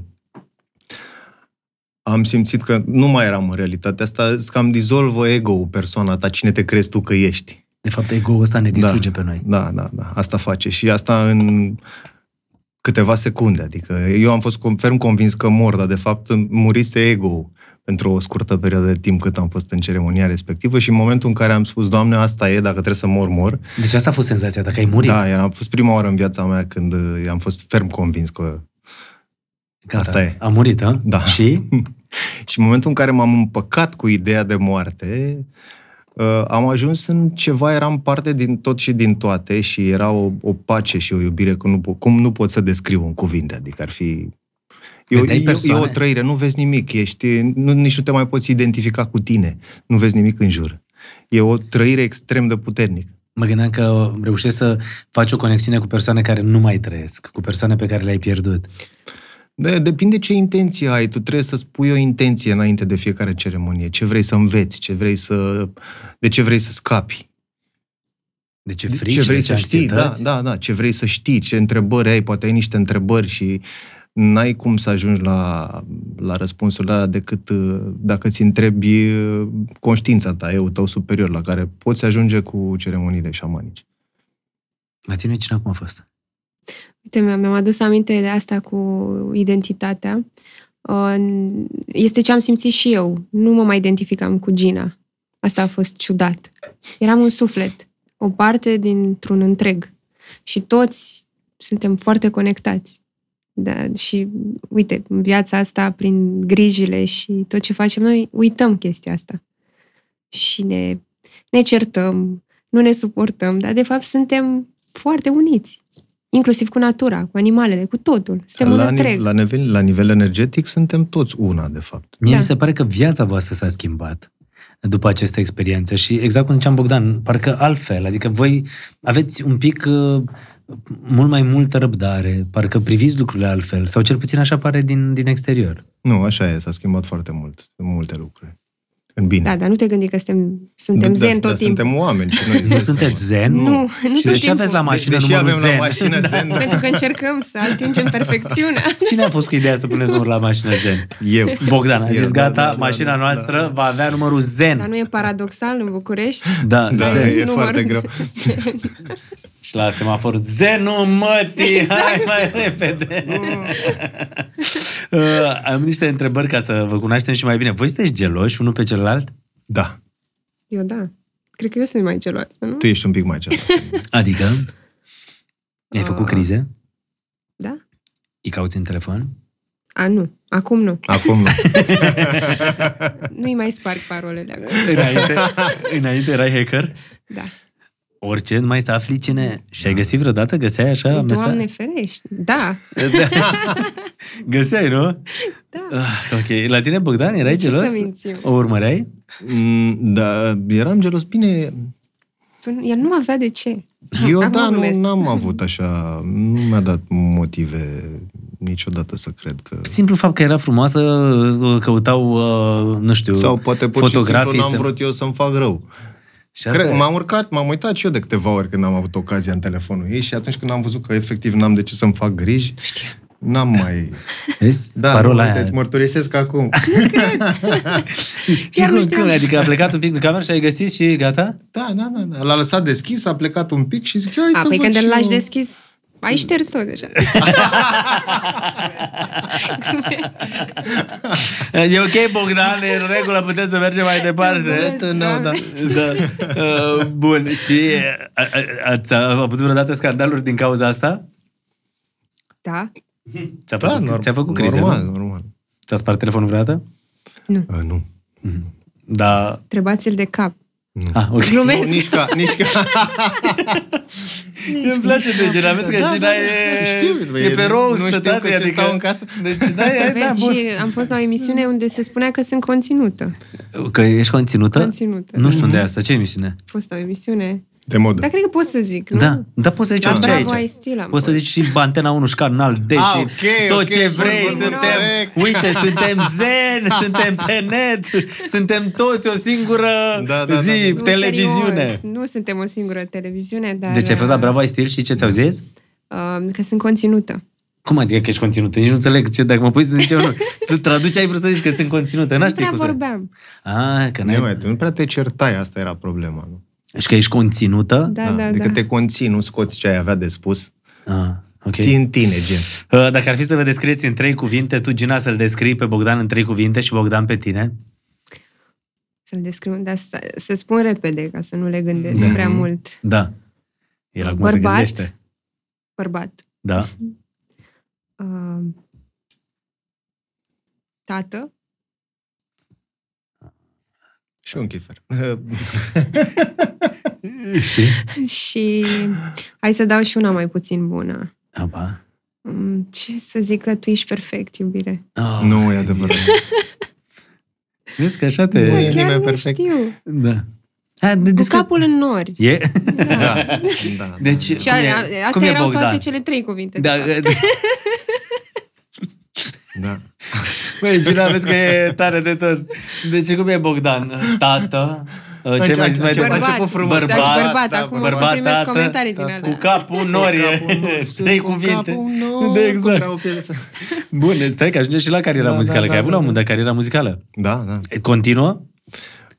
Speaker 3: Am simțit că nu mai eram în realitatea asta, îți cam dizolvă ego-ul persoana ta, cine te crezi tu că ești.
Speaker 1: De fapt, ego-ul ăsta ne distruge pe noi.
Speaker 3: Da, da, da. Asta face. Și asta în câteva secunde. Adică eu am fost com- ferm convins că mor, dar de fapt îmi murise ego pentru o scurtă perioadă de timp cât am fost în ceremonia respectivă și în momentul în care am spus, Doamne, asta e, dacă trebuie să mor, mor.
Speaker 1: Deci asta a fost senzația, dacă ai murit.
Speaker 3: Da, iar am fost prima oară în viața mea când uh, am fost ferm convins că...
Speaker 1: Gata,
Speaker 3: asta e.
Speaker 1: A murit, a?
Speaker 3: Da.
Speaker 1: Și?
Speaker 3: Și în momentul în care m-am împăcat cu ideea de moarte, uh, am ajuns în ceva, eram parte din tot și din toate și era o, o pace și o iubire cum nu, po- cum nu pot să descriu în cuvinte, adică ar fi... E o,
Speaker 1: Vedeai
Speaker 3: e, o- e o
Speaker 1: persoane?
Speaker 3: trăire, nu vezi nimic, ești, nu, nici nu te mai poți identifica cu tine, nu vezi nimic în jur. E o trăire extrem de puternică.
Speaker 1: Mă gândeam că reușești să faci o conexiune cu persoane care nu mai trăiesc, cu persoane pe care le-ai pierdut.
Speaker 3: De, depinde ce intenție ai. Tu trebuie să spui o intenție înainte de fiecare ceremonie. Ce vrei să înveți, ce vrei să, de ce vrei să scapi.
Speaker 1: De ce
Speaker 3: De
Speaker 1: frici,
Speaker 3: ce vrei
Speaker 1: Deci de
Speaker 3: să știi, da,
Speaker 1: anxietăți.
Speaker 3: da, da, ce vrei să știi, ce întrebări ai, poate ai niște întrebări și n-ai cum să ajungi la, la răspunsul ăla decât uh, dacă îți întrebi uh, conștiința ta, eu tău superior, la care poți ajunge cu ceremoniile șamanice.
Speaker 1: La tine cine acum a fost?
Speaker 4: Uite, mi-am mi-am adus aminte de asta cu identitatea. Uh, Este ce am simțit și eu. Nu mă mai identificam cu Gina. Asta a fost ciudat. Eram un suflet, o parte dintr-un întreg. Și toți suntem foarte conectați. Da, și uite, în viața asta, prin grijile și tot ce facem noi, uităm chestia asta. Și ne, ne certăm, nu ne suportăm, dar de fapt suntem foarte uniți. Inclusiv cu natura, cu animalele, cu totul. Suntem un
Speaker 3: la,
Speaker 4: întreg.
Speaker 3: nivel, la, nivel, la nivel energetic suntem toți una, de fapt.
Speaker 1: Mie
Speaker 4: Da.
Speaker 1: mi se pare că viața voastră s-a schimbat după aceste experiențe și exact cum ziceam Bogdan, parcă altfel, adică voi aveți un pic uh, mult mai multă răbdare, parcă priviți lucrurile altfel, sau cel puțin așa pare din, din exterior.
Speaker 3: Nu, așa e, s-a schimbat foarte mult, multe lucruri. În bine.
Speaker 4: Da, dar nu te gândi că suntem, suntem
Speaker 3: Da,
Speaker 4: zen
Speaker 3: da,
Speaker 4: tot timpul.
Speaker 3: Suntem oameni și noi.
Speaker 1: Nu sunteți zen?
Speaker 4: Nu, nu
Speaker 1: Și
Speaker 4: tot
Speaker 1: de ce
Speaker 4: timpul.
Speaker 1: aveți la mașină
Speaker 3: Deși
Speaker 1: numărul
Speaker 3: avem
Speaker 1: zen?
Speaker 3: la mașină zen, da.
Speaker 4: Pentru că încercăm să atingem perfecțiunea.
Speaker 1: Cine a fost cu ideea să puneți numărul la mașină zen?
Speaker 3: Eu.
Speaker 1: Bogdan, a
Speaker 3: Eu,
Speaker 1: zis
Speaker 3: da,
Speaker 1: gata,
Speaker 3: da, da,
Speaker 1: mașina
Speaker 3: da, da.
Speaker 1: noastră va avea numărul
Speaker 4: Dar
Speaker 1: zen.
Speaker 4: Da, nu e paradoxal în București?
Speaker 1: Da,
Speaker 3: Da,
Speaker 1: zen.
Speaker 3: e
Speaker 4: Numărul
Speaker 3: foarte greu.
Speaker 1: Și la semafor, zenul mătii,
Speaker 4: Exact.
Speaker 1: hai mai repede. Uh, am niște întrebări ca să vă cunoaștem și mai bine. Voi sunteți geloși unul pe celălalt?
Speaker 3: Da,
Speaker 4: Eu da. Cred că eu sunt mai geloasă, nu?
Speaker 3: tu ești un pic mai gelos.
Speaker 1: Adică? Ai făcut
Speaker 4: Ah.
Speaker 1: crize?
Speaker 4: Da?
Speaker 1: Îi cauți în telefon?
Speaker 4: A, nu. Acum nu.
Speaker 3: Acum nu.
Speaker 4: Nu-i mai sparg parolele acum.
Speaker 1: Înainte, înainte erai hacker?
Speaker 4: Da.
Speaker 1: Orice, nu mai să afli cine... Și
Speaker 3: Da.
Speaker 1: ai găsit vreodată? Găseai așa
Speaker 4: Doamne
Speaker 1: Da, mesaj?
Speaker 4: ferești. Da.
Speaker 1: Găseai, nu?
Speaker 4: Da.
Speaker 1: Ah, ok. La tine, Bogdan, erai
Speaker 4: De ce să
Speaker 1: gelos?
Speaker 4: mințim?
Speaker 1: O urmăreai?
Speaker 3: Mm, Da, eram gelos. Bine,
Speaker 4: El nu avea de ce.
Speaker 3: eu
Speaker 4: Acum
Speaker 3: da,
Speaker 4: glumesc.
Speaker 3: nu am avut așa, nu mi-a dat motive niciodată să cred că...
Speaker 1: Simplu fapt că era frumoasă, căutau, uh, nu știu,
Speaker 3: Sau poate pur și simplu
Speaker 1: fotografii.
Speaker 3: n-am
Speaker 1: să-
Speaker 3: vrut eu să-mi fac rău.
Speaker 1: Și asta
Speaker 3: Cred,
Speaker 1: e.
Speaker 3: m-am urcat, m-am uitat și eu de câteva ori când am avut ocazia în telefonul ei și atunci când am văzut că efectiv n-am de ce să-mi fac griji, n-am mai...
Speaker 1: Vezi?
Speaker 3: Da,
Speaker 1: Parola
Speaker 3: uite,
Speaker 1: aia.
Speaker 3: îți mărturisesc acum.
Speaker 1: Și
Speaker 4: Chiar nu
Speaker 1: cum,
Speaker 4: știam.
Speaker 1: cum, adică a plecat un pic de cameră și ai găsit și gata?
Speaker 3: Da, da, da, da. L-a lăsat deschis, a plecat un pic și zic, hai
Speaker 4: A,
Speaker 3: să
Speaker 4: păi
Speaker 3: văd
Speaker 4: când
Speaker 3: și
Speaker 4: îl lași
Speaker 3: eu.
Speaker 4: deschis, ai șters tot deja.
Speaker 1: E ok, Bogdan, e în regulă, putem să mergem mai departe.
Speaker 3: Iată, nu, da.
Speaker 1: Da. Uh, Bun, și a- a- ați avut vreodată scandaluri din cauza asta?
Speaker 4: Da?
Speaker 1: Ți-a
Speaker 3: Da,
Speaker 1: făcut,
Speaker 3: norm-
Speaker 1: ți-a făcut crize,
Speaker 3: normal,
Speaker 1: nu?
Speaker 3: normal.
Speaker 1: Ți-a spart telefonul vreodată?
Speaker 3: A, nu.
Speaker 1: Da.
Speaker 4: Întrebați-l de cap.
Speaker 1: Ah, ok.
Speaker 3: nu.
Speaker 4: Glumesc.
Speaker 3: Nici ca, nici ca...
Speaker 1: Îmi place de Gina, vezi că
Speaker 3: Da, da,
Speaker 1: Gina
Speaker 3: da,
Speaker 1: e,
Speaker 3: știu,
Speaker 1: e pe rost,
Speaker 3: nu știu
Speaker 1: tati,
Speaker 3: cu ce
Speaker 1: adică,
Speaker 3: stau în casă.
Speaker 1: Deci, da, e, da,
Speaker 4: Vezi,
Speaker 1: bun.
Speaker 4: și am fost la o emisiune unde se spunea că sunt conținută.
Speaker 1: Că ești conținută?
Speaker 4: Conținută.
Speaker 1: Nu știu unde e asta, ce emisiune?
Speaker 4: A fost la o emisiune.
Speaker 3: De modă.
Speaker 4: Dar cred că pot să zic, nu?
Speaker 1: Da, dar poți să zici
Speaker 4: La
Speaker 1: orice
Speaker 4: Bravo ai
Speaker 1: aici.
Speaker 4: stil am
Speaker 1: Poți să
Speaker 4: fost.
Speaker 1: zici și Antena 1 și Canal D
Speaker 3: Ah,
Speaker 1: și
Speaker 3: ok,
Speaker 1: tot
Speaker 3: ok,
Speaker 1: ce
Speaker 3: bun,
Speaker 1: vrei.
Speaker 4: bun, bun,
Speaker 1: suntem,
Speaker 3: corect.
Speaker 1: uite, suntem zen, suntem pe net, suntem toți o singură
Speaker 3: Da, da, da,
Speaker 1: zi,
Speaker 3: da,
Speaker 4: Nu,
Speaker 1: televiziune.
Speaker 4: serios, da, Nu suntem o singură televiziune, dar...
Speaker 1: Deci ai fost la Bravo Ai Stil și ce ți-au zis?
Speaker 4: Uh, că sunt conținută.
Speaker 1: Cum adică că ești conținută? Nici nu înțeleg ce, dacă mă pui să zic eu nu. Tu traduci, ai vrut să zici că sunt conținută. N-aș ști
Speaker 4: Nu prea
Speaker 1: cum să...
Speaker 4: vorbeam.
Speaker 1: Ah, că
Speaker 3: Nu, mai,
Speaker 1: n-ai...
Speaker 3: tu nu prea te certai, asta era problema, nu?
Speaker 1: Și că ești conținută?
Speaker 4: Da, da,
Speaker 3: adică
Speaker 4: da.
Speaker 3: te conții, nu scoți ce ai avea de spus.
Speaker 1: Ah, ok.
Speaker 3: Okay. Ții în tine, gen.
Speaker 1: Uh, Dacă ar fi să vă descrieți în trei cuvinte, tu, Gina, să-l descrii pe Bogdan în trei cuvinte și Bogdan pe tine?
Speaker 4: Să-l descriu, dar să, să spun repede ca să nu le gândesc
Speaker 3: Da.
Speaker 4: prea mult.
Speaker 1: Da. El acum se
Speaker 4: Bărbat.
Speaker 1: gândește.
Speaker 4: Bărbat.
Speaker 1: Da.
Speaker 4: Uh, tată.
Speaker 3: Și un chifer.
Speaker 1: Și?
Speaker 4: Și hai să dau și una mai puțin bună.
Speaker 1: Aba.
Speaker 4: Mm, Ce să zic că tu ești perfect, iubire?
Speaker 1: Oh,
Speaker 3: nu, e adevărat.
Speaker 1: Vezi că așa
Speaker 3: Nu
Speaker 1: te...
Speaker 3: e.
Speaker 4: Chiar
Speaker 3: nimeni
Speaker 4: nu
Speaker 3: perfect.
Speaker 4: știu.
Speaker 1: Da. A, de,
Speaker 4: Cu
Speaker 1: deci că-
Speaker 4: capul în nori.
Speaker 1: E?
Speaker 3: da, da.
Speaker 1: Deci,
Speaker 3: da.
Speaker 1: cum
Speaker 4: Și a,
Speaker 1: e,
Speaker 4: a,
Speaker 1: cum
Speaker 4: astea
Speaker 1: e
Speaker 4: erau
Speaker 1: Bogdan?
Speaker 4: toate cele trei cuvinte.
Speaker 1: Da, da.
Speaker 3: da.
Speaker 1: Băi, Gina, vezi că e tare de tot. Deci cum e Bogdan? Tată? Uh, Ce
Speaker 3: Deci,
Speaker 1: mai zis mai
Speaker 3: a-
Speaker 1: departe?
Speaker 3: a
Speaker 4: Bărbat.
Speaker 3: început frumos.
Speaker 4: Deci
Speaker 1: Bărbat,
Speaker 4: bărbat,
Speaker 3: da,
Speaker 4: acum o să
Speaker 1: bărbat,
Speaker 4: primesc
Speaker 1: tată,
Speaker 4: comentarii din
Speaker 3: da,
Speaker 4: alea.
Speaker 1: Cu capul în nori. e. Trei cuvinte. Da, exact. Bun, stai că ajunge și la cariera
Speaker 3: Da,
Speaker 1: muzicală,
Speaker 3: da,
Speaker 1: că
Speaker 3: da,
Speaker 1: ai avut
Speaker 3: da,
Speaker 1: la un
Speaker 3: da.
Speaker 1: moment dat cariera muzicală.
Speaker 3: Da, da.
Speaker 1: E, Continuă?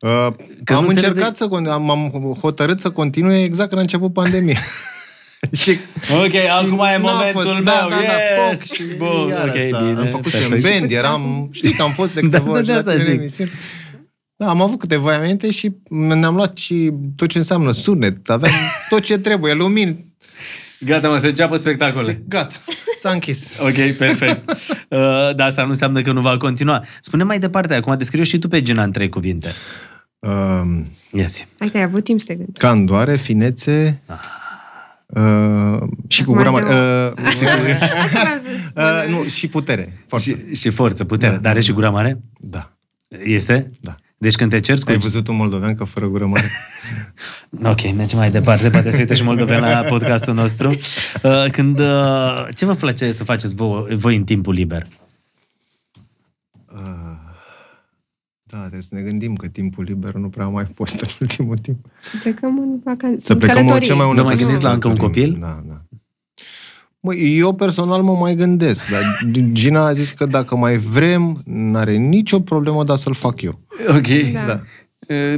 Speaker 3: Uh,
Speaker 1: Că
Speaker 3: am
Speaker 1: nu înțeleg
Speaker 3: încercat să con- am, am hotărât să continue exact când a început pandemia. și
Speaker 1: Ok, acum e
Speaker 3: n-a
Speaker 1: momentul
Speaker 3: fost-
Speaker 1: meu.
Speaker 3: Da, da, da,
Speaker 1: yes!
Speaker 3: poc și
Speaker 1: Bun,
Speaker 3: iară
Speaker 1: ok,
Speaker 3: s-a-
Speaker 1: bine.
Speaker 3: Am făcut și un
Speaker 1: perfect.
Speaker 3: band, eram... Știi că am fost de
Speaker 1: Da,
Speaker 3: câteva
Speaker 1: da,
Speaker 3: ori
Speaker 1: de
Speaker 3: la
Speaker 1: asta
Speaker 3: tine în
Speaker 1: zic.
Speaker 3: emisiuni. Da, am avut câteva aminte și ne-am luat și tot ce înseamnă sunet. Aveam tot ce trebuie, lumini.
Speaker 1: Gata, mă, se înceapă spectacolele.
Speaker 3: Zic, Gata, s-a închis.
Speaker 1: Ok, perfect. Uh, dar asta nu înseamnă că nu va continua. Spune mai departe, acum descriu și tu pe Gina în trei cuvinte.
Speaker 3: Uh,
Speaker 1: Yes.
Speaker 4: Hai că ai avut timp să te gândești.
Speaker 3: candoare, finețe... Uh, și cu
Speaker 4: Acum
Speaker 3: gura
Speaker 4: am
Speaker 3: mare. Uh, și, cu-
Speaker 4: Asta vreau să spun.
Speaker 3: uh, nu, și putere. Forță.
Speaker 1: Și, și forță, putere. Dar are și gura mare?
Speaker 3: Da.
Speaker 1: Este?
Speaker 3: Da.
Speaker 1: Deci când te ceri cu...
Speaker 3: Ai văzut un moldovean că fără gură mare?
Speaker 1: Ok, mergem mai departe, poate să uite și moldovean la podcastul nostru. Uh, Când, uh, ce vă place să faceți voi, voi în timpul liber?
Speaker 3: Ah. Da, trebuie să ne gândim că timpul liber nu prea a mai fost în ultimul timp.
Speaker 4: Să plecăm în vacanță.
Speaker 3: Să plecăm
Speaker 4: călătorie.
Speaker 3: cel mai
Speaker 1: Vă
Speaker 3: unde
Speaker 1: mai
Speaker 3: putem
Speaker 1: gândiți
Speaker 3: să
Speaker 1: la încă un
Speaker 3: călătorim.
Speaker 1: copil?
Speaker 3: Da, da. Mă, eu personal mă mai gândesc, dar Gina a zis că dacă mai vrem, n-are nicio problemă, dar să-l fac eu.
Speaker 1: Ok.
Speaker 4: Da.
Speaker 3: Da.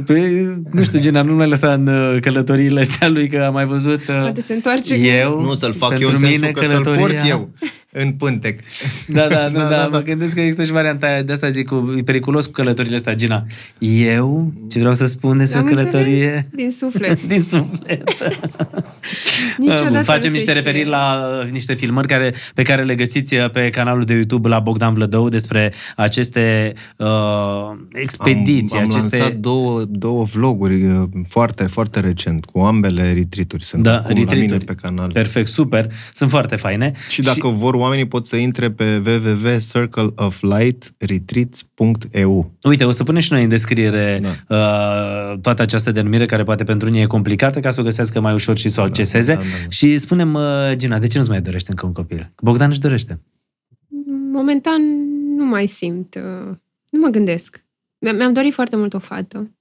Speaker 1: Păi, nu știu, Gina, nu mai lăsa în uh, călătoriile astea lui, că am mai văzut uh,
Speaker 4: Poate se întoarce.
Speaker 1: eu.
Speaker 3: Nu să-l fac
Speaker 1: pentru
Speaker 3: eu în
Speaker 1: mine,
Speaker 3: sensul că să-l
Speaker 1: călătoria.
Speaker 3: port eu în pântec.
Speaker 1: Da, da, nu, da,
Speaker 3: Da,
Speaker 1: da,
Speaker 3: da, da.
Speaker 1: mă gândesc că există și varianta aia, de asta zic, cu, e periculos cu călătorile astea, Gina. Eu, ce vreau să spun despre
Speaker 4: Am înțeles
Speaker 1: călătorie...
Speaker 4: Din suflet.
Speaker 1: Din suflet.
Speaker 4: Niciodată
Speaker 1: Bun, facem
Speaker 4: nu se
Speaker 1: niște
Speaker 4: știe.
Speaker 1: referiri la uh, niște filmări care, pe care le găsiți uh, pe canalul de YouTube la Bogdan Vlădău despre aceste uh, expediții.
Speaker 3: am, am
Speaker 1: aceste...
Speaker 3: lansat două, două vloguri uh, foarte, foarte recent, cu ambele retreat-uri. Sunt
Speaker 1: da,
Speaker 3: acum la mine
Speaker 1: retreat-uri.
Speaker 3: pe canal.
Speaker 1: Perfect, super. Sunt foarte faine.
Speaker 3: Și dacă vor, oamenii pot să intre pe www.circleoflightretreats.eu.
Speaker 1: Uite, o să punem și noi în descriere da.
Speaker 3: Da.
Speaker 1: uh, toată această denumire care poate pentru unii e complicată ca să o găsească mai ușor și să o acceseze. Da, da, da. Și spunem, uh, Gina, de ce nu-ți mai dorește încă un copil? Bogdan își dorește.
Speaker 4: Momentan nu mai simt. uh, Nu mă gândesc. Mi- Mi-am dorit foarte mult o fată.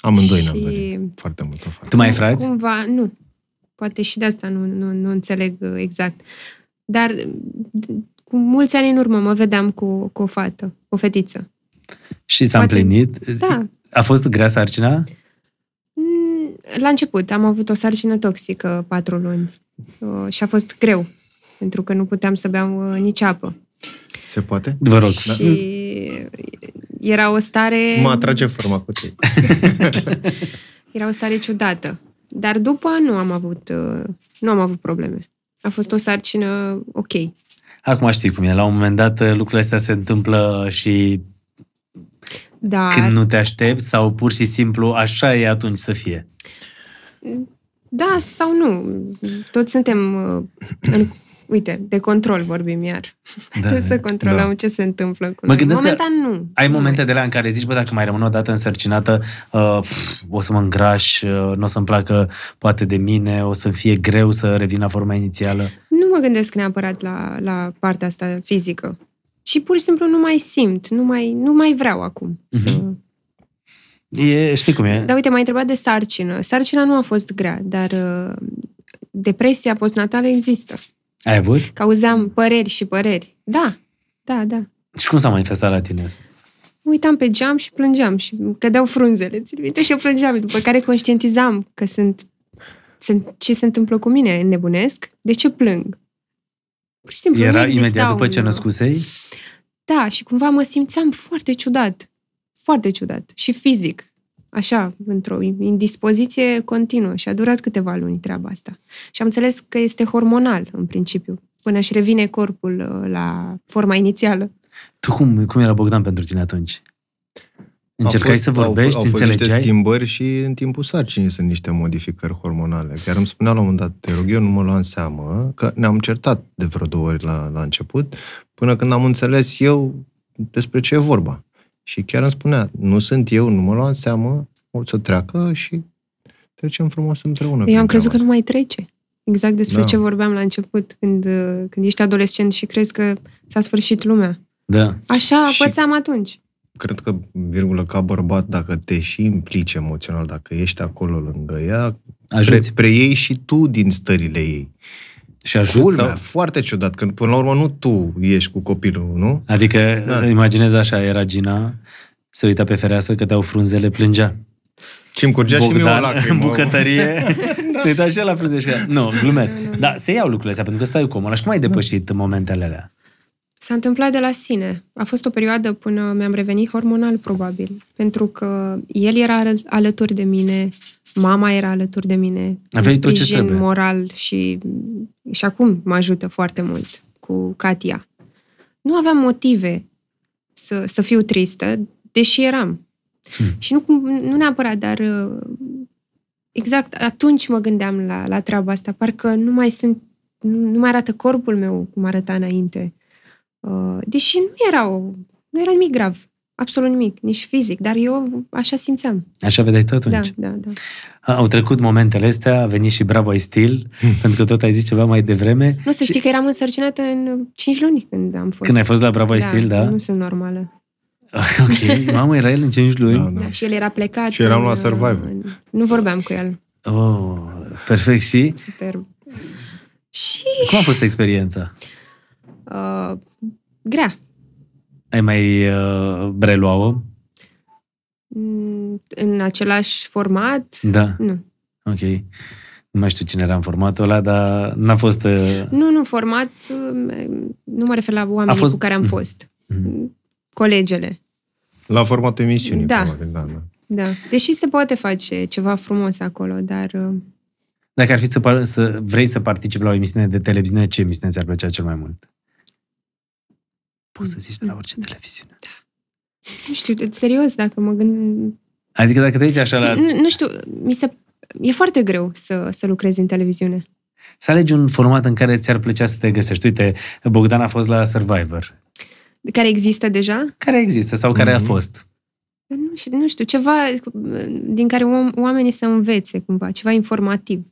Speaker 3: Amândoi
Speaker 4: Și-
Speaker 3: ne-am dorit foarte mult o fac.
Speaker 1: Tu mai ai frați?
Speaker 4: Cumva, nu. Poate și de asta nu, nu, nu înțeleg uh, exact. Dar d- cu mulți ani în urmă mă vedeam cu, cu o fată, cu o fetiță.
Speaker 1: Și s-a
Speaker 4: Poate-
Speaker 1: împlinit?
Speaker 4: Da.
Speaker 1: A fost grea sarcina?
Speaker 4: Mm, La început am avut o sarcină toxică patru luni uh, și a fost greu, pentru că nu puteam să beau uh, nici apă.
Speaker 3: Se poate?
Speaker 1: Vă rog.
Speaker 3: Da.
Speaker 4: Și era o stare...
Speaker 3: Mă atrage farmacoții.
Speaker 4: Era o stare ciudată. Dar după nu am avut, uh, nu am avut probleme. A fost o sarcină ok.
Speaker 1: Acum știi cum e. La un moment dat uh, lucrurile astea se întâmplă și
Speaker 4: Dar
Speaker 1: când nu te aștepți sau pur și simplu așa e atunci să fie.
Speaker 4: da sau nu, toți suntem uh, în, uite, de control vorbim iar.
Speaker 1: Da,
Speaker 4: Da, Trebuie
Speaker 1: da.
Speaker 4: să controlăm
Speaker 3: Da.
Speaker 4: ce se întâmplă cu
Speaker 1: Mă
Speaker 4: noi.
Speaker 1: gândesc că
Speaker 4: Momentan nu.
Speaker 1: Ai
Speaker 4: Nu
Speaker 1: momente de la în care zici, bă, dacă mai rămân o dată însărcinată, uh, pf, o să mă îngraș, uh, nu o să-mi placă poate de mine, o să fie greu să revin la forma inițială.
Speaker 4: Nu mă gândesc neapărat la, la partea asta fizică. Și pur și simplu nu mai simt, nu mai, nu mai vreau acum. Să...
Speaker 1: Mhm. E, știi cum e?
Speaker 4: Dar uite, m-ai întrebat de sarcină. Sarcina nu a fost grea, dar uh, depresia postnatală există.
Speaker 1: Ai avut?
Speaker 4: Cauzeam păreri și păreri. Da, da, da.
Speaker 1: Și cum s-a manifestat la tine asta?
Speaker 4: Mă Uitam pe geam și plângeam și îmi cădeau frunzele, ți minte? Și eu plângeam, după care conștientizam că sunt, sunt ce se întâmplă cu mine, nebunesc, de ce plâng? Pur și simplu, nu
Speaker 1: Era
Speaker 4: exista
Speaker 1: imediat după ce
Speaker 4: un-
Speaker 1: născusei?
Speaker 4: Da, și cumva mă simțeam foarte ciudat. Foarte ciudat. Și fizic. Așa, într-o indispoziție continuă. Și a durat câteva luni treaba asta. Și am înțeles că este hormonal, în principiu, până își revine corpul uh, la forma inițială.
Speaker 1: Tu cum, cum era Bogdan pentru tine atunci? Încercai să vorbești,
Speaker 3: au, au fost niște
Speaker 1: înțelegeai?
Speaker 3: schimbări și în timpul sarcinii sunt niște modificări hormonale. Chiar îmi spunea la un moment dat, te rog, eu nu mă luam seama că ne-am certat de vreo două ori la, la început, până când am înțeles eu despre ce e vorba. Și chiar îmi spunea, nu sunt eu, nu mă luam seama, o să treacă și trecem frumos împreună.
Speaker 4: Eu
Speaker 3: prin
Speaker 4: am crezut că
Speaker 3: treaba
Speaker 4: nu mai trece. Exact despre
Speaker 3: Da.
Speaker 4: ce vorbeam la început, când, uh, când ești adolescent și crezi că s-a sfârșit lumea.
Speaker 1: Da.
Speaker 4: Așa
Speaker 3: Și-
Speaker 4: pățeam atunci.
Speaker 3: cred că, virgulă, ca bărbat, dacă te și implici emoțional, dacă ești acolo lângă ea, pre,
Speaker 1: Ajuți.
Speaker 3: preiei și tu din stările ei.
Speaker 1: Și ajuți
Speaker 3: Culmea,
Speaker 1: sau?
Speaker 3: sau... foarte ciudat, că până la urmă nu tu ești cu copilul, nu?
Speaker 1: Adică, da.
Speaker 3: Da.
Speaker 1: imaginez așa, era Gina, se uita pe fereastră că dau frunzele, plângea.
Speaker 3: Și îmi curgea și mie o lacrimă.
Speaker 1: în bucătărie, se uita și el la frunze și că... Nu, glumesc. Dar se iau lucrurile astea, pentru că stai cu omul ăla. Și cum ai depășit momentele alea?
Speaker 4: S-a întâmplat de la sine. A fost o perioadă până mi-am revenit hormonal, probabil, pentru că el era ală- alături de mine, mama era alături de mine,
Speaker 1: Aveai
Speaker 4: un
Speaker 1: tot ce
Speaker 4: sprijin
Speaker 1: trebuie.
Speaker 4: moral și, și acum mă ajută foarte mult cu Katia. Nu aveam motive să, să fiu tristă, deși eram.
Speaker 1: Hmm.
Speaker 4: Și nu, cum- nu neapărat, dar uh, exact atunci mă gândeam la, la treaba asta. Parcă nu mai sunt, nu, nu mai arată corpul meu cum arăta înainte. Uh, deși nu era, o, nu era nimic grav. absolut nimic, nici fizic, dar eu așa simțeam.
Speaker 1: Așa vedeai tot atunci.
Speaker 4: Da, da, da.
Speaker 1: Au trecut momentele astea, a venit și Bravo Stil, pentru că tot ai zis ceva mai devreme.
Speaker 4: Nu, să știi că eram însărcinată în 5 luni când am fost.
Speaker 1: Când ai fost la Bravo
Speaker 4: da,
Speaker 1: Stil, da?
Speaker 4: Nu sunt normală.
Speaker 1: ok, mamă, era el în 5 luni.
Speaker 3: Da,
Speaker 4: Da.
Speaker 3: da.
Speaker 4: și el era plecat.
Speaker 3: Și eram la
Speaker 4: în-
Speaker 3: Survivor.
Speaker 4: în- Nu vorbeam cu el.
Speaker 3: Da.
Speaker 1: Oh, perfect. Și
Speaker 4: Superb. Și
Speaker 1: cum a fost experiența?
Speaker 4: uh, grea.
Speaker 1: Ai mai uh, reluat-o?
Speaker 4: Mm, În același format.
Speaker 1: Da,
Speaker 4: Nu.
Speaker 1: ok. Nu mai știu cine era în formatul ăla, dar n-a fost... Uh...
Speaker 4: Nu, nu, format. uh, Nu mă refer la oamenii
Speaker 1: fost-
Speaker 4: cu care am
Speaker 1: Mhm.
Speaker 4: fost. Mm, Colegele.
Speaker 3: La formatul emisiunii,
Speaker 4: Da.
Speaker 3: probabil. Da, da.
Speaker 4: Da. Deși se poate face ceva frumos acolo, dar uh,
Speaker 1: Dacă ar fi să, par- să vrei să participi la o emisiune de televiziune, ce emisiune ți-ar plăcea cel mai mult? Poți să zici de la orice televiziune.
Speaker 4: nu știu, serios, dacă mă gând,
Speaker 1: Adică dacă te uiți așa la...
Speaker 4: Nu, nu știu, mi se... E foarte greu să, să lucrezi în televiziune.
Speaker 1: Să alegi un format în care ți-ar plăcea să te găsești. Uite, Bogdan a fost la Survivor.
Speaker 4: Care există deja?
Speaker 1: Care există sau care a
Speaker 3: Mhm.
Speaker 1: fost.
Speaker 4: Dar Nu știu, nu știu ceva uh, din care om, oamenii să învețe cumva, ceva informativ.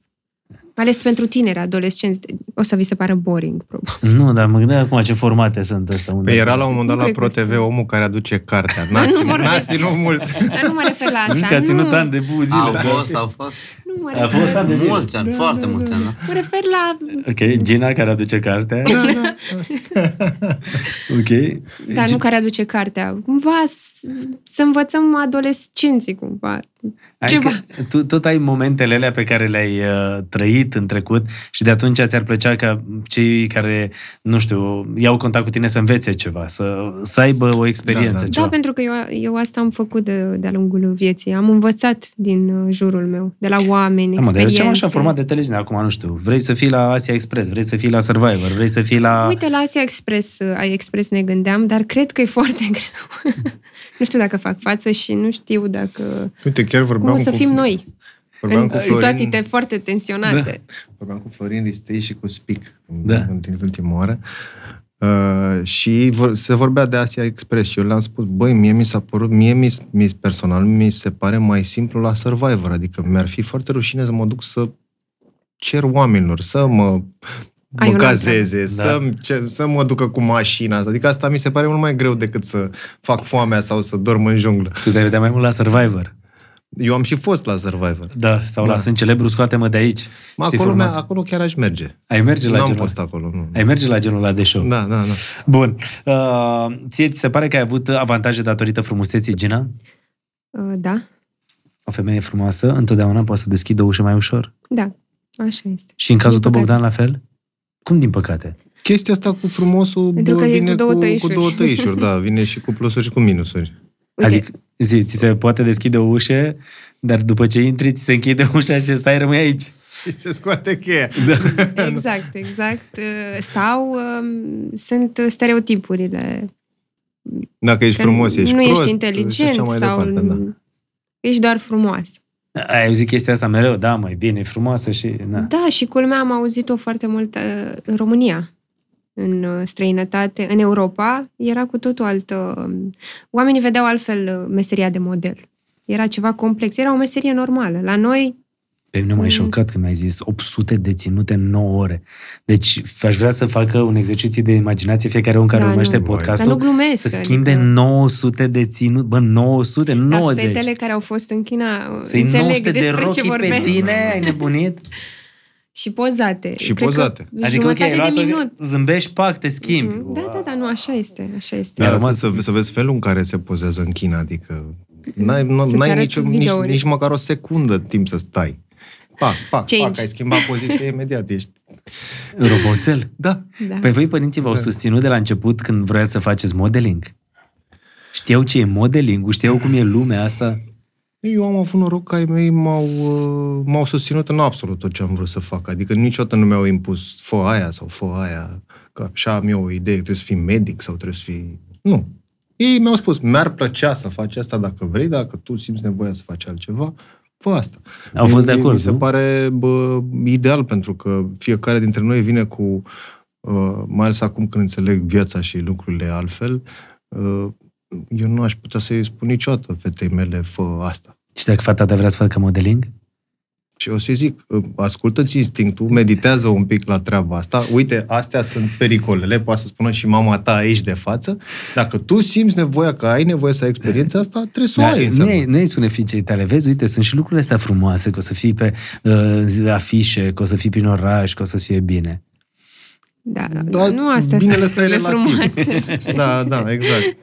Speaker 4: Mai ales pentru tineri, adolescenți. O să vi se pară boring, probabil.
Speaker 1: Nu, dar mă gândeam acum ce formate sunt astea. Unde
Speaker 3: Păi era la un moment dat
Speaker 4: Nu
Speaker 3: la
Speaker 4: cred că
Speaker 3: ProTV
Speaker 4: sunt.
Speaker 3: omul care aduce cartea. Nați,
Speaker 4: vorbesc.
Speaker 3: nați nu mult. Da,
Speaker 4: Dar nu mă refer la asta.
Speaker 1: Zici că a ținut
Speaker 4: nu,
Speaker 1: ani de bu zile.
Speaker 2: Au
Speaker 1: da.
Speaker 2: fost, au fost.
Speaker 4: nu mă
Speaker 1: A
Speaker 4: refer,
Speaker 1: fost ani de zile.
Speaker 2: Mulți ani, foarte mulți ani. da.
Speaker 4: mă refer la...
Speaker 1: Ok, Gina care aduce cartea.
Speaker 3: Da, da.
Speaker 1: Ok.
Speaker 4: Dar
Speaker 1: Gi-
Speaker 4: nu care aduce cartea. Cumva s- să învățăm adolescenții, cumva.
Speaker 1: Adică
Speaker 4: Ceva.
Speaker 1: tu tot ai momentele alea pe care le-ai uh, trăit în trecut și de atunci ți-ar plăcea ca cei care, nu știu, iau contact cu tine să învețe ceva, să, să aibă o experiență.
Speaker 3: Da, da.
Speaker 1: ceva.
Speaker 4: Da, pentru că eu, eu asta am făcut de, de-a lungul vieții. Am învățat din uh, jurul meu, de la oameni,
Speaker 1: Da, mă, dar eu
Speaker 4: experiențe.
Speaker 1: ceva așa format de televiziune, acum nu știu. Vrei să fii la Asia Express, vrei să fii la Survivor, vrei să fii la...
Speaker 4: Uite, la Asia Express, uh, ai Express ne gândeam, dar cred că e foarte greu. nu știu dacă fac față și nu știu dacă...
Speaker 3: Uite, chiar vorbeam
Speaker 4: Cum o să
Speaker 3: cu,
Speaker 4: fim noi
Speaker 3: Vorbeam
Speaker 4: în uh,
Speaker 3: cu
Speaker 4: situații
Speaker 3: Florin,
Speaker 4: te foarte tensionate.
Speaker 3: vorbeam cu Florin Ristei și cu Spic în-
Speaker 1: Da.
Speaker 3: în timp- ultima oară. Uh, și vor, se vorbea de Asia Express și eu le-am spus, băi, mie mi s-a părut, mie mi, mi, personal mi se pare mai simplu la Survivor, adică mi-ar fi foarte rușine să mă duc să cer oamenilor să mă, mă
Speaker 4: Ai un
Speaker 3: cazeze,
Speaker 1: Da.
Speaker 3: să, ce, să mă ducă cu mașina, adică asta mi se pare mult mai greu decât să fac foamea sau să dorm în junglă.
Speaker 1: Tu te vedea mai mult la Survivor.
Speaker 3: Eu am și fost la Survivor.
Speaker 1: Da, sau da. la
Speaker 3: Da.
Speaker 1: Sunt celebru, scoate-mă de aici.
Speaker 3: Mă,
Speaker 1: Știi
Speaker 3: acolo, mea,
Speaker 1: formatul?
Speaker 3: acolo chiar aș merge.
Speaker 1: Ai merge la
Speaker 3: N-am
Speaker 1: genul
Speaker 3: fost acolo, nu.
Speaker 1: Ai merge la genul ăla de show.
Speaker 3: Da, da, da.
Speaker 1: Bun. Uh, ție ți se pare că ai avut avantaje datorită frumuseții, Gina?
Speaker 4: Uh, Da,
Speaker 1: O femeie frumoasă întotdeauna poate să deschidă o ușă mai ușor.
Speaker 4: da, așa este.
Speaker 1: Și în cazul tău,
Speaker 4: Din
Speaker 1: Bogdan,
Speaker 4: păcate.
Speaker 1: la fel? Cum din păcate?
Speaker 3: Chestia asta cu frumosul
Speaker 4: Pentru
Speaker 3: bă,
Speaker 4: că e
Speaker 3: vine
Speaker 4: cu două
Speaker 3: cu
Speaker 4: tăișuri.
Speaker 3: două tăișuri, da, vine și cu plusuri și cu minusuri.
Speaker 4: Uite,
Speaker 1: Adică, zi, ți se poate deschide o ușă, dar după ce intri, ți se închide ușa și stai, rămâi aici.
Speaker 3: Și se scoate cheia.
Speaker 4: Exact, exact. Uh, Sau um, sunt uh, stereotipurile
Speaker 3: Dacă ești
Speaker 4: Că
Speaker 3: frumos, ești
Speaker 4: nu
Speaker 3: prost.
Speaker 4: ești
Speaker 3: și
Speaker 4: inteligent
Speaker 3: așa mai
Speaker 4: sau
Speaker 3: departe, da.
Speaker 4: ești doar frumoasă.
Speaker 1: Ai auzit chestia asta mereu? Da, mai bine, e frumoasă și... Na.
Speaker 4: Da, și culmea am auzit-o foarte mult uh, în România, în uh, străinătate, în Europa, era cu totul altă... um, Oamenii vedeau altfel uh, meseria de model. Era ceva complex, era o meserie normală. La noi,
Speaker 1: Pe mine
Speaker 4: Mm.
Speaker 1: m-ai șocat când mi-ai zis 800 de ținute în 9 ore. Deci aș vrea să facă un exercițiu de imaginație fiecare om care
Speaker 4: Da,
Speaker 1: urmărește
Speaker 4: nu.
Speaker 1: podcastul.
Speaker 4: dar nu glumesc.
Speaker 1: să schimbe 900 de ținut, bă, 900,
Speaker 4: la
Speaker 1: 90.
Speaker 4: fetele care au fost în China uh,
Speaker 1: Să iei
Speaker 4: înțeleg
Speaker 1: 900 de
Speaker 4: despre ce
Speaker 1: rochii pe
Speaker 4: vorbesc.
Speaker 1: tine, ai nebunit?
Speaker 4: Și pozate.
Speaker 3: Și
Speaker 4: Cred că
Speaker 3: pozate.
Speaker 1: Adică, ok,
Speaker 4: jumătate
Speaker 1: ai luat
Speaker 4: de minut.
Speaker 1: zâmbești, pac, te schimbi.
Speaker 4: Mhm. Da, da, da, nu, așa este, așa este.
Speaker 1: Mi-a
Speaker 3: Mi-a
Speaker 1: rămas-
Speaker 3: rămas să, să vezi felul în care se pozează în China, adică n-ai, n-
Speaker 4: Să-ți
Speaker 3: n-ai
Speaker 4: arăți
Speaker 3: nici, nici,
Speaker 4: videouri.
Speaker 3: nici măcar o secundă timp să stai. Pac, pac,
Speaker 4: Change.
Speaker 3: pac, ai schimbat poziția imediat, ești...
Speaker 1: Roboțel.
Speaker 3: Da,
Speaker 4: Da.
Speaker 1: Pe voi părinții v-au
Speaker 3: Exact.
Speaker 1: susținut de la început când vroiați să faceți modeling? Știau ce e modeling Știau cum e lumea asta?
Speaker 3: Eu am avut noroc că ai mei m-au, uh, m-au susținut în absolut tot ce am vrut să fac. Adică niciodată nu mi-au impus fă aia sau fă aia, că așa am eu o idee, trebuie să fii medic sau trebuie să fii... Nu. Ei mi-au spus, mi-ar plăcea să faci asta dacă vrei, dacă tu simți nevoia să faci altceva, fă asta.
Speaker 1: Au fost de
Speaker 3: Mie-
Speaker 1: acord,
Speaker 3: Mi se
Speaker 1: nu?
Speaker 3: pare bă, ideal pentru că fiecare dintre noi vine cu, uh, mai ales acum când înțeleg viața și lucrurile altfel, uh, eu nu aș putea să-i spun niciodată fetei mele, fă asta.
Speaker 1: Și dacă fata ta vrea să facă modeling?
Speaker 3: Și o să-i zic, ascultă-ți instinctul, meditează un pic la treaba asta, uite, astea sunt pericolele, poate să spună și mama ta aici de față, dacă tu simți nevoia că ai nevoie să ai experiența asta, trebuie să o
Speaker 1: Dar
Speaker 3: ai.
Speaker 1: nu,
Speaker 3: înseamnă.
Speaker 1: Da, e, nu îi spune fiicei tale, vezi, uite, sunt și lucrurile astea frumoase, că o să fii pe uh, afișe, că o să fii prin oraș, că o să fie bine.
Speaker 4: Da, da, da, nu astea
Speaker 3: binele
Speaker 4: sunt
Speaker 3: ăsta e
Speaker 4: lucrurile
Speaker 3: relativ.
Speaker 4: frumoase.
Speaker 3: Da, da, exact.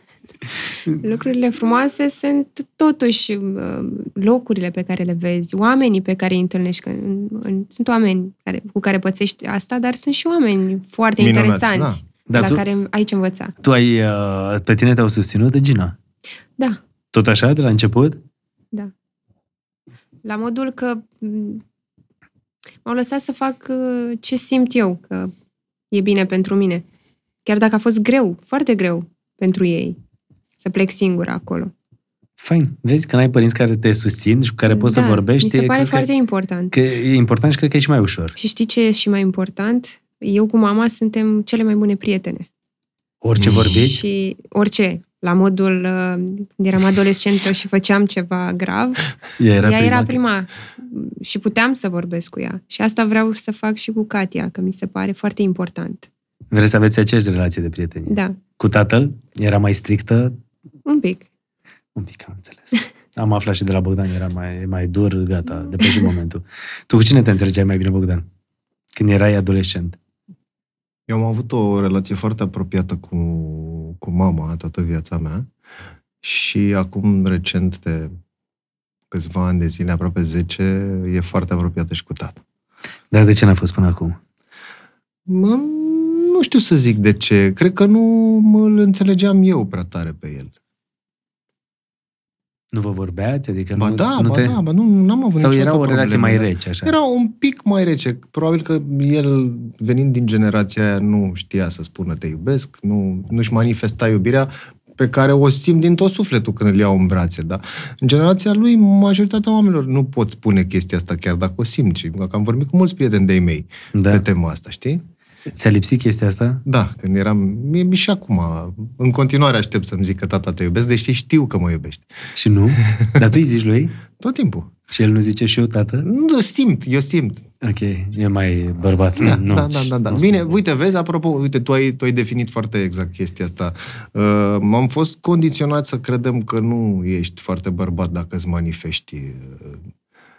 Speaker 4: Lucrurile frumoase sunt totuși uh, locurile pe care le vezi, oamenii pe care îi întâlnești. Că în, în, sunt oameni care, cu care pățești asta, dar sunt și oameni foarte
Speaker 3: Minunați,
Speaker 4: interesanți
Speaker 1: da.
Speaker 4: da. la
Speaker 1: Dar tu-
Speaker 4: care ai ce învăța.
Speaker 1: Tu ai, uh, pe tine te-au susținut de Gina.
Speaker 4: Da,
Speaker 1: Tot așa, de la început?
Speaker 4: da. La modul că m, m-au lăsat să fac uh, ce simt eu, că e bine pentru mine. Chiar dacă a fost greu, foarte greu pentru ei să plec singură acolo.
Speaker 1: Fain. Vezi că n-ai părinți care te susțin și cu care poți
Speaker 4: da,
Speaker 1: să vorbești.
Speaker 4: Mi se
Speaker 1: e-
Speaker 4: pare
Speaker 1: cred
Speaker 4: foarte
Speaker 1: că,
Speaker 4: important.
Speaker 1: că e important și cred că e și mai ușor.
Speaker 4: Și știi ce e și mai important? Eu cu mama suntem cele mai bune prietene.
Speaker 1: Orice vorbiți,
Speaker 4: Și orice, la modul uh, când eram adolescentă și făceam ceva grav,
Speaker 1: ea era
Speaker 4: era ea
Speaker 1: prima.
Speaker 4: era prima și puteam să vorbesc cu ea. Și asta vreau să fac și cu Katia, că mi se pare foarte important.
Speaker 1: Vreți să aveți aceeași relație de prietenie.
Speaker 4: Da,
Speaker 1: Cu tatăl era mai strictă,
Speaker 4: un pic.
Speaker 1: un pic am înțeles. Am aflat și de la Bogdan, era mai, mai dur, gata, depășit momentul. Tu cu cine te înțelegeai mai bine, Bogdan? Când erai adolescent.
Speaker 3: Eu am avut o relație foarte apropiată cu, cu mama toată viața mea și acum recent de câțiva ani de zile, aproape 10, e foarte apropiată și cu tata.
Speaker 1: Dar de ce n-a fost până acum?
Speaker 3: Mă, nu știu să zic de ce. Cred că nu mă îl înțelegeam eu prea tare pe el.
Speaker 1: Nu vă vorbeați? Adică
Speaker 3: Ba
Speaker 1: nu,
Speaker 3: da,
Speaker 1: nu
Speaker 3: ba
Speaker 1: te...
Speaker 3: da, ba nu, n-am avut
Speaker 1: Sau
Speaker 3: niciodată
Speaker 1: era o relație
Speaker 3: probleme,
Speaker 1: mai
Speaker 3: da.
Speaker 1: rece, așa?
Speaker 3: Era un pic mai rece. Probabil că el, venind din generația aia, nu știa să spună te iubesc, nu, nu-și manifesta iubirea pe care o simt din tot sufletul când îl iau în brațe, da? În generația lui, majoritatea oamenilor nu pot spune chestia asta chiar dacă o simt. Și că am vorbit cu mulți prieteni de-ai mei da. pe
Speaker 1: Da.
Speaker 3: tema asta, știi?
Speaker 1: Ți-a lipsit chestia asta?
Speaker 3: Da, când eram... Mie mi și acum, în continuare aștept să-mi zic că tata te iubesc, deși știu că mă iubești.
Speaker 1: Și nu? Dar tu îi zici lui?
Speaker 3: Tot timpul.
Speaker 1: Și el nu zice și eu, tată?
Speaker 3: Nu, simt, eu simt.
Speaker 1: Ok, e mai bărbat.
Speaker 3: Da,
Speaker 1: nu,
Speaker 3: da, da, da. da.
Speaker 1: Nu
Speaker 3: Bine,
Speaker 1: spun.
Speaker 3: uite, vezi, apropo, uite, tu ai, tu ai definit foarte exact chestia asta. Uh, m-am fost condiționat să credem că nu ești foarte bărbat dacă îți manifesti uh,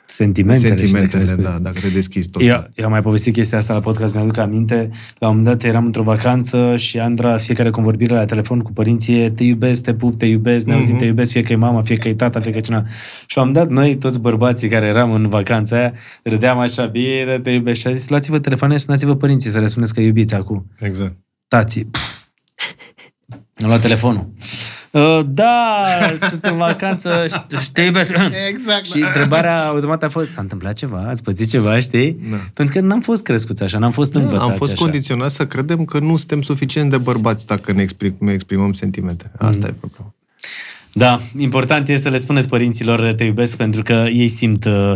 Speaker 1: Sentimentele, și
Speaker 3: sentimentele,
Speaker 1: dacă le
Speaker 3: da, dacă te deschizi tot. da.
Speaker 1: Eu, eu am mai povestit chestia asta la podcast, mi-aduc aminte. La un moment dat eram într-o vacanță și Andra, fiecare convorbire la telefon cu părinții, e, te iubesc, te pup, te iubesc, ne auzim,
Speaker 3: Mhm.
Speaker 1: te iubesc, fie că e mama, fie că e tata, fie că e cine. Și la un moment dat, noi, toți bărbații care eram în vacanța aia, râdeam așa, bine, te iubesc. Și a zis, luați-vă telefoane și sunați-vă părinții să le spuneți că iubiți acum
Speaker 3: Exact.
Speaker 1: tații. Pf. Am luat telefonul. Uh, Da, sunt în vacanță și- și te iubesc.
Speaker 3: Exact.
Speaker 1: Și întrebarea automată a fost, s-a întâmplat ceva? Ați pățit ceva, știi?
Speaker 3: Da.
Speaker 1: Pentru că n-am fost crescuți așa, n-am fost învățați
Speaker 3: Am fost
Speaker 1: așa.
Speaker 3: condiționați să credem că nu suntem suficient de bărbați dacă ne, exprim, ne exprimăm sentimente.
Speaker 1: Mm.
Speaker 3: Asta e problema.
Speaker 1: Da, important este să le spuneți părinților te iubesc pentru că ei simt, uh,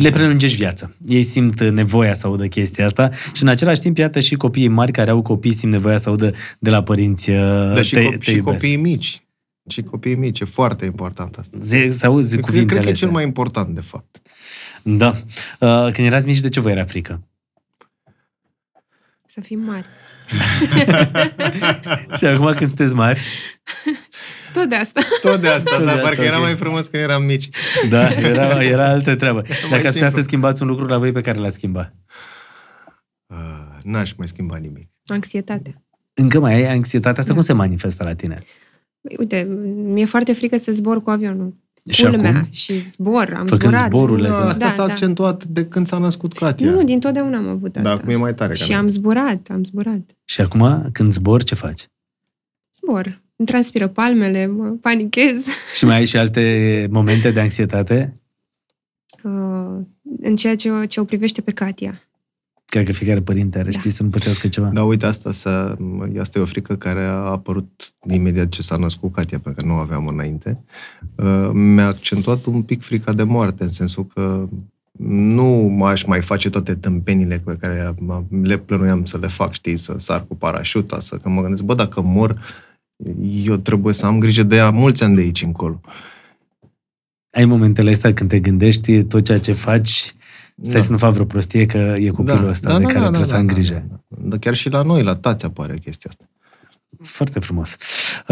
Speaker 1: le prelungești viața. Ei simt uh, nevoia să audă chestia asta și în același timp, iată, și copiii mari care au copii simt nevoia să audă de la părinți uh,
Speaker 3: Dar Da, și,
Speaker 1: te,
Speaker 3: co-
Speaker 1: te
Speaker 3: și
Speaker 1: iubesc.
Speaker 3: copiii mici. Și copiii mici. E foarte important asta.
Speaker 1: Ze- Să auzi
Speaker 3: Eu cred,
Speaker 1: cuvintele
Speaker 3: cred că e
Speaker 1: astea.
Speaker 3: cel mai important, de fapt.
Speaker 1: Da. Uh, Când erați mici, de ce vă era frică?
Speaker 4: Să fim mari.
Speaker 1: Și acum când sunteți mari,
Speaker 4: Tot de asta.
Speaker 3: Tot de asta,
Speaker 1: Tot de
Speaker 3: dar
Speaker 1: asta,
Speaker 3: parcă era
Speaker 1: ok.
Speaker 3: mai frumos când eram mici.
Speaker 1: da, era, era altă treabă. Dacă ați putea
Speaker 3: simplu.
Speaker 1: să schimbați un lucru la voi pe care l-ați schimba.
Speaker 3: Uh, n-aș mai schimba nimic.
Speaker 4: Anxietatea.
Speaker 1: Încă mai ai anxietatea asta? Cum se manifestă la tine?
Speaker 4: Uite, mi-e foarte frică să zbor cu avionul.
Speaker 1: Și
Speaker 4: Culmea.
Speaker 1: acum?
Speaker 4: Și zbor, am
Speaker 1: Făcând
Speaker 4: zburat.
Speaker 1: zborurile,
Speaker 3: Da, asta
Speaker 4: da,
Speaker 3: s-a
Speaker 4: da.
Speaker 3: accentuat de când s-a născut Katia.
Speaker 4: Nu, dintotdeauna am avut
Speaker 3: Dar
Speaker 4: asta.
Speaker 3: Da, acum e mai tare.
Speaker 4: și
Speaker 3: ca
Speaker 4: am
Speaker 3: noi.
Speaker 4: zburat, am zburat.
Speaker 1: Și acum, când zbor, ce faci?
Speaker 4: Zbor. Îmi transpiră palmele, mă panichez.
Speaker 1: Și mai ai și alte momente de anxietate?
Speaker 4: Uh, în ceea ce o, ce o privește pe Katia.
Speaker 1: Cred că fiecare părinte are, știi, să împățească ceva.
Speaker 3: Da, uite, asta, s-a, asta e o frică care a apărut imediat ce s-a născut Katia, pentru că nu o aveam înainte. Uh, Mi-a accentuat un pic frica de moarte, în sensul că nu m-aș mai face toate tâmpenile pe care am- le plănuiam să le fac, știi, să sar cu parașuta, să că mă gândesc, bă, dacă mor, Eu trebuie să am grijă de ea mulți ani de aici încolo.
Speaker 1: Ai momentele astea când te gândești tot ceea ce faci, stai
Speaker 3: Da.
Speaker 1: să nu faci vreo prostie că e copilul ăsta de care trebuie să am grijă.
Speaker 3: Da, da. Dar chiar și la noi, la tați apare chestia asta.
Speaker 1: Foarte frumos. Uh,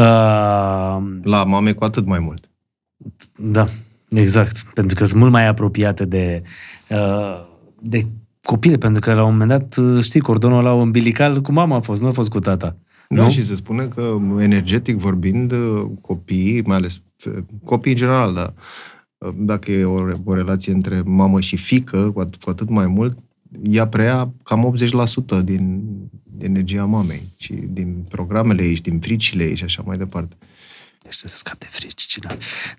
Speaker 3: La mame cu atât mai mult.
Speaker 1: Da, exact. Pentru că sunt mult mai apropiate de, uh, de copil, pentru că la un moment dat, uh, știi, cordonul la umbilical cu mama a fost, nu a fost cu tata.
Speaker 3: Da,
Speaker 1: nu?
Speaker 3: și se spune că, energetic vorbind, uh, copiii, mai ales fe- copiii în general, dar dacă e o, re- o relație între mamă și fică, cu at- cu atât mai mult, ea preia cam 80% din energia mamei și din programele ei și din fricile ei și așa mai departe.
Speaker 1: Deci trebuie să scap de frici, Gina.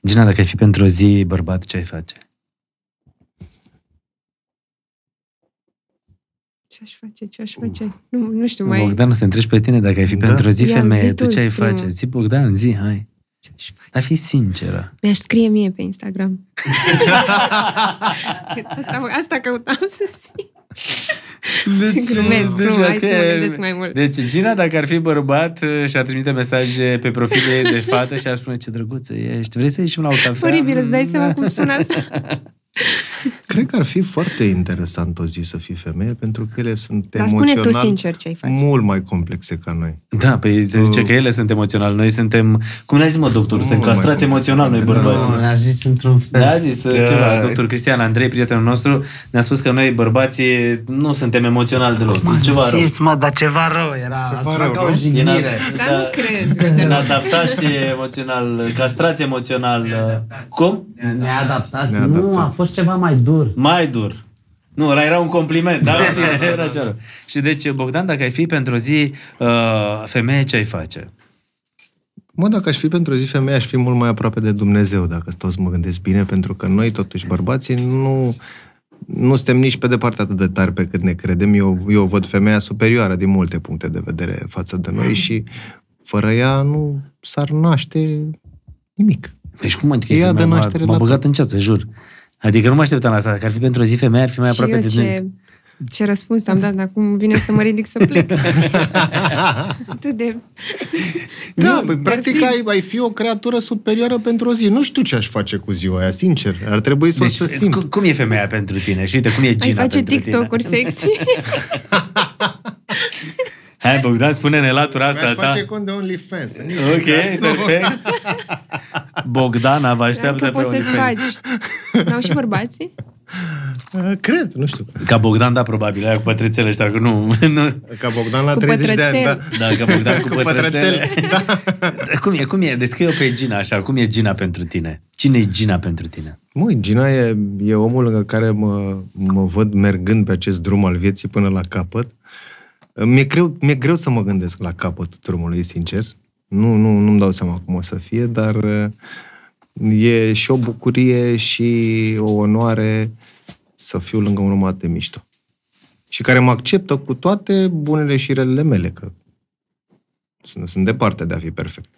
Speaker 1: Gina, dacă ai fi pentru o zi bărbat, ce ai face?
Speaker 4: Ce-aș face? Ce-aș face? Nu, nu știu mai...
Speaker 1: Bogdan, să întreb pe tine dacă ai fi
Speaker 3: Da.
Speaker 1: pentru o zi
Speaker 4: Ia,
Speaker 1: femeie,
Speaker 4: zi
Speaker 1: tu,
Speaker 4: tu
Speaker 1: ce ai
Speaker 4: prima.
Speaker 1: face? Zi, Bogdan, zi, hai.
Speaker 4: Ce-aș face?
Speaker 1: Dar fi sinceră.
Speaker 4: Mi-aș scrie mie pe Instagram. asta, asta căutam să zic. Glumesc,
Speaker 1: deci,
Speaker 4: nu,
Speaker 1: mă
Speaker 4: hai să mă
Speaker 1: scrie-
Speaker 4: gândesc mai mult.
Speaker 1: Deci Gina, dacă ar fi bărbat, uh, și-ar trimite mesaje pe profilul ei de fată și ar spune ce drăguță ești. Vrei să ieșim la o cafea?
Speaker 4: Oribil, îți dai
Speaker 1: Mm,
Speaker 4: seama
Speaker 1: da.
Speaker 4: cum sună asta?
Speaker 3: Cred că ar fi foarte interesant o zi să fii femeie, pentru că ele sunt
Speaker 4: Dar spune
Speaker 3: emoțional
Speaker 4: tu sincer ce ai face.
Speaker 3: mult mai complexe ca noi.
Speaker 1: Da, păi se zice
Speaker 3: Uh.
Speaker 1: că ele sunt emoționali. Noi suntem, cum le-a zis mă doctorul,
Speaker 3: Nu
Speaker 1: suntem
Speaker 3: Mm, mă
Speaker 1: castrați
Speaker 3: mai cum-
Speaker 1: emoțional noi bărbații.
Speaker 3: Da.
Speaker 2: a zis într-un fel.
Speaker 1: Ne-a zis uh,
Speaker 3: Da.
Speaker 1: ceva, doctor Cristian Andrei, prietenul nostru, ne-a spus că noi bărbații nu suntem emoționali deloc. Ceva rău.
Speaker 2: Zis, mă, dar ceva rău era. Ceva
Speaker 3: rău,
Speaker 2: rău, ca o
Speaker 3: nu?
Speaker 2: jignire.
Speaker 4: Dar nu cred.
Speaker 1: da. În adaptație emoțional, castrație emoțional. uh, Cum?
Speaker 2: Ne-a adaptat.
Speaker 3: Ne-a
Speaker 2: Nu,
Speaker 3: adaptat.
Speaker 2: a fost ceva mai dur.
Speaker 1: Mai dur. Nu, ăla era un compliment, da? Era cea rău. Și deci, Bogdan, dacă ai fi pentru o zi uh, femeie, ce ai face?
Speaker 3: Mă, dacă aș fi pentru o zi femeie, aș fi mult mai aproape de Dumnezeu, dacă stau să mă gândesc bine, pentru că noi, totuși, bărbații, nu, nu suntem nici pe departe atât de tari pe cât ne credem. Eu, eu văd femeia superioară din multe puncte de vedere față de noi și fără ea nu s-ar naște nimic.
Speaker 1: Deci cum adică
Speaker 3: Ea
Speaker 1: e
Speaker 3: dă
Speaker 1: mai
Speaker 3: naștere
Speaker 1: mare? M-a
Speaker 3: la
Speaker 1: băgat în ceață, jur. Adică nu mă așteptam la asta. Dacă ar fi pentru o zi femeie, ar fi mai
Speaker 4: Și
Speaker 1: aproape
Speaker 4: eu
Speaker 1: de Dumnezeu.
Speaker 4: ce, ce răspuns am dat, acum vine să mă ridic să plec. Atât de...
Speaker 3: Da,
Speaker 4: Nu,
Speaker 3: păi, practic
Speaker 4: perfect.
Speaker 3: ai, ai fi o creatură superioară pentru o zi. Nu știu ce aș face cu ziua aia, sincer. Ar trebui să
Speaker 1: Deci,
Speaker 3: o să simt.
Speaker 1: cum- cum e femeia pentru tine? Și uite, cum e
Speaker 4: Ai
Speaker 1: Gina
Speaker 4: face
Speaker 1: pentru
Speaker 4: TikTok-uri
Speaker 1: tine?
Speaker 4: sexy?
Speaker 1: Hai, Bogdan, spune-ne latura asta
Speaker 3: Mi-aș
Speaker 1: ta.
Speaker 3: face cont de OnlyFans. Nici
Speaker 1: Ok, perfect. Bogdana vă așteaptă
Speaker 4: tu
Speaker 1: pe
Speaker 4: poți să-ți
Speaker 1: OnlyFans.
Speaker 4: faci. N-au și bărbații?
Speaker 3: Uh, Cred, nu știu.
Speaker 1: Ca Bogdan, da, probabil, aia cu pătrățele ăștia, că nu, nu.
Speaker 3: Ca Bogdan la
Speaker 4: Cu
Speaker 3: 30 de ani,
Speaker 4: pătrățel.
Speaker 3: da.
Speaker 1: Da, ca Bogdan cu,
Speaker 3: Cu
Speaker 1: pătrățele.
Speaker 3: pătrățele,
Speaker 1: Da. Cum e, cum e? Descrie-o pe Gina așa, cum e Gina pentru tine? Cine e Gina pentru tine?
Speaker 3: Măi, Gina e, e omul lângă care mă, mă văd mergând pe acest drum al vieții până la capăt. Mi-e greu, mi-e greu să mă gândesc la capătul drumului, sincer. Nu, nu, nu-mi dau seama cum o să fie, dar uh, e și o bucurie și o onoare să fiu lângă un om atât de mișto. Și care mă acceptă cu toate bunele și relele mele, că sunt, sunt departe de a fi perfect.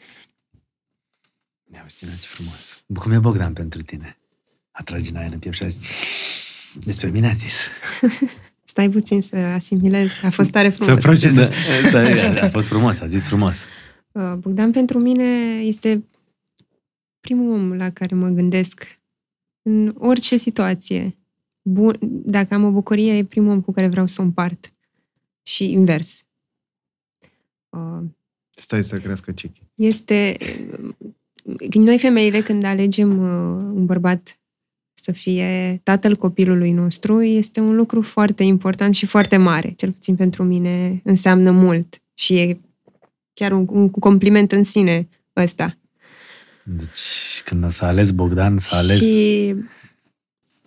Speaker 1: Ia uite, Gina, ce frumos. Cum e Bogdan pentru tine? Atrage în aer în piept și a zis, despre mine a zis.
Speaker 4: Stai puțin să asimilez. A fost tare frumos.
Speaker 3: Să procesez.
Speaker 1: Da, da, a fost frumos, a zis frumos.
Speaker 4: Uh, Bogdan pentru mine este primul om la care mă gândesc în orice situație. Bun, dacă am o bucurie, e primul om cu care vreau să o împart. Și invers. Uh,
Speaker 3: Stai să crească Cichi.
Speaker 4: Este... Noi femeile, când alegem uh, un bărbat să fie tatăl copilului nostru, este un lucru foarte important și foarte mare. Cel puțin pentru mine înseamnă mult și e chiar un, un compliment în sine ăsta.
Speaker 1: Deci, când s-a ales Bogdan, s-a ales...
Speaker 4: Și...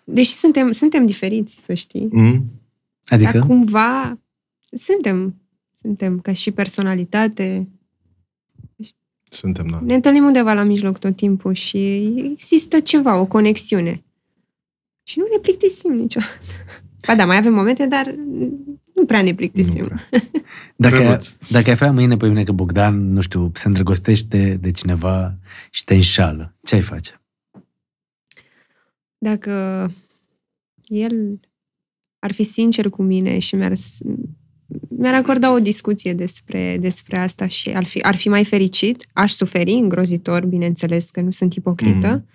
Speaker 4: Deși suntem, suntem diferiți, să știi.
Speaker 3: Mm?
Speaker 1: Adică?
Speaker 4: Dar cumva suntem, suntem ca și personalitate,
Speaker 3: Suntem, da.
Speaker 4: Ne întâlnim undeva la mijloc tot timpul și există ceva, o conexiune. Și nu ne plictisim niciodată. Ba da, mai avem momente, dar nu prea ne plictisim.
Speaker 3: Nu prea.
Speaker 1: Dacă,
Speaker 3: Drăguț.
Speaker 1: dacă ai afla mâine pe mine că Bogdan, nu știu, se îndrăgostește de cineva și te înșală, ce ai face?
Speaker 4: Dacă el ar fi sincer cu mine și mi-ar, s- mi-ar acorda o discuție despre, despre asta și ar fi, ar fi mai fericit. Aș suferi îngrozitor, bineînțeles că nu sunt ipocrită, mm.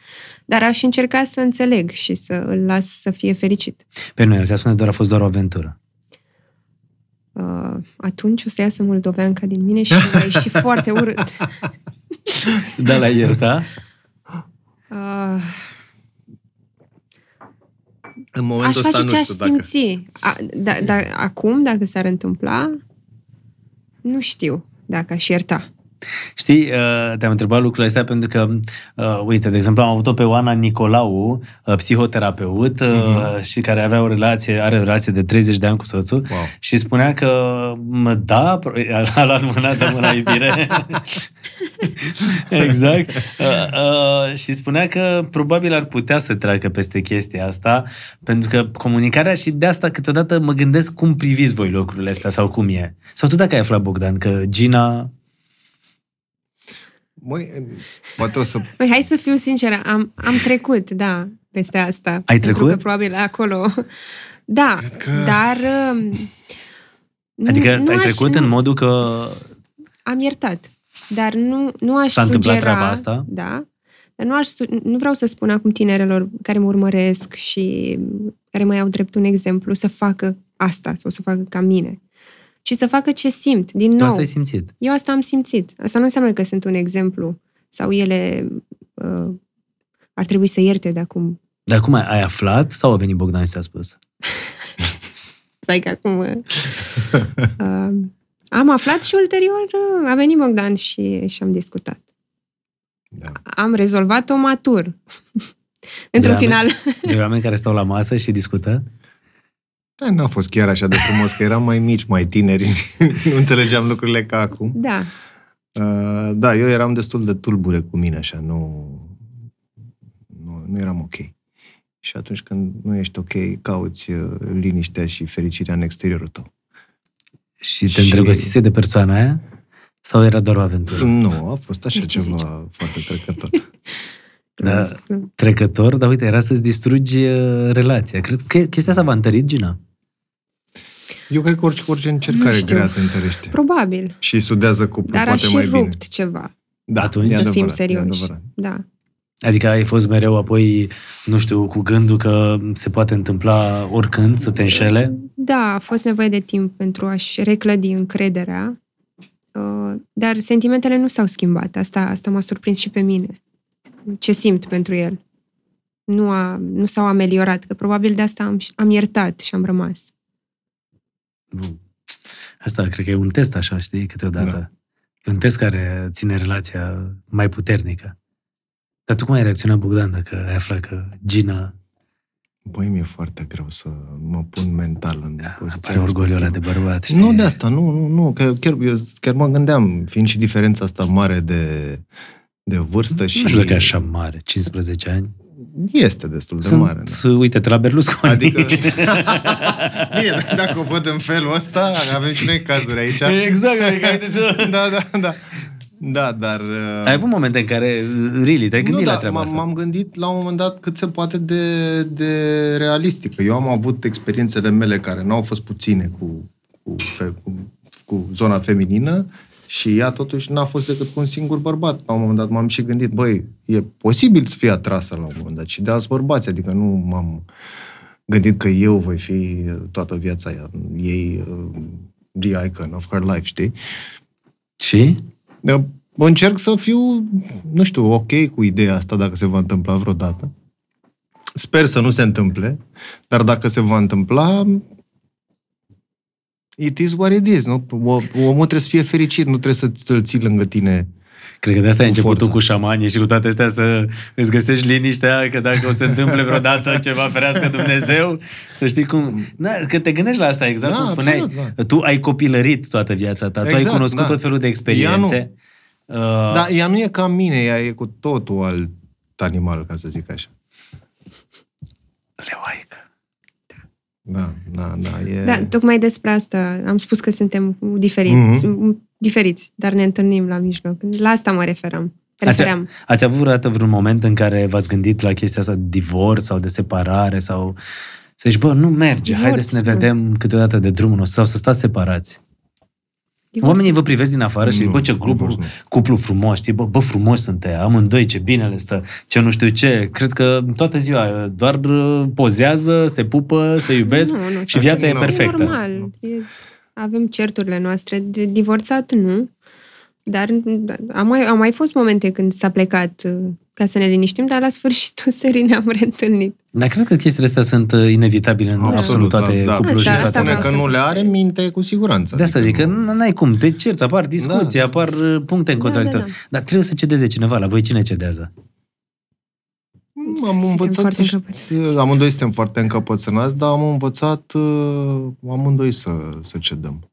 Speaker 4: dar aș încerca să înțeleg și să îl las să fie fericit.
Speaker 1: Pe noi, el ți-a spune doar a fost doar o aventură.
Speaker 4: Uh, atunci o să iasă moldoveanca din mine și va ieși foarte urât.
Speaker 1: Da, la el, da?
Speaker 4: Uh,
Speaker 3: În
Speaker 4: aș
Speaker 3: momentul ăsta
Speaker 4: face
Speaker 3: nu
Speaker 4: ce aș
Speaker 3: știu dacă...
Speaker 4: simți. A, da, da, acum, dacă s-ar întâmpla, nu știu dacă aș ierta.
Speaker 1: Știi, uh, te-am întrebat lucrurile astea pentru că, uh, uite, de exemplu, am avut-o pe Oana Nicolau, uh, psihoterapeut, uh-huh. și care avea o relație, are o relație de 30 de ani cu soțul
Speaker 3: Wow.
Speaker 1: și spunea că, mă, da, pro- a luat mâna de mâna iubire. exact. Uh, uh, și spunea că probabil ar putea să treacă peste chestia asta, pentru că comunicarea și de asta câteodată mă gândesc cum priviți voi lucrurile astea sau cum e. Sau tu dacă ai aflat, Bogdan, că Gina
Speaker 3: Măi, poate o să...
Speaker 4: Păi hai să fiu sinceră, am, am trecut, da, peste asta. Ai
Speaker 1: trecut?
Speaker 4: Că probabil acolo. Da,
Speaker 3: că-
Speaker 4: dar... um, nu-
Speaker 1: Adică
Speaker 4: nu
Speaker 1: ai
Speaker 4: aș-
Speaker 1: trecut
Speaker 4: nu-
Speaker 1: în modul că...
Speaker 4: Am iertat, dar nu, nu aș
Speaker 1: S-a întâmplat
Speaker 4: sugera...
Speaker 1: treaba asta?
Speaker 4: Da, dar nu, aș, su- nu vreau să spun acum tinerelor care mă urmăresc și care mai au drept un exemplu să facă asta sau să facă ca mine, ci să facă ce simt, din
Speaker 1: Tu
Speaker 4: nou.
Speaker 1: asta ai simțit.
Speaker 4: Eu asta am simțit. Asta nu înseamnă că sunt un exemplu sau ele uh, ar trebui să ierte de acum.
Speaker 1: Dar cum ai, ai aflat sau a venit Bogdan și ți-a spus?
Speaker 4: Stai că acum... Uh, uh, am aflat și ulterior uh, a venit Bogdan și, și am discutat.
Speaker 3: Da.
Speaker 4: Am rezolvat-o matur. Într-un
Speaker 1: Drame.
Speaker 4: final.
Speaker 1: De oameni care stau la masă și discută?
Speaker 3: Da, n-a fost chiar așa de frumos, că eram mai mici, mai tineri, nu înțelegeam lucrurile ca acum.
Speaker 4: Da.
Speaker 3: Uh, da, eu eram destul de tulbure cu mine, așa, nu, nu, nu eram ok. Și atunci când nu ești ok, cauți uh, liniștea și fericirea în exteriorul tău.
Speaker 1: Și te
Speaker 3: Și-
Speaker 1: îndrăgostise de persoana aia? Sau era doar o aventură?
Speaker 3: Nu, a fost așa
Speaker 4: Nu știu
Speaker 3: ceva foarte trecător.
Speaker 1: Da.
Speaker 4: Glumesc.
Speaker 1: Trecător, dar uite, era să-ți distrugi uh, relația. Cred că chestia asta v-a întărit, Gina.
Speaker 3: Eu cred că orice, orice încercare
Speaker 4: știu.
Speaker 3: grea te întărește.
Speaker 4: Probabil.
Speaker 3: Și sudează cuplul,
Speaker 4: Dar a
Speaker 3: poate
Speaker 4: și
Speaker 3: mai
Speaker 4: rupt
Speaker 3: bine.
Speaker 4: ceva.
Speaker 3: Da,
Speaker 1: Atunci-
Speaker 3: e
Speaker 1: Să
Speaker 4: să fim
Speaker 3: adevărat, e
Speaker 4: serioși.
Speaker 3: adevărat.
Speaker 4: Da.
Speaker 1: Adică ai fost mereu apoi, nu știu, cu gândul că se poate întâmpla oricând să te înșele?
Speaker 4: Da, a fost nevoie de timp pentru a-și reclădi încrederea, uh, dar sentimentele nu s-au schimbat. Asta, asta m-a surprins și pe mine. Ce simt pentru el. Nu, a, nu s-au ameliorat, că probabil de asta am, am iertat și am rămas.
Speaker 1: Nu. Asta cred că e un test așa, știi, câteodată. Da. E un test care ține relația mai puternică. Dar tu cum ai reacționat, Bogdan, dacă ai aflat că Gina
Speaker 3: Băi, mi-e foarte greu să mă pun mental în poziția
Speaker 1: are Da, orgoliul ăla de
Speaker 3: respectivă.
Speaker 1: bărbat? Știi?
Speaker 3: Da, Nu de asta, nu, nu, nu, că chiar, eu chiar mă gândeam, fiind și diferența asta mare de, de vârstă și...
Speaker 1: Nu știu dacă e așa mare, 15 ani.
Speaker 3: Este destul de
Speaker 1: Sunt,
Speaker 3: mare. Da.
Speaker 1: uite-te la Berlusconi.
Speaker 3: Adică, bine, d- dacă o văd în felul ăsta, avem și noi cazuri aici.
Speaker 1: exact, adică uite să...
Speaker 3: Da, da, da. Da, dar... uh,
Speaker 1: Ai avut momente în care, really, te-ai gândit
Speaker 3: nu,
Speaker 1: la
Speaker 3: da,
Speaker 1: treaba
Speaker 3: m-am-
Speaker 1: asta.
Speaker 3: M-am gândit la un moment dat cât se poate de, de realistică. Eu am avut experiențele mele care n-au fost puține cu, cu, fe, cu, cu zona feminină și ea totuși n-a fost decât cu un singur bărbat. La un moment dat m-am și gândit, băi, e posibil să fie atrasă la un moment dat și de alți bărbați, adică nu m-am gândit că eu voi fi toată viața ea- ei uh, the icon of her life, știi?
Speaker 1: Și?
Speaker 3: Eu Încerc să fiu, nu știu, ok cu ideea asta dacă se va întâmpla vreodată. Sper să nu se întâmple, dar dacă se va întâmpla, it is what it is, nu? O- Omul trebuie să fie fericit, nu trebuie să îl ții lângă tine.
Speaker 1: Cred că de asta ai
Speaker 3: Cu
Speaker 1: început tu
Speaker 3: forță.
Speaker 1: cu șamanii și cu toate astea să îți găsești liniștea, că dacă o se întâmple vreodată ceva ferească Dumnezeu, să știi cum... Da, că te gândești la asta exact
Speaker 3: Da,
Speaker 1: cum spuneai.
Speaker 3: absolut,
Speaker 1: Tu ai copilărit toată viața ta, tu ai
Speaker 3: Exact,
Speaker 1: cunoscut
Speaker 3: da.
Speaker 1: tot felul de
Speaker 3: Ea
Speaker 1: experiențe. Uh,
Speaker 3: Dar ea nu e ca mine, ea e cu totul alt animal, ca să zic așa.
Speaker 1: Leoaică.
Speaker 3: Da, da, da, e...
Speaker 4: Da, tocmai despre asta am spus că suntem diferiți, mm-hmm. diferiți dar ne întâlnim la mijloc. La asta mă referam.
Speaker 1: Ați,
Speaker 4: Refeream.
Speaker 1: ați avut vreodată vreun moment în care v-ați gândit la chestia asta de divorț sau de separare sau Să zici, bă, nu merge,
Speaker 4: Divorț,
Speaker 1: haide să ne
Speaker 4: nu.
Speaker 1: vedem câteodată de drumul nostru sau să stați separați.
Speaker 4: Divorț.
Speaker 1: Oamenii vă privesc din afară și zic,
Speaker 3: Nu,
Speaker 1: bă, ce
Speaker 3: divorț
Speaker 1: grupul,
Speaker 3: nu.
Speaker 1: cuplu frumos, știi, bă, bă, frumos sunt ei, amândoi, ce bine le stă, ce nu știu ce. Cred că toată ziua doar uh, pozează, se pupă, se iubesc
Speaker 4: Nu, nu,
Speaker 1: și
Speaker 4: sau-
Speaker 1: viața e
Speaker 3: nu.
Speaker 1: perfectă.
Speaker 4: E normal. E, avem certurile noastre. De divorțat, nu. Dar am mai, au mai fost momente când s-a plecat uh, ca să ne liniștim, dar la sfârșitul serii ne-am reîntâlnit.
Speaker 1: Dar cred că chestiile astea sunt uh, inevitabile în absolut, absolut toate da,
Speaker 4: Asta-
Speaker 1: cuplurile.
Speaker 4: asta
Speaker 1: și toate
Speaker 3: spune
Speaker 4: vreau
Speaker 3: că
Speaker 4: să
Speaker 3: nu
Speaker 4: zic.
Speaker 3: le are în minte cu siguranță.
Speaker 1: De asta zic că
Speaker 3: nu-
Speaker 1: nu ai cum. Te cerți, apar discuții,
Speaker 3: Da.
Speaker 1: apar uh, puncte în
Speaker 4: Da,
Speaker 1: contradictorii.
Speaker 4: da, da.
Speaker 1: Dar trebuie să cedeze cineva. La voi cine cedează?
Speaker 3: Am
Speaker 4: Deci Suntem
Speaker 3: învățat,
Speaker 4: foarte
Speaker 3: să
Speaker 4: încăpățânați.
Speaker 3: amândoi suntem foarte încăpățânați, dar am învățat uh, amândoi să, să cedăm.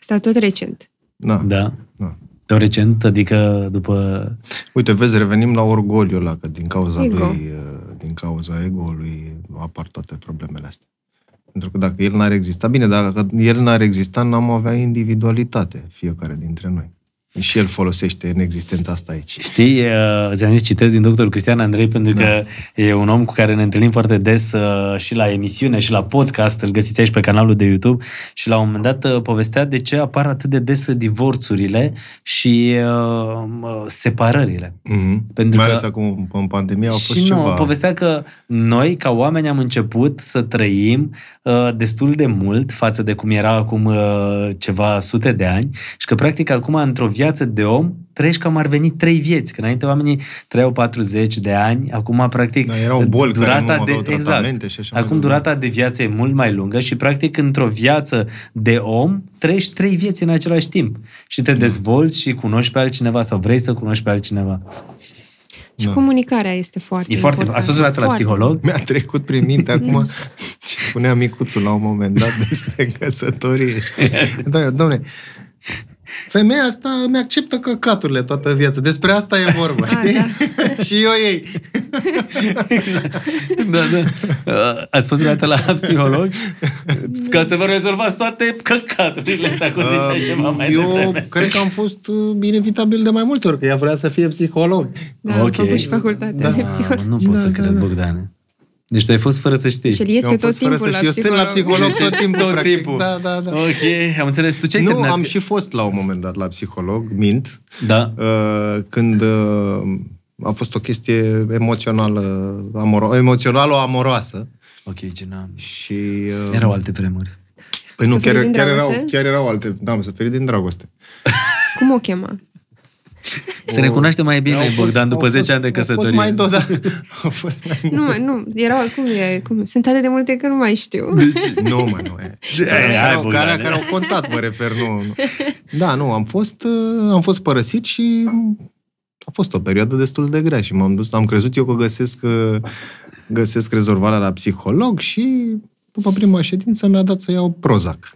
Speaker 4: Asta tot recent.
Speaker 3: Da. da.
Speaker 1: Da.
Speaker 3: Da.
Speaker 1: De recent, adică după...
Speaker 3: Uite, vezi, revenim la orgoliul ăla, că din cauza
Speaker 4: Ego.
Speaker 3: lui, uh, din cauza ego-ului apar toate problemele astea. Pentru că dacă el n-ar exista, bine, dacă el n-ar exista, n-am avea individualitate fiecare dintre noi. Și el folosește în existența asta aici.
Speaker 1: Știi, uh, ți-am zis, citesc din doctorul Cristian Andrei, pentru da. că e un om cu care ne întâlnim foarte des uh, și la emisiune și la podcast, îl găsiți aici pe canalul de YouTube și la un moment dat uh, povestea de ce apar atât de des divorțurile și uh, uh, separările.
Speaker 3: Mm-hmm.
Speaker 1: Mhm. Pentru
Speaker 3: Mai
Speaker 1: că-
Speaker 3: ales acum, în pandemie, au fost
Speaker 1: și
Speaker 3: ceva...
Speaker 1: nu, povestea că noi, ca oameni, am început să trăim uh, destul de mult față de cum era acum uh, ceva sute de ani și că, practic, acum, într-o viață de om, trăiești cam ar veni trei vieți. Că înainte oamenii trăiau 40 de ani, acum, practic,
Speaker 3: Da, erau boli care nu aveau
Speaker 1: de, exact,
Speaker 3: tratamente și așa mai
Speaker 1: Acum
Speaker 3: departe.
Speaker 1: durata de viață e mult mai lungă și practic într-o viață de om trăiești trei vieți în același timp și
Speaker 3: Da.
Speaker 1: te dezvolți și cunoști pe altcineva sau vrei să cunoști pe altcineva.
Speaker 4: Și
Speaker 3: Da.
Speaker 4: comunicarea este foarte
Speaker 1: E foarte...
Speaker 4: importantă.
Speaker 1: Ați fost vreodată la
Speaker 4: Foarte.
Speaker 1: psiholog?
Speaker 3: Mi-a trecut prin minte acum ce spunea micuțul la un moment dat despre căsătorie. Da, domne, femeia asta mi acceptă căcaturile toată viața. Despre asta e vorba,
Speaker 4: Ah,
Speaker 3: știi? Și eu ei.
Speaker 1: da, da. Ați fost vreodată la psiholog? Ca să vă rezolvați toate căcaturile astea, cum ziceai ceva mai
Speaker 3: Ah, eu
Speaker 1: devreme.
Speaker 3: cred că am fost uh, inevitabil de mai multe ori, că ea vrea să fie psiholog.
Speaker 4: Da, am
Speaker 1: Ok.
Speaker 4: făcut și facultatea
Speaker 3: Da.
Speaker 4: de
Speaker 1: Ah, mă,
Speaker 4: psiholog.
Speaker 1: Nu pot să cred, Bogdane. Deci tu ai fost fără să știi.
Speaker 4: Și el
Speaker 3: eu
Speaker 4: este
Speaker 3: am
Speaker 4: tot
Speaker 3: fost fără să
Speaker 4: timpul la
Speaker 3: știu. Eu sunt la psiholog tot timpul.
Speaker 1: Tot
Speaker 3: practic.
Speaker 1: timpul.
Speaker 3: Da, da, da.
Speaker 1: Ok, am înțeles. Tu ce ai
Speaker 3: Nu,
Speaker 1: terminat?
Speaker 3: am și fost la un moment dat la psiholog, mint,
Speaker 1: Da.
Speaker 3: Uh, când uh, a fost o chestie emoțională, amoro- emoțională amoroasă
Speaker 1: Ok, Gina.
Speaker 3: și uh,
Speaker 1: Erau alte vremuri.
Speaker 3: păi nu,
Speaker 4: Suferi
Speaker 3: chiar,
Speaker 4: din
Speaker 3: chiar, erau,
Speaker 4: dragoste?
Speaker 3: chiar erau alte, da, am suferit din dragoste.
Speaker 4: Cum o chema?
Speaker 1: Se recunoaște mai
Speaker 3: Au
Speaker 1: bine,
Speaker 3: fost-
Speaker 1: Bogdan,
Speaker 3: au
Speaker 1: după
Speaker 3: fost-
Speaker 1: 10 ani de căsătorie.
Speaker 3: Au fost mai tot, da. Au fost mai...
Speaker 4: Nu, mă, nu, erau, cum e, cum, sunt atât de multe că nu mai știu.
Speaker 3: Deci, nu, mă, nu. e. Care,
Speaker 1: hai,
Speaker 3: care, au-
Speaker 1: Bogdane.
Speaker 3: care, care au contat, mă refer, nu, nu. Da, nu, am fost, uh, am fost părăsit și a fost o perioadă destul de grea și m-am dus, am crezut eu că găsesc, uh, găsesc rezolvarea la psiholog și după prima ședință mi-a dat să iau Prozac.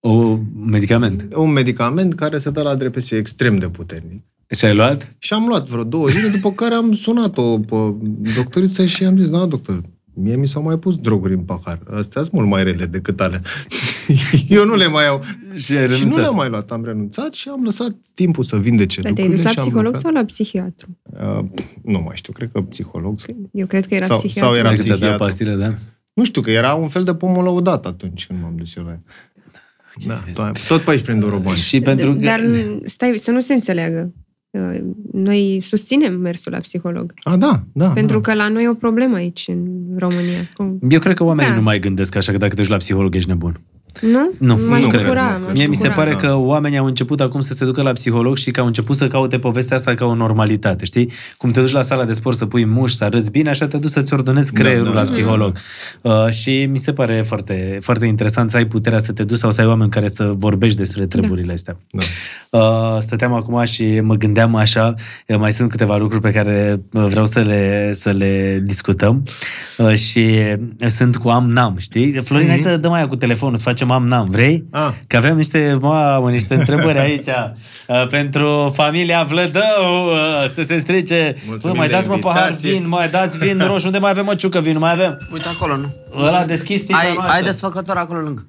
Speaker 1: O medicament.
Speaker 3: Un medicament care se dă la depresie extrem de puternic.
Speaker 1: Și ai luat?
Speaker 3: Și am luat vreo două zile, după care am sunat-o pe doctoriță și am zis, da, doctor, mie mi s-au mai pus droguri în pahar. Astea sunt mult mai rele decât alea. Eu nu le mai iau.
Speaker 1: Și ai
Speaker 3: Și nu
Speaker 1: renunțat.
Speaker 3: le-am mai luat, am renunțat și am lăsat timpul să vindece
Speaker 4: Dar te-ai
Speaker 3: lucrurile.
Speaker 4: dus la
Speaker 3: și am
Speaker 4: psiholog
Speaker 3: lucrat.
Speaker 4: sau la psihiatru?
Speaker 3: Uh, nu mai știu, cred că psiholog.
Speaker 4: Eu cred că era
Speaker 3: Sau-
Speaker 4: psihiatru.
Speaker 3: sau era-
Speaker 1: Dacă ți-a dat
Speaker 3: psihiatru.
Speaker 1: pastile, da?
Speaker 3: Nu știu, că era un fel de pomul lăudat atunci când m-am dus eu la ea. Da,
Speaker 1: vezi.
Speaker 3: to- tot pe aici prin Doroban.
Speaker 1: Și pentru că...
Speaker 4: Deci, Dar stai, să nu se înțeleagă. Uh, Noi susținem mersul la psiholog.
Speaker 3: A, da, da.
Speaker 4: Pentru
Speaker 3: da.
Speaker 4: că la noi e o problemă aici, în România. Cum?
Speaker 1: Eu cred că oamenii
Speaker 4: Da.
Speaker 1: nu mai gândesc așa că dacă te duci la psiholog ești nebun.
Speaker 4: Nu?
Speaker 1: Nu,
Speaker 4: M-aș
Speaker 1: nu
Speaker 4: bucura,
Speaker 1: cred,
Speaker 3: nu
Speaker 4: m-aș
Speaker 3: cred.
Speaker 1: Mie mi se
Speaker 4: bucura.
Speaker 1: pare
Speaker 3: Da.
Speaker 1: că oamenii au început acum să se ducă la psiholog și că au început să caute povestea asta ca o normalitate, știi? Cum te duci la sala de sport să pui mușchi, să arăți bine, așa te duci să-ți ordonezi
Speaker 3: Da,
Speaker 1: creierul
Speaker 3: da,
Speaker 1: la
Speaker 3: da.
Speaker 1: psiholog. Uh, și mi se pare foarte, foarte interesant să ai puterea să te duci sau să ai oameni care să vorbești despre treburile astea.
Speaker 3: Da.
Speaker 1: Uh, stăteam acum și mă gândeam așa, uh, mai sunt câteva lucruri pe care uh, vreau să le, să le discutăm uh, și uh, sunt cu am-nam, știi? Florin, hai să dăm aia cu telefonul, să facem am-nam, vrei?
Speaker 3: Mhm. Ah.
Speaker 1: Că avem niște, mamă, niște întrebări aici uh, pentru familia Vlădău uh, să se strice.
Speaker 3: Mulțumim
Speaker 1: mai
Speaker 3: de
Speaker 1: dați mă pahar
Speaker 3: invitație.
Speaker 1: vin, mai dați vin roșu, unde mai avem mă ciucă vin, mai avem
Speaker 2: Uite acolo, nu?
Speaker 1: ăla deschis sticla
Speaker 2: Ai,
Speaker 1: noastră.
Speaker 2: ai desfăcător acolo lângă.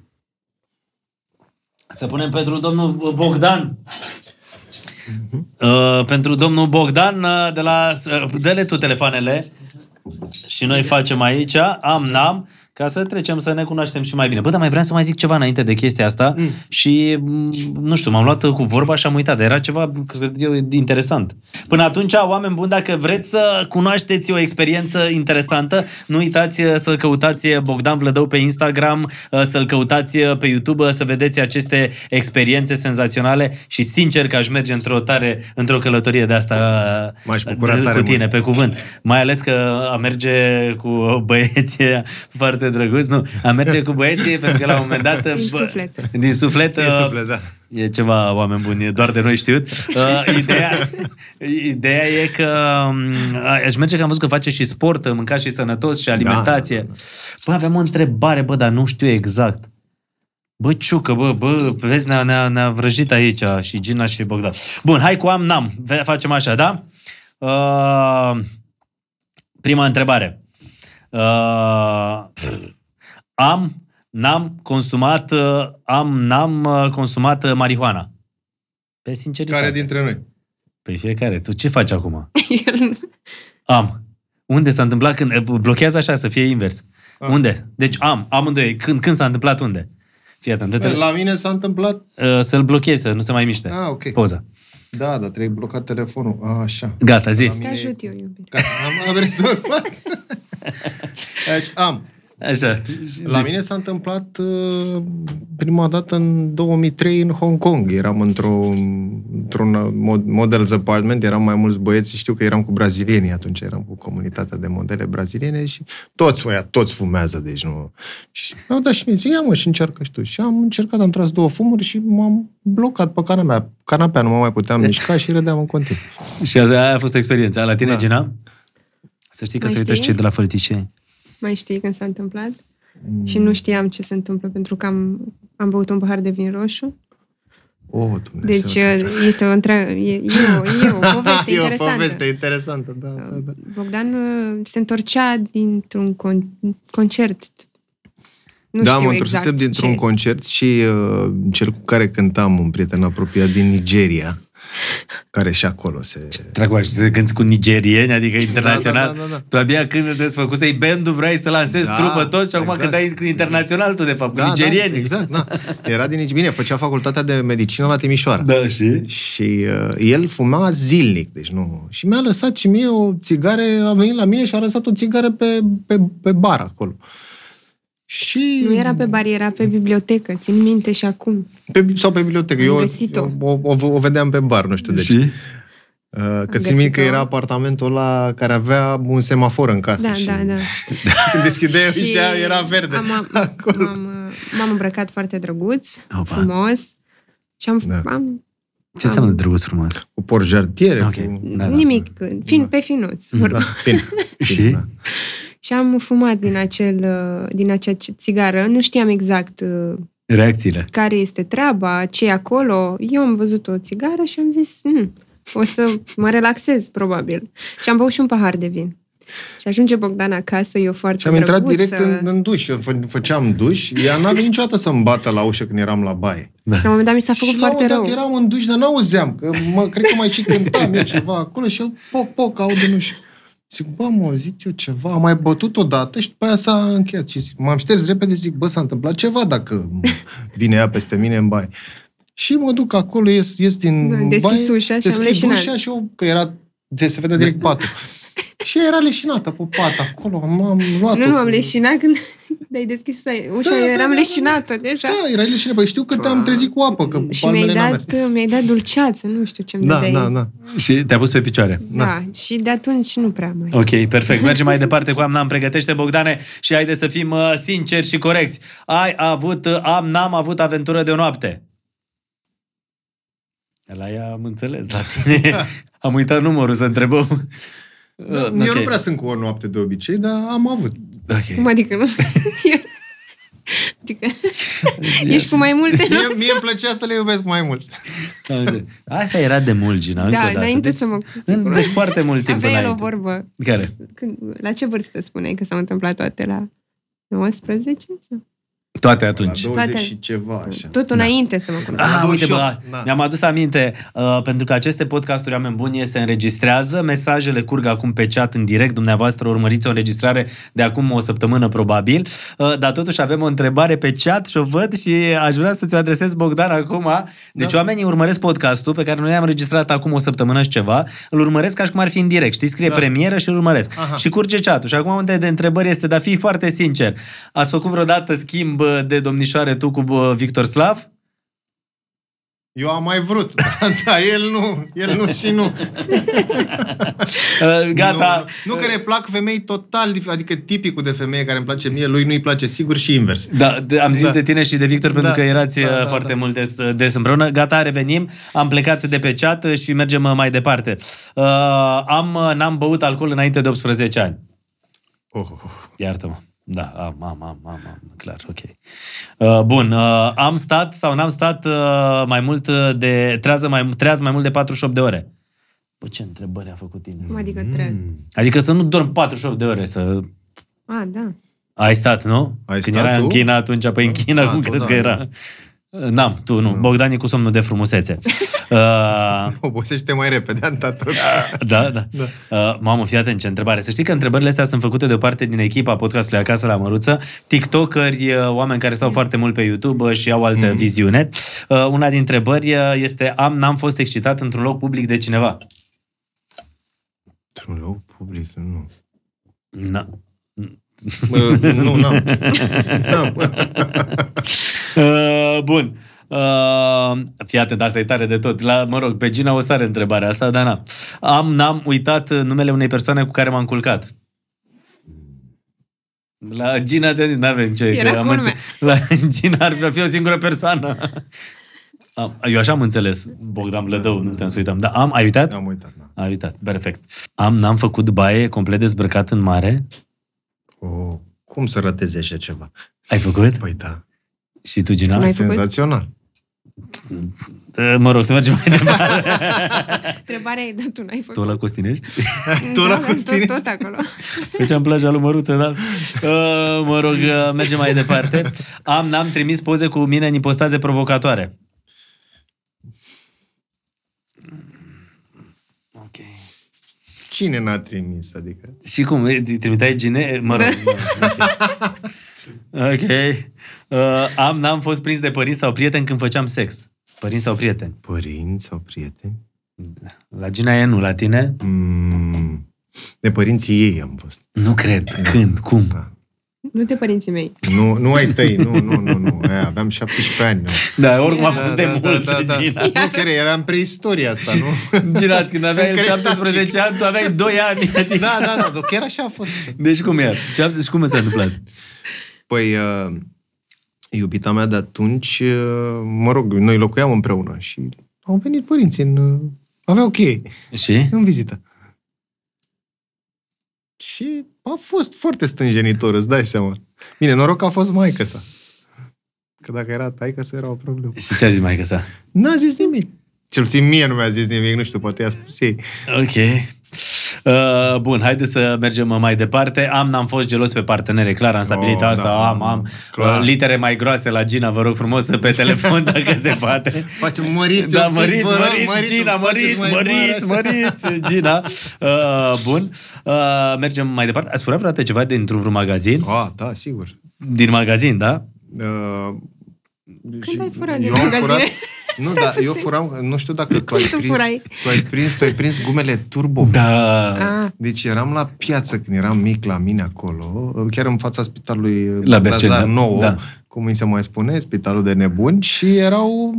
Speaker 1: Să punem pentru domnul Bogdan. Uh, pentru domnul Bogdan uh, de la... Uh, dă-le tu telefoanele și noi facem aici. Am, n-am. Ca să trecem să ne cunoaștem și mai bine. Bă, dar mai vreau să mai zic ceva înainte de chestia asta mm. și, m, nu știu, m-am luat cu vorba și am uitat, dar era ceva, cred eu, interesant. Până atunci, oameni buni, dacă vreți să cunoașteți o experiență interesantă, nu uitați eh, să-l căutați eh, Bogdan Vlădău pe Instagram, eh, să-l căutați eh, pe YouTube, eh, să vedeți aceste experiențe senzaționale și sincer că aș merge într-o tare, într-o călătorie de asta eh,
Speaker 3: M-aș bucura
Speaker 1: cu
Speaker 3: tare
Speaker 1: tine,
Speaker 3: mult.
Speaker 1: pe cuvânt. Mai ales că a merge cu băieții foarte drăguț, nu, a merge cu băieții pentru că la un moment dat...
Speaker 4: Din suflet.
Speaker 1: Din suflet.
Speaker 3: Din
Speaker 1: uh,
Speaker 3: suflet, da.
Speaker 1: E ceva, oameni buni, e doar de noi știut. Uh, ideea, ideea e că um, aș merge că am văzut că face și sport, mânca și sănătos și alimentație. Da, da, da. Bă, aveam o întrebare, bă, dar nu știu exact. Bă, ciucă, bă, bă, vezi, ne-a, ne-a, ne-a vrăjit aici și Gina și Bogdan. Bun, hai cu am, n-am. Ve- Facem așa, da? Uh, prima întrebare. Uh, am, n-am consumat, uh, am, n-am uh, consumat uh, marihuana. Pe sinceritate.
Speaker 3: Care dintre noi?
Speaker 1: Păi fiecare. Tu ce faci acum?
Speaker 4: El-
Speaker 1: Am. Unde s-a întâmplat când... eh, Blochează așa, să fie invers.
Speaker 3: Ah.
Speaker 1: Unde? Deci am, amândoi. Când, când s-a întâmplat unde? Fii atent, dă-te-
Speaker 3: Da. La mine s-a întâmplat...
Speaker 1: Eh, să-l blochezi, să nu se mai miște.
Speaker 3: Ah, ok.
Speaker 1: Poza.
Speaker 3: Da, dar trebuie blocat telefonul. A, așa.
Speaker 1: Gata, zi.
Speaker 3: La mine
Speaker 4: Te
Speaker 3: e-
Speaker 4: ajut eu, iubire.
Speaker 3: Gata, am, am rezolvat. Deci, am.
Speaker 1: Așa.
Speaker 3: La mine s-a întâmplat uh, prima dată în 2003 în Hong Kong. Eram într-o, într-un uh, mod- models apartment, eram mai mulți băieți, știu că eram cu brazilienii atunci, eram cu comunitatea de modele braziliene și toți, oia, toți fumează, deci nu... Și mi-au dat și mie, zic, ia mă, și încearcă și tu. Și am încercat, am tras două fumuri și m-am blocat pe canapea. Canapea nu mă mai puteam mișca și râdeam în continuu.
Speaker 1: Și azi- aia a fost experiența. La tine, da.
Speaker 3: Da.
Speaker 1: Gina? Să știi că
Speaker 4: Mai
Speaker 1: se uită și
Speaker 4: știi?
Speaker 1: cei de la Fălticeni.
Speaker 4: Mai știi când s-a întâmplat?
Speaker 1: Mm.
Speaker 4: Și nu știam ce se întâmplă pentru că am, am băut un pahar de vin roșu.
Speaker 3: Oh,
Speaker 1: Păi
Speaker 3: Dumnezeu.
Speaker 4: Deci este o întreagă... E, e, o, e o
Speaker 3: e o
Speaker 4: poveste interesantă.
Speaker 3: poveste interesantă, da, da, da.
Speaker 4: Bogdan uh, se întorcea dintr-un con- concert. Nu
Speaker 3: da,
Speaker 4: știu
Speaker 3: mă
Speaker 4: exact
Speaker 3: întorsesem dintr-un
Speaker 4: ce.
Speaker 3: concert și uh, cel cu care cântam, un prieten apropiat din Nigeria, care și acolo se...
Speaker 1: Dracu, și să cânti cu nigerieni, adică internațional.
Speaker 3: da, da, da.
Speaker 1: Tu abia când desfăcusei bandul, vrei să lansezi
Speaker 3: Da,
Speaker 1: trupă tot și acum
Speaker 3: exact.
Speaker 1: când ai cu internațional tu, de fapt, cu nigerieni.
Speaker 3: Da, exact, da. Era din Nigeria, făcea facultatea de medicină la Timișoara.
Speaker 1: Da, și?
Speaker 3: Și uh, el fuma zilnic, deci nu... Și mi-a lăsat și mie o țigare, a venit la mine și a lăsat o țigară pe, pe, pe bar acolo. Și...
Speaker 4: Nu era pe bar, era pe bibliotecă. Țin minte și acum.
Speaker 3: pe, sau pe bibliotecă.
Speaker 4: Am
Speaker 3: Eu,
Speaker 4: găsit-o.
Speaker 3: eu o, o, o vedeam pe bar, nu știu de ce.
Speaker 1: Și?
Speaker 3: Uh, Că țin
Speaker 4: găsit-o.
Speaker 3: minte că era apartamentul ăla care avea un semafor în casă.
Speaker 4: Da,
Speaker 3: și
Speaker 4: da, da.
Speaker 3: Când deschideai ușa, era verde.
Speaker 4: Am, am,
Speaker 3: Acolo.
Speaker 4: m-am, uh, m-am îmbrăcat foarte drăguț,
Speaker 1: Opa.
Speaker 4: Opa. frumos. Și am...
Speaker 3: Da.
Speaker 4: Da. am
Speaker 1: Ce înseamnă drăguț frumos?
Speaker 3: Cu porjartiere.
Speaker 1: Ok.
Speaker 3: Cu...
Speaker 1: Da, da.
Speaker 4: nimic, fin, pe finuț.
Speaker 3: Da,
Speaker 4: vorbim.
Speaker 3: fin.
Speaker 1: Și?
Speaker 3: fin da.
Speaker 4: Și am fumat din, acel, uh, din acea ci- țigară. Nu știam exact uh,
Speaker 1: Reacțiile.
Speaker 4: care este treaba, ce e acolo. Eu am văzut o țigară și am zis, "Mm, o să mă relaxez, probabil. Și am băut și un pahar de vin. Și ajunge Bogdan acasă, eu foarte
Speaker 3: Și am intrat direct
Speaker 4: drăguță.
Speaker 3: în, în duș. Eu fă- făceam duș. Ea n-a venit niciodată să-mi bată la ușă când eram la baie.
Speaker 4: Și la un moment dat mi s-a făcut
Speaker 3: Da. și la un
Speaker 4: foarte
Speaker 3: moment
Speaker 4: rău.
Speaker 3: dat eram în duș, dar n-auzeam. Că mă, cred că mai și cântam eu ceva acolo și eu poc, poc, aud în ușă. Zic, bă, mă, zic eu ceva, am mai bătut odată și după aia s-a încheiat. Și zic, m-am șters repede, zic, bă, s-a întâmplat ceva dacă vine ea peste mine în baie. Și mă duc acolo, ies, ies din baie,
Speaker 4: Deschis Da, ușa și am
Speaker 3: deschid
Speaker 4: leșinat.
Speaker 3: ușa și eu, că era, de- se vedea direct patul. și era leșinată pe pat acolo, am, am luat-o.
Speaker 4: Nu, nu, am
Speaker 3: cu-
Speaker 4: leșinat când ai deschis ușa, ușa
Speaker 3: Da,
Speaker 4: eu
Speaker 3: da,
Speaker 4: eram
Speaker 3: da, da.
Speaker 4: leșinată deja.
Speaker 3: Da, era leșină, păi știu că te-am trezit cu apă, că cu
Speaker 4: și
Speaker 3: palmele
Speaker 4: mi-ai
Speaker 3: n-am
Speaker 4: dat,
Speaker 3: mers.
Speaker 4: mi-ai dat dulceață, nu știu ce-mi
Speaker 3: Da,
Speaker 4: dădeai.
Speaker 3: da, da.
Speaker 1: Și te-a pus pe picioare.
Speaker 4: da. și de atunci nu prea mai.
Speaker 1: Ok, perfect. Mergem mai departe cu Amnam. Pregătește Bogdane și haide să fim uh, sinceri și corecți. Ai avut, uh, am, n-am avut aventură de o noapte. La ea am înțeles, la tine. am uitat numărul să întrebăm.
Speaker 3: Da,
Speaker 1: Uh,
Speaker 3: Eu
Speaker 1: ok.
Speaker 3: nu prea sunt cu o noapte de obicei, dar am avut.
Speaker 1: Ok.
Speaker 4: Cum adică nu? adică, ești cu mai multe
Speaker 3: Mie, mie îmi plăcea să le iubesc mai mult.
Speaker 1: Asta era de mult, Gina, încă
Speaker 4: Da,
Speaker 1: o dată. Deci,
Speaker 4: înainte să mă-
Speaker 1: În, de foarte mult timp
Speaker 4: Avea el o
Speaker 1: înainte.
Speaker 4: vorbă.
Speaker 1: Care?
Speaker 4: Când, la ce vârstă spuneai că s-au întâmplat toate? La 19? Sau?
Speaker 1: Toate atunci.
Speaker 3: La 20
Speaker 4: Toate.
Speaker 3: și ceva, așa.
Speaker 4: Tot înainte să mă cunoști.
Speaker 1: Ah,
Speaker 3: La
Speaker 1: uite, bă,
Speaker 3: 28, da.
Speaker 1: mi-am adus aminte, uh, pentru că aceste podcasturi, oameni buni, se înregistrează, mesajele curg acum pe chat în direct, dumneavoastră urmăriți o înregistrare de acum o săptămână probabil, uh, dar totuși avem o întrebare pe chat și o văd și aș vrea să ți-o adresez, Bogdan, acum. Deci da. oamenii urmăresc podcastul pe care noi l-am înregistrat acum o săptămână și ceva, îl urmăresc ca și cum ar fi în direct, știi, scrie da.
Speaker 3: Da.
Speaker 1: premieră și îl urmăresc. Aha.
Speaker 3: Aha.
Speaker 1: Și curge chat Și acum unde de întrebări este, dar fii foarte sincer, ați făcut vreodată schimb uh, de domnișoare tu cu uh, Victor Slav?
Speaker 3: Eu am mai vrut, dar da, el nu, el nu și nu.
Speaker 1: Uh, gata.
Speaker 3: Nu, nu că ne plac femei total, dif- adică tipicul de femeie care îmi place mie, lui nu-i place sigur și invers.
Speaker 1: Da, de, am zis da.
Speaker 3: Da.
Speaker 1: de tine și de Victor pentru
Speaker 3: Da,
Speaker 1: că erați
Speaker 3: da,
Speaker 1: da,
Speaker 3: da,
Speaker 1: foarte
Speaker 3: da.
Speaker 1: mult des, des împreună. Gata, revenim. Am plecat de pe chat uh, și mergem uh, mai departe. Uh, am, uh, n-am băut alcool înainte de 18 ani.
Speaker 3: Oh, oh, oh.
Speaker 1: Iartă-mă. Da, am, am, am, am, am clar, ok. Uh, bun, uh, am stat sau n-am stat uh, mai mult uh, de, trează mai, treaz mai mult de 48 de ore. Bă, ce întrebări a făcut tine?
Speaker 4: Cum adică
Speaker 3: Mm.
Speaker 4: trebuie?
Speaker 1: Adică să nu dorm 48 de ore, să
Speaker 4: A, da.
Speaker 1: Ai stat, nu?
Speaker 3: Ai
Speaker 1: Când
Speaker 3: stat
Speaker 1: era în
Speaker 3: tu?
Speaker 1: China atunci, păi în China,
Speaker 3: Da,
Speaker 1: cum
Speaker 3: tu,
Speaker 1: crezi
Speaker 3: da.
Speaker 1: că era? N-am, tu nu. Bogdan e cu somnul de frumusețe. Uh,
Speaker 3: Obosește mai repede, am tot.
Speaker 1: da, da. da. Uh, mamă, fii atent ce întrebare. Să știi că întrebările astea sunt făcute de o parte din echipa podcastului Acasă la Măruță, tiktokeri, uh, oameni care
Speaker 3: Mm.
Speaker 1: stau foarte mult pe YouTube uh, și au altă mm. viziune. Uh, una din întrebări uh, este am, n-am fost excitat într-un loc public de cineva.
Speaker 3: Într-un loc public, nu.
Speaker 1: Na.
Speaker 3: Bă, nu, n-am. n-am.
Speaker 1: Uh, bun. Uh, fii atent, asta e tare de tot. La, mă rog, pe Gina o sare întrebarea asta, dar na. Am, n-am uitat uh, numele unei persoane cu care m-am culcat. La Gina ți-am zis, n-avem ce.
Speaker 4: Era
Speaker 1: am
Speaker 4: culmea.
Speaker 1: înțe- La Gina ar fi o singură persoană. Am- Eu așa am înțeles, Bogdan Blădău, nu te-am să uitam. Dar am, ai uitat?
Speaker 3: Am uitat, da.
Speaker 1: Ai uitat, perfect. Am, n-am făcut baie complet dezbrăcat în mare.
Speaker 3: Oh, cum să rateze așa ceva?
Speaker 1: Ai făcut?
Speaker 3: Păi da,
Speaker 1: Și tu, Gina?
Speaker 4: Mai- Ai făcut?
Speaker 3: senzațional.
Speaker 1: Uh, Mă rog, să mergem mai departe.
Speaker 4: Întrebarea e, da, tu n-ai
Speaker 1: Tu
Speaker 4: făcut.
Speaker 1: la Costinești?
Speaker 3: Tu la
Speaker 4: Da, da,
Speaker 3: Costinești?
Speaker 4: Tot, tot acolo.
Speaker 1: Făceam plaja lui Măruță, da? Uh, mă rog, uh, mergem mai departe. Am, n-am trimis poze cu mine în impostaze provocatoare. Ok.
Speaker 3: Cine n-a trimis, adică?
Speaker 1: Și cum? Îi trimiteai gine? Mă rog. nu, nu știu. ok. Uh, am, n-am fost prins de părinți sau prieteni când făceam sex. Părinți sau prieteni.
Speaker 3: Părinți sau prieteni?
Speaker 1: La Gina e nu, la tine?
Speaker 3: Mm, de părinții ei am fost.
Speaker 1: Nu cred. Când? Cum?
Speaker 3: Da.
Speaker 4: Nu de părinții mei.
Speaker 3: Nu, nu ai tăi, nu, nu, nu, nu. Aia, aveam 17 ani. Nu.
Speaker 1: Da, oricum a fost de mult, Gina.
Speaker 3: Nu, chiar era în preistoria asta, nu?
Speaker 1: Gina, când aveai
Speaker 3: Cred că-
Speaker 1: 17 ani, tu aveai 2 ani. Adică...
Speaker 3: Da, da, da, dar chiar așa a fost.
Speaker 1: Deci cum e? Și am zis, cum s-a întâmplat?
Speaker 3: Păi, uh, iubita mea de atunci, uh, mă rog, noi locuiam împreună și au venit părinții în... uh, Aveau cheie
Speaker 1: Și?
Speaker 3: în vizită. Și a fost foarte stânjenitor, îți dai seama. Bine, noroc că a fost maică sa. Că dacă era taică să era o problemă.
Speaker 1: Și ce a zis maica sa?
Speaker 3: Deci, N-a zis nimic. Cel puțin mie nu mi-a zis nimic, nu știu, poate i-a spus ei.
Speaker 1: Ok. Uh, bun, haideți să mergem mai departe. Am, n-am fost gelos pe partenere, clar, am stabilit
Speaker 3: Oh,
Speaker 1: asta,
Speaker 3: da,
Speaker 1: am, am.
Speaker 3: clar.
Speaker 1: Uh, litere mai groase la Gina, vă rog frumos, pe telefon, dacă se poate.
Speaker 3: Face măriți
Speaker 1: Da,
Speaker 3: un pic,
Speaker 1: măriți,
Speaker 3: vă rog,
Speaker 1: măriți, Gina,
Speaker 3: îmi faceți
Speaker 1: măriți,
Speaker 3: mai mare
Speaker 1: măriți,
Speaker 3: așa.
Speaker 1: măriți, Gina. Uh, bun, uh, mergem mai departe. Ați furat vreodată ceva dintr-un vreun magazin?
Speaker 3: A, da, sigur.
Speaker 1: Din magazin, da?
Speaker 3: Uh, și
Speaker 4: ai furat din
Speaker 3: eu am
Speaker 4: magazine?
Speaker 3: furat- Nu,
Speaker 4: Stai
Speaker 3: da, eu
Speaker 4: puțin.
Speaker 3: furam, nu știu dacă tu ai,
Speaker 4: tu
Speaker 3: prins,
Speaker 4: furai?
Speaker 3: tu ai prins, tu ai prins gumele turbo.
Speaker 1: Da.
Speaker 4: Ah,
Speaker 3: Deci eram la piață când eram mic la mine acolo, chiar în fața spitalului
Speaker 1: La
Speaker 3: la
Speaker 1: Berceni,
Speaker 3: Bazar
Speaker 1: da.
Speaker 3: Nou,
Speaker 1: Da.
Speaker 3: da. cum îi se mai spune, spitalul de nebuni și erau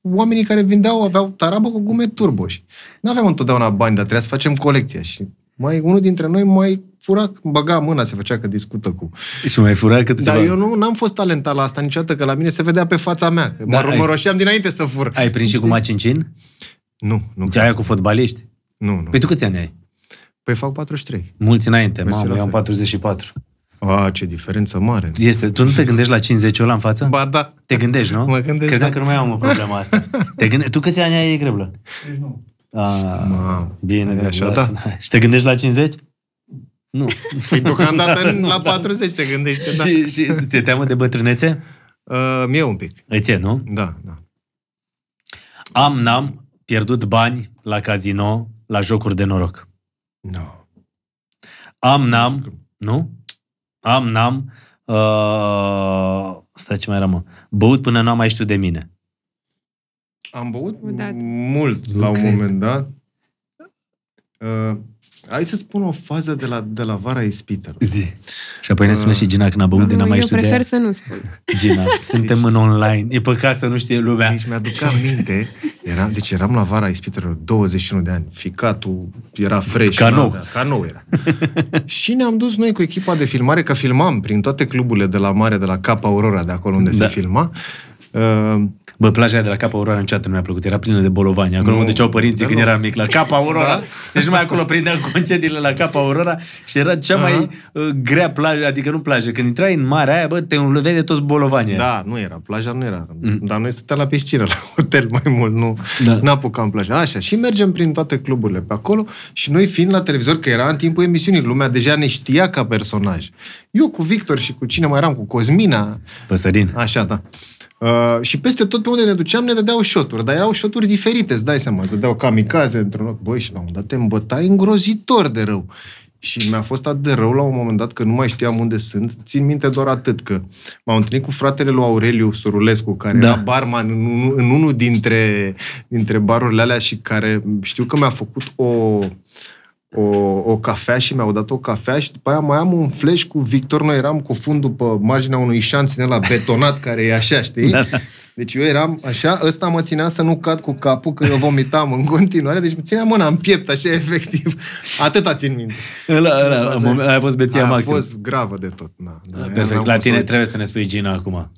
Speaker 3: oamenii care vindeau, aveau tarabă cu gume turbo și nu aveam întotdeauna bani, dar trebuia să facem colecția și mai unul dintre noi mai fura, băga mâna, se făcea că discută cu.
Speaker 1: Și mai furat câte
Speaker 3: Dar
Speaker 1: ceva.
Speaker 3: Da, eu nu n-am fost talentat la asta niciodată, că la mine se vedea pe fața mea. Că
Speaker 1: Da,
Speaker 3: mă,
Speaker 1: ai-
Speaker 3: mă roșeam dinainte să fur.
Speaker 1: Ai prins și cu macincin?
Speaker 3: Nu, nu.
Speaker 1: Deci aia cu fotbaliști?
Speaker 3: Nu, nu.
Speaker 1: Păi tu câți ani ai?
Speaker 3: Păi fac 43.
Speaker 1: Mulți înainte,
Speaker 3: Mersi,
Speaker 1: mamă, eu am
Speaker 3: Rafael.
Speaker 1: 44.
Speaker 3: A, ce diferență mare.
Speaker 1: Este, tu nu te gândești la 50 ăla în față?
Speaker 3: Ba da.
Speaker 1: Te gândești, nu?
Speaker 3: Mă gândesc,
Speaker 1: Credeam
Speaker 3: da.
Speaker 1: că nu mai am o problemă asta. Te gânde... Tu câți ani ai, Greblă? 39. Ah,
Speaker 3: Mamă,
Speaker 1: bine,
Speaker 3: e
Speaker 1: bine,
Speaker 3: așa, da.
Speaker 1: lasă. Și te gândești la 50? Nu.
Speaker 3: Păi deocamdată la 40 se gândește, da.
Speaker 1: și, și ți-e teamă de bătrânețe?
Speaker 3: Uh, mie un pic,
Speaker 1: Îți e, nu?
Speaker 3: da, da.
Speaker 1: Am, n-am pierdut bani la casino, la jocuri de noroc.
Speaker 3: No.
Speaker 1: Am, n-am, nu? Am, n-am, uh, stai ce mai era, mă, băut până n-am mai știut de mine.
Speaker 3: Am băut
Speaker 4: Odată.
Speaker 3: mult
Speaker 1: Nu
Speaker 3: la un
Speaker 1: cred.
Speaker 3: moment dat. Uh, hai să spun o fază de la, de la vara ispitelor.
Speaker 1: Zi. Și apoi ne spune
Speaker 3: Ah.
Speaker 1: și Gina când a băut de n-am
Speaker 4: Nu,
Speaker 1: mai
Speaker 4: eu
Speaker 1: știut de
Speaker 4: prefer
Speaker 1: ea.
Speaker 4: să nu spun.
Speaker 1: Gina, suntem în online. E păcat să nu știe lumea.
Speaker 3: Deci mi-aduc aminte, era, deci eram la vara ispitelor, 21 de ani, ficatul era fresh.
Speaker 1: Ca nou.
Speaker 3: n-avea- Ca nou era. și ne-am dus noi cu echipa de filmare, că filmam prin toate cluburile de la mare, de la Cap Aurora, de acolo unde
Speaker 1: Da.
Speaker 3: se filma. Uh,
Speaker 1: Bă, plaja aia de la Capa Aurora niciodată nu mi-a plăcut. Era plină de bolovani. Acolo
Speaker 3: Nu.
Speaker 1: unde duceau părinții
Speaker 3: Da,
Speaker 1: când
Speaker 3: nu.
Speaker 1: eram mic, la Capa Aurora.
Speaker 3: Da.
Speaker 1: Deci numai acolo prindeam concediile la Capa Aurora și era cea
Speaker 3: Aha.
Speaker 1: mai uh, grea plajă, adică nu plajă. Când intrai în marea aia, bă, te înlăveai de toți bolovanii. aia.
Speaker 3: Da, nu era, plaja nu era. Mm. Dar noi stăteam la piscină, la hotel mai mult, nu
Speaker 1: Da.
Speaker 3: da. n-apucam plaja. Așa, și mergem prin toate cluburile pe acolo și noi fiind la televizor, că era în timpul emisiunii, lumea deja ne știa ca personaj. Eu cu Victor și cu cine mai eram, cu Cosmina,
Speaker 1: Păsărin.
Speaker 3: Așa, da. Uh, și peste tot pe unde ne duceam ne dădeau șoturi, dar erau șoturi diferite, îți dai seama, îți dădeau kamikaze într-un loc. Băi, și la un moment dat te îmbătai îngrozitor de rău. Și mi-a fost atât de rău la un moment dat că nu mai știam unde sunt. Țin minte doar atât că m-am întâlnit cu fratele lui Aureliu Sorulescu, care
Speaker 1: Da.
Speaker 3: da. era barman în, unu- în unul dintre, dintre barurile alea și care știu că mi-a făcut o, o, o cafea și mi-au dat o cafea și după aia mai am un flash cu Victor. Noi eram cu fundul pe marginea unui șanț din la betonat care e așa, știi?
Speaker 1: Da, da.
Speaker 3: Deci eu eram așa, ăsta mă ținea să nu cad cu capul, că eu vomitam în continuare, deci mă ținea mâna în piept, așa efectiv. Atâta țin minte.
Speaker 1: Ăla, ăla, în moment- aia a fost beția
Speaker 3: Aia a
Speaker 1: maxim.
Speaker 3: fost gravă de tot. Na, da, aia n-am
Speaker 1: Perfect. La
Speaker 3: fost
Speaker 1: tine
Speaker 3: o-
Speaker 1: trebuie să ne spui Gina acum.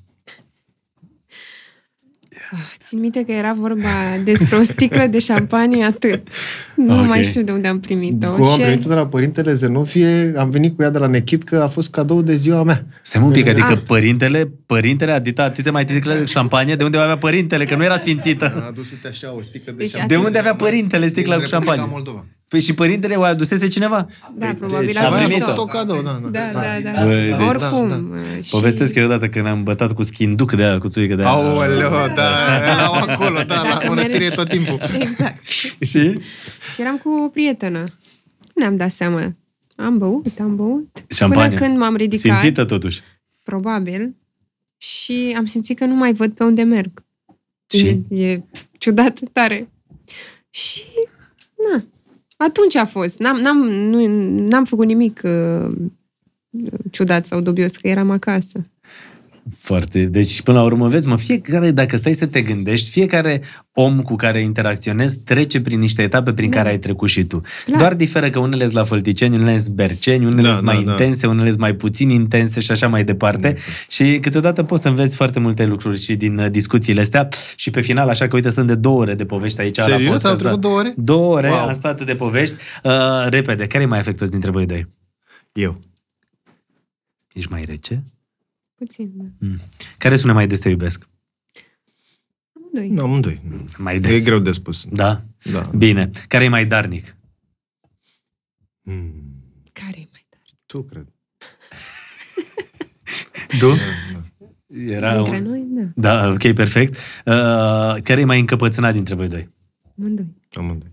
Speaker 4: Ah, Țin minte că era vorba despre o sticlă de șampanie, atât. Nu
Speaker 1: Ok.
Speaker 4: mai știu de unde am primit-o.
Speaker 3: Cum am
Speaker 4: Și-
Speaker 3: primit-o de la părintele Zenofie, am venit cu ea de la Nechit că a fost cadou de ziua mea.
Speaker 1: Stai mă un pic, adică
Speaker 4: Ah.
Speaker 1: părintele, părintele a dictat atâtea mai ticle de șampanie, de unde avea părintele, că nu era sfințită.
Speaker 3: A adus uite așa o sticlă de
Speaker 4: Deci
Speaker 1: De
Speaker 3: șampanie.
Speaker 1: unde avea părintele sticla
Speaker 3: Din
Speaker 1: cu
Speaker 3: Republica
Speaker 1: șampanie?
Speaker 3: Moldova.
Speaker 1: Păi și părintele o adusese cineva?
Speaker 3: Deci,
Speaker 4: Da, probabil
Speaker 1: a
Speaker 4: am
Speaker 1: primit-o.
Speaker 4: primit-o.
Speaker 3: făcut-o cadou, da, da.
Speaker 4: Da, da, da.
Speaker 1: Băi, deci-
Speaker 4: Oricum. și-
Speaker 1: Povestesc eu odată când am bătat cu schinduc de aia, cu țuică de aia.
Speaker 3: Aoleo, da, erau acolo, da,
Speaker 4: Dacă
Speaker 3: la mănăstire
Speaker 4: mergi-
Speaker 3: tot timpul.
Speaker 4: Exact.
Speaker 1: Și?
Speaker 4: Și eram cu o prietenă. Nu ne-am dat seama. Am băut, am băut.
Speaker 1: Șampanie.
Speaker 4: Până când m-am ridicat,
Speaker 1: Sfințită totuși.
Speaker 4: probabil, și am simțit că nu mai văd pe unde merg.
Speaker 1: Și?
Speaker 4: E, e ciudat tare. Și, na, atunci a fost. N-am, n-am, nu, n-am făcut nimic uh, ciudat sau dubios, că eram acasă.
Speaker 1: Foarte. Deci, până la urmă, vezi, mă, fiecare, dacă stai să te gândești, fiecare om cu care interacționezi trece prin niște etape prin care ai trecut și tu.
Speaker 4: Da. Clar.
Speaker 1: Doar diferă că unele sunt la fălticeni, unele sunt berceni, unele
Speaker 3: Da,
Speaker 1: sunt
Speaker 3: da,
Speaker 1: mai
Speaker 3: da. Exact.
Speaker 1: intense, unele sunt mai puțin intense și așa mai departe. Și câteodată poți să înveți foarte multe lucruri și din uh, discuțiile astea. Și pe final, așa că, uite, sunt de două ore de povești aici. La
Speaker 3: Serios?
Speaker 1: podcast,
Speaker 3: Au trecut
Speaker 1: da.
Speaker 3: două ore?
Speaker 1: Două ore wow.
Speaker 3: Wow.
Speaker 1: am stat de povești. Uh, repede, care e mai afectos dintre voi doi?
Speaker 3: Eu.
Speaker 1: Ești mai rece?
Speaker 4: Puțin, da.
Speaker 1: Care spune mai des te iubesc?
Speaker 4: Amândoi.
Speaker 3: Nu, amândoi.
Speaker 1: Mai des.
Speaker 3: E greu de spus.
Speaker 1: Da?
Speaker 3: Da.
Speaker 1: Bine. Care e mai darnic?
Speaker 3: Mm,
Speaker 4: Care e mai tare?
Speaker 3: Tu, cred.
Speaker 1: Tu?
Speaker 3: Da.
Speaker 1: Era
Speaker 4: Dintre
Speaker 1: un...
Speaker 4: noi, da.
Speaker 1: Da, ok, perfect. Uh, care e mai încăpățânat dintre voi doi?
Speaker 4: Amândoi.
Speaker 3: Amândoi.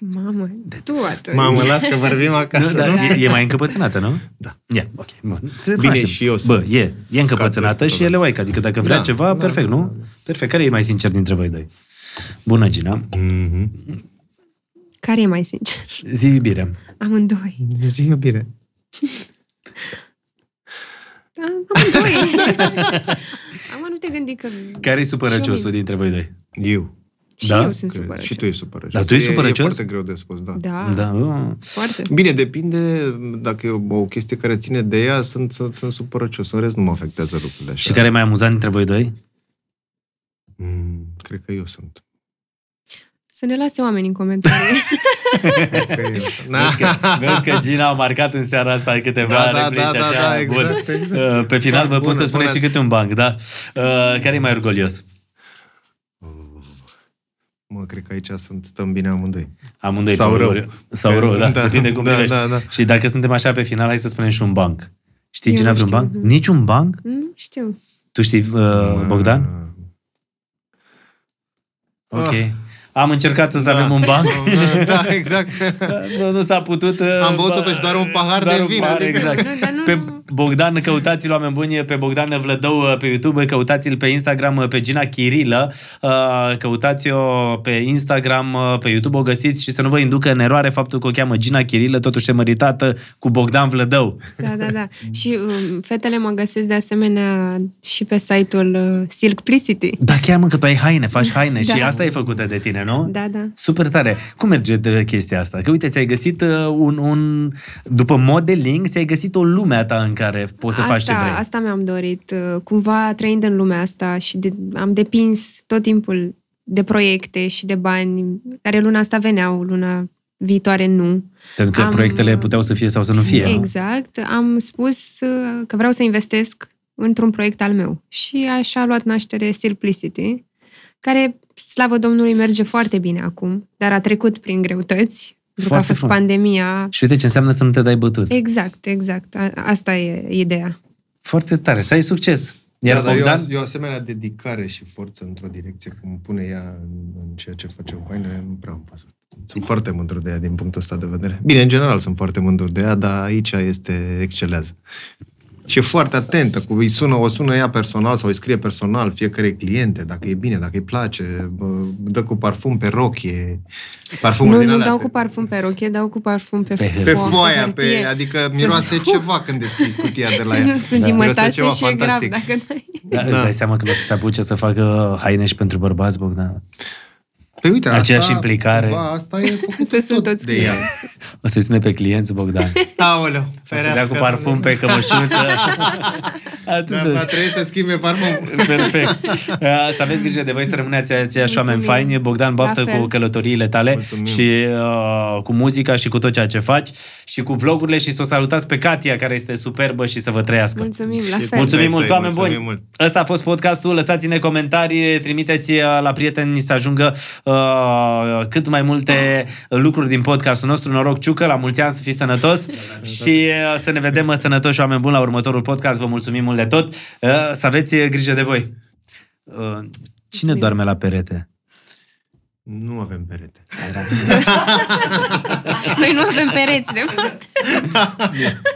Speaker 4: Mamă, tu atunci.
Speaker 3: Mamă, las că vorbim acasă, nu?
Speaker 1: da, e, e mai încăpățânată, nu?
Speaker 3: Da.
Speaker 1: E, ok. Bun.
Speaker 3: Bine, și eu
Speaker 1: Bă,
Speaker 3: sunt.
Speaker 1: e, e încăpățânată
Speaker 3: Ca
Speaker 1: și e leoaică. Adică dacă vrea
Speaker 3: Da,
Speaker 1: ceva,
Speaker 3: da,
Speaker 1: perfect,
Speaker 3: da,
Speaker 1: nu?
Speaker 3: da, da.
Speaker 1: Perfect. Care e mai sincer dintre voi doi? Bună, Gina.
Speaker 3: Mhm.
Speaker 4: Care e mai sincer?
Speaker 1: Zi iubire.
Speaker 4: Amândoi.
Speaker 3: Zi iubire.
Speaker 4: Am- Da, Amândoi. Am nu te gândi că...
Speaker 1: Care e
Speaker 4: Și
Speaker 1: supărăciosul
Speaker 4: eu.
Speaker 1: dintre voi doi?
Speaker 3: Eu.
Speaker 4: Și
Speaker 1: Da?
Speaker 4: eu sunt
Speaker 3: Cred.
Speaker 4: supărăcios.
Speaker 3: Și tu ești supărăcios.
Speaker 1: Dar tu ești
Speaker 3: E-
Speaker 1: supărăcios?
Speaker 3: E foarte greu de spus, da.
Speaker 4: Da, da,
Speaker 1: Da. uh.
Speaker 4: foarte.
Speaker 3: Bine, depinde dacă e o, o chestie care ține de ea, sunt, sunt, sunt supărăcios. În rest nu mă afectează lucrurile așa.
Speaker 1: Și care e mai amuzant dintre voi doi?
Speaker 3: Mm, cred că eu sunt.
Speaker 4: Să ne lase oamenii în comentarii.
Speaker 3: Cred că eu sunt. Na.
Speaker 1: Vezi că, vezi că Gina a marcat în seara asta câteva
Speaker 3: Da, da,
Speaker 1: replici
Speaker 3: da, da,
Speaker 1: așa.
Speaker 3: da,
Speaker 1: bun.
Speaker 3: exact, exact.
Speaker 1: Uh, Pe final
Speaker 3: Da,
Speaker 1: vă pot
Speaker 3: bună,
Speaker 1: să spuneți și
Speaker 3: bună.
Speaker 1: câte un banc, da? Uh, Care e mai orgolios?
Speaker 3: mă, cred că aici sunt, stăm bine amândoi.
Speaker 1: Amândoi.
Speaker 3: Sau
Speaker 1: pe
Speaker 3: rău.
Speaker 1: ori- Sau
Speaker 3: Că-
Speaker 1: rău, da,
Speaker 3: da,
Speaker 1: depinde cum
Speaker 3: da,
Speaker 1: privești.
Speaker 3: da, da.
Speaker 1: Și dacă suntem așa pe final, hai să spunem și un banc. Știi
Speaker 4: Eu
Speaker 1: cine
Speaker 4: nu
Speaker 1: a vreun
Speaker 4: știu.
Speaker 1: banc? Niciun banc?
Speaker 4: Nu știu.
Speaker 1: Tu știi, uh,
Speaker 3: Mm.
Speaker 1: Bogdan?
Speaker 3: Ah.
Speaker 1: Ok. Am încercat să
Speaker 3: Da.
Speaker 1: avem un banc.
Speaker 3: da, exact.
Speaker 1: nu, nu s-a putut. uh,
Speaker 3: Am băut
Speaker 1: ba-
Speaker 3: totuși doar un pahar
Speaker 1: doar
Speaker 3: de
Speaker 1: un
Speaker 3: vin,
Speaker 1: Pahar,
Speaker 3: adică-
Speaker 1: exact.
Speaker 4: Nu, dar nu,
Speaker 1: Pe Bogdan, căutați-l, oameni buni, pe Bogdan Vlădău uh, pe YouTube, căutați-l pe Instagram uh, pe Gina Chirilă, uh, căutați-o pe Instagram, uh, pe YouTube, o găsiți și să nu vă inducă în eroare faptul că o cheamă Gina Chirilă, totuși e măritată cu Bogdan Vlădău.
Speaker 4: Da, da, da.
Speaker 1: Mm.
Speaker 4: Și um, fetele mă găsesc de asemenea și pe site-ul uh, Silkplicity.
Speaker 1: Da, chiar mă, că tu ai haine, faci haine da. și
Speaker 4: Da.
Speaker 1: asta e făcută de tine, nu?
Speaker 4: Da, da.
Speaker 1: Super tare. Cum merge de chestia asta? Că uite, ți-ai găsit uh, un, un... După modeling, ți-ai găsit o lume a ta în care poți să
Speaker 4: asta,
Speaker 1: faci ce vrei.
Speaker 4: Asta mi-am dorit. uh, Cumva trăind în lumea asta și de, am depins tot timpul de proiecte și de bani, care luna asta veneau, luna viitoare nu.
Speaker 1: Pentru că
Speaker 4: Am-
Speaker 1: proiectele puteau să fie sau să nu fie. nu?
Speaker 4: Exact. Am spus uh, că vreau să investesc într-un proiect al meu. Și așa a luat naștere Simplicity, care, slavă Domnului, merge foarte bine acum, dar a trecut prin greutăți, pentru că a
Speaker 1: Foarte
Speaker 4: fost
Speaker 1: frumos.
Speaker 4: pandemia.
Speaker 1: Și uite ce înseamnă să nu te dai bătut.
Speaker 4: Exact, exact. A- asta e ideea.
Speaker 1: Foarte tare, să ai succes. Iar
Speaker 3: Da,
Speaker 1: da,
Speaker 3: dar
Speaker 1: Bogdan,
Speaker 3: eu, eu asemenea dedicare și forță într-o direcție, cum pune ea în, în ceea ce face cu haine, nu prea am văzut. Sunt foarte mândru de ea din punctul ăsta de vedere. Bine, în general sunt foarte mândru de ea, dar aici este excelează. Și e foarte atentă, cu, îi sună, o sună ea personal sau îi scrie personal fiecare cliente, dacă e bine, dacă îi place, bă, dă cu parfum pe rochie, parfumul
Speaker 4: nu,
Speaker 3: din
Speaker 4: nu
Speaker 3: alea
Speaker 4: dau
Speaker 3: pe-
Speaker 4: cu parfum pe roche, dau cu parfum pe, pe,
Speaker 3: pe foaia, pe,
Speaker 4: hârtie.
Speaker 3: adică
Speaker 4: Să-
Speaker 3: miroase ceva când deschizi cutia de la ea.
Speaker 4: Sunt
Speaker 3: Da. Miroase
Speaker 4: imătase
Speaker 3: ceva
Speaker 4: și e grav
Speaker 3: fantastic.
Speaker 4: dacă n-ai.
Speaker 1: da, îți dai seama că nu o să se apuce să facă haine și pentru bărbați, Bogdan.
Speaker 3: Păi uite,
Speaker 1: Aceeași
Speaker 3: asta,
Speaker 1: implicare.
Speaker 3: Cumva, asta e făcut
Speaker 4: Să sunt toți
Speaker 3: de ea.
Speaker 1: O să-i sune pe clienți, Bogdan.
Speaker 3: Aoleu,
Speaker 1: O să dea
Speaker 3: ferească. Da,
Speaker 1: cu parfum pe cămășuță. Atât
Speaker 3: Dar
Speaker 1: să
Speaker 3: va trebui să schimbe parfumul.
Speaker 1: Perfect. Uh, Să aveți grijă de voi, să rămâneți aceiași oameni
Speaker 4: Mulțumim.
Speaker 1: faini. Bogdan, baftă
Speaker 4: La fel.
Speaker 1: cu călătoriile tale
Speaker 3: Mulțumim.
Speaker 1: și uh, cu muzica și cu tot ceea ce faci și cu vlogurile și să o salutați pe Katia, care este superbă și să vă trăiască.
Speaker 4: Mulțumim, la
Speaker 3: Și-
Speaker 4: fel.
Speaker 1: Mulțumim mult,
Speaker 3: Perfect,
Speaker 1: oameni
Speaker 3: mulțumim
Speaker 1: buni!
Speaker 3: mult.
Speaker 1: Ăsta a fost podcastul. Lăsați-ne comentarii, trimiteți uh, la prieteni să ajungă uh, cât mai multe lucruri din podcastul nostru. Noroc, Ciucă, la mulți ani să fii sănătos și uh, să ne vedem uh, sănătoși, oameni buni, la următorul podcast. Vă mulțumim mult de tot. Uh, Să aveți uh, grijă de voi. Uh, Cine
Speaker 4: Mulțumim.
Speaker 1: doarme la perete?
Speaker 3: Nu avem perete.
Speaker 4: Noi nu avem pereți, de fapt.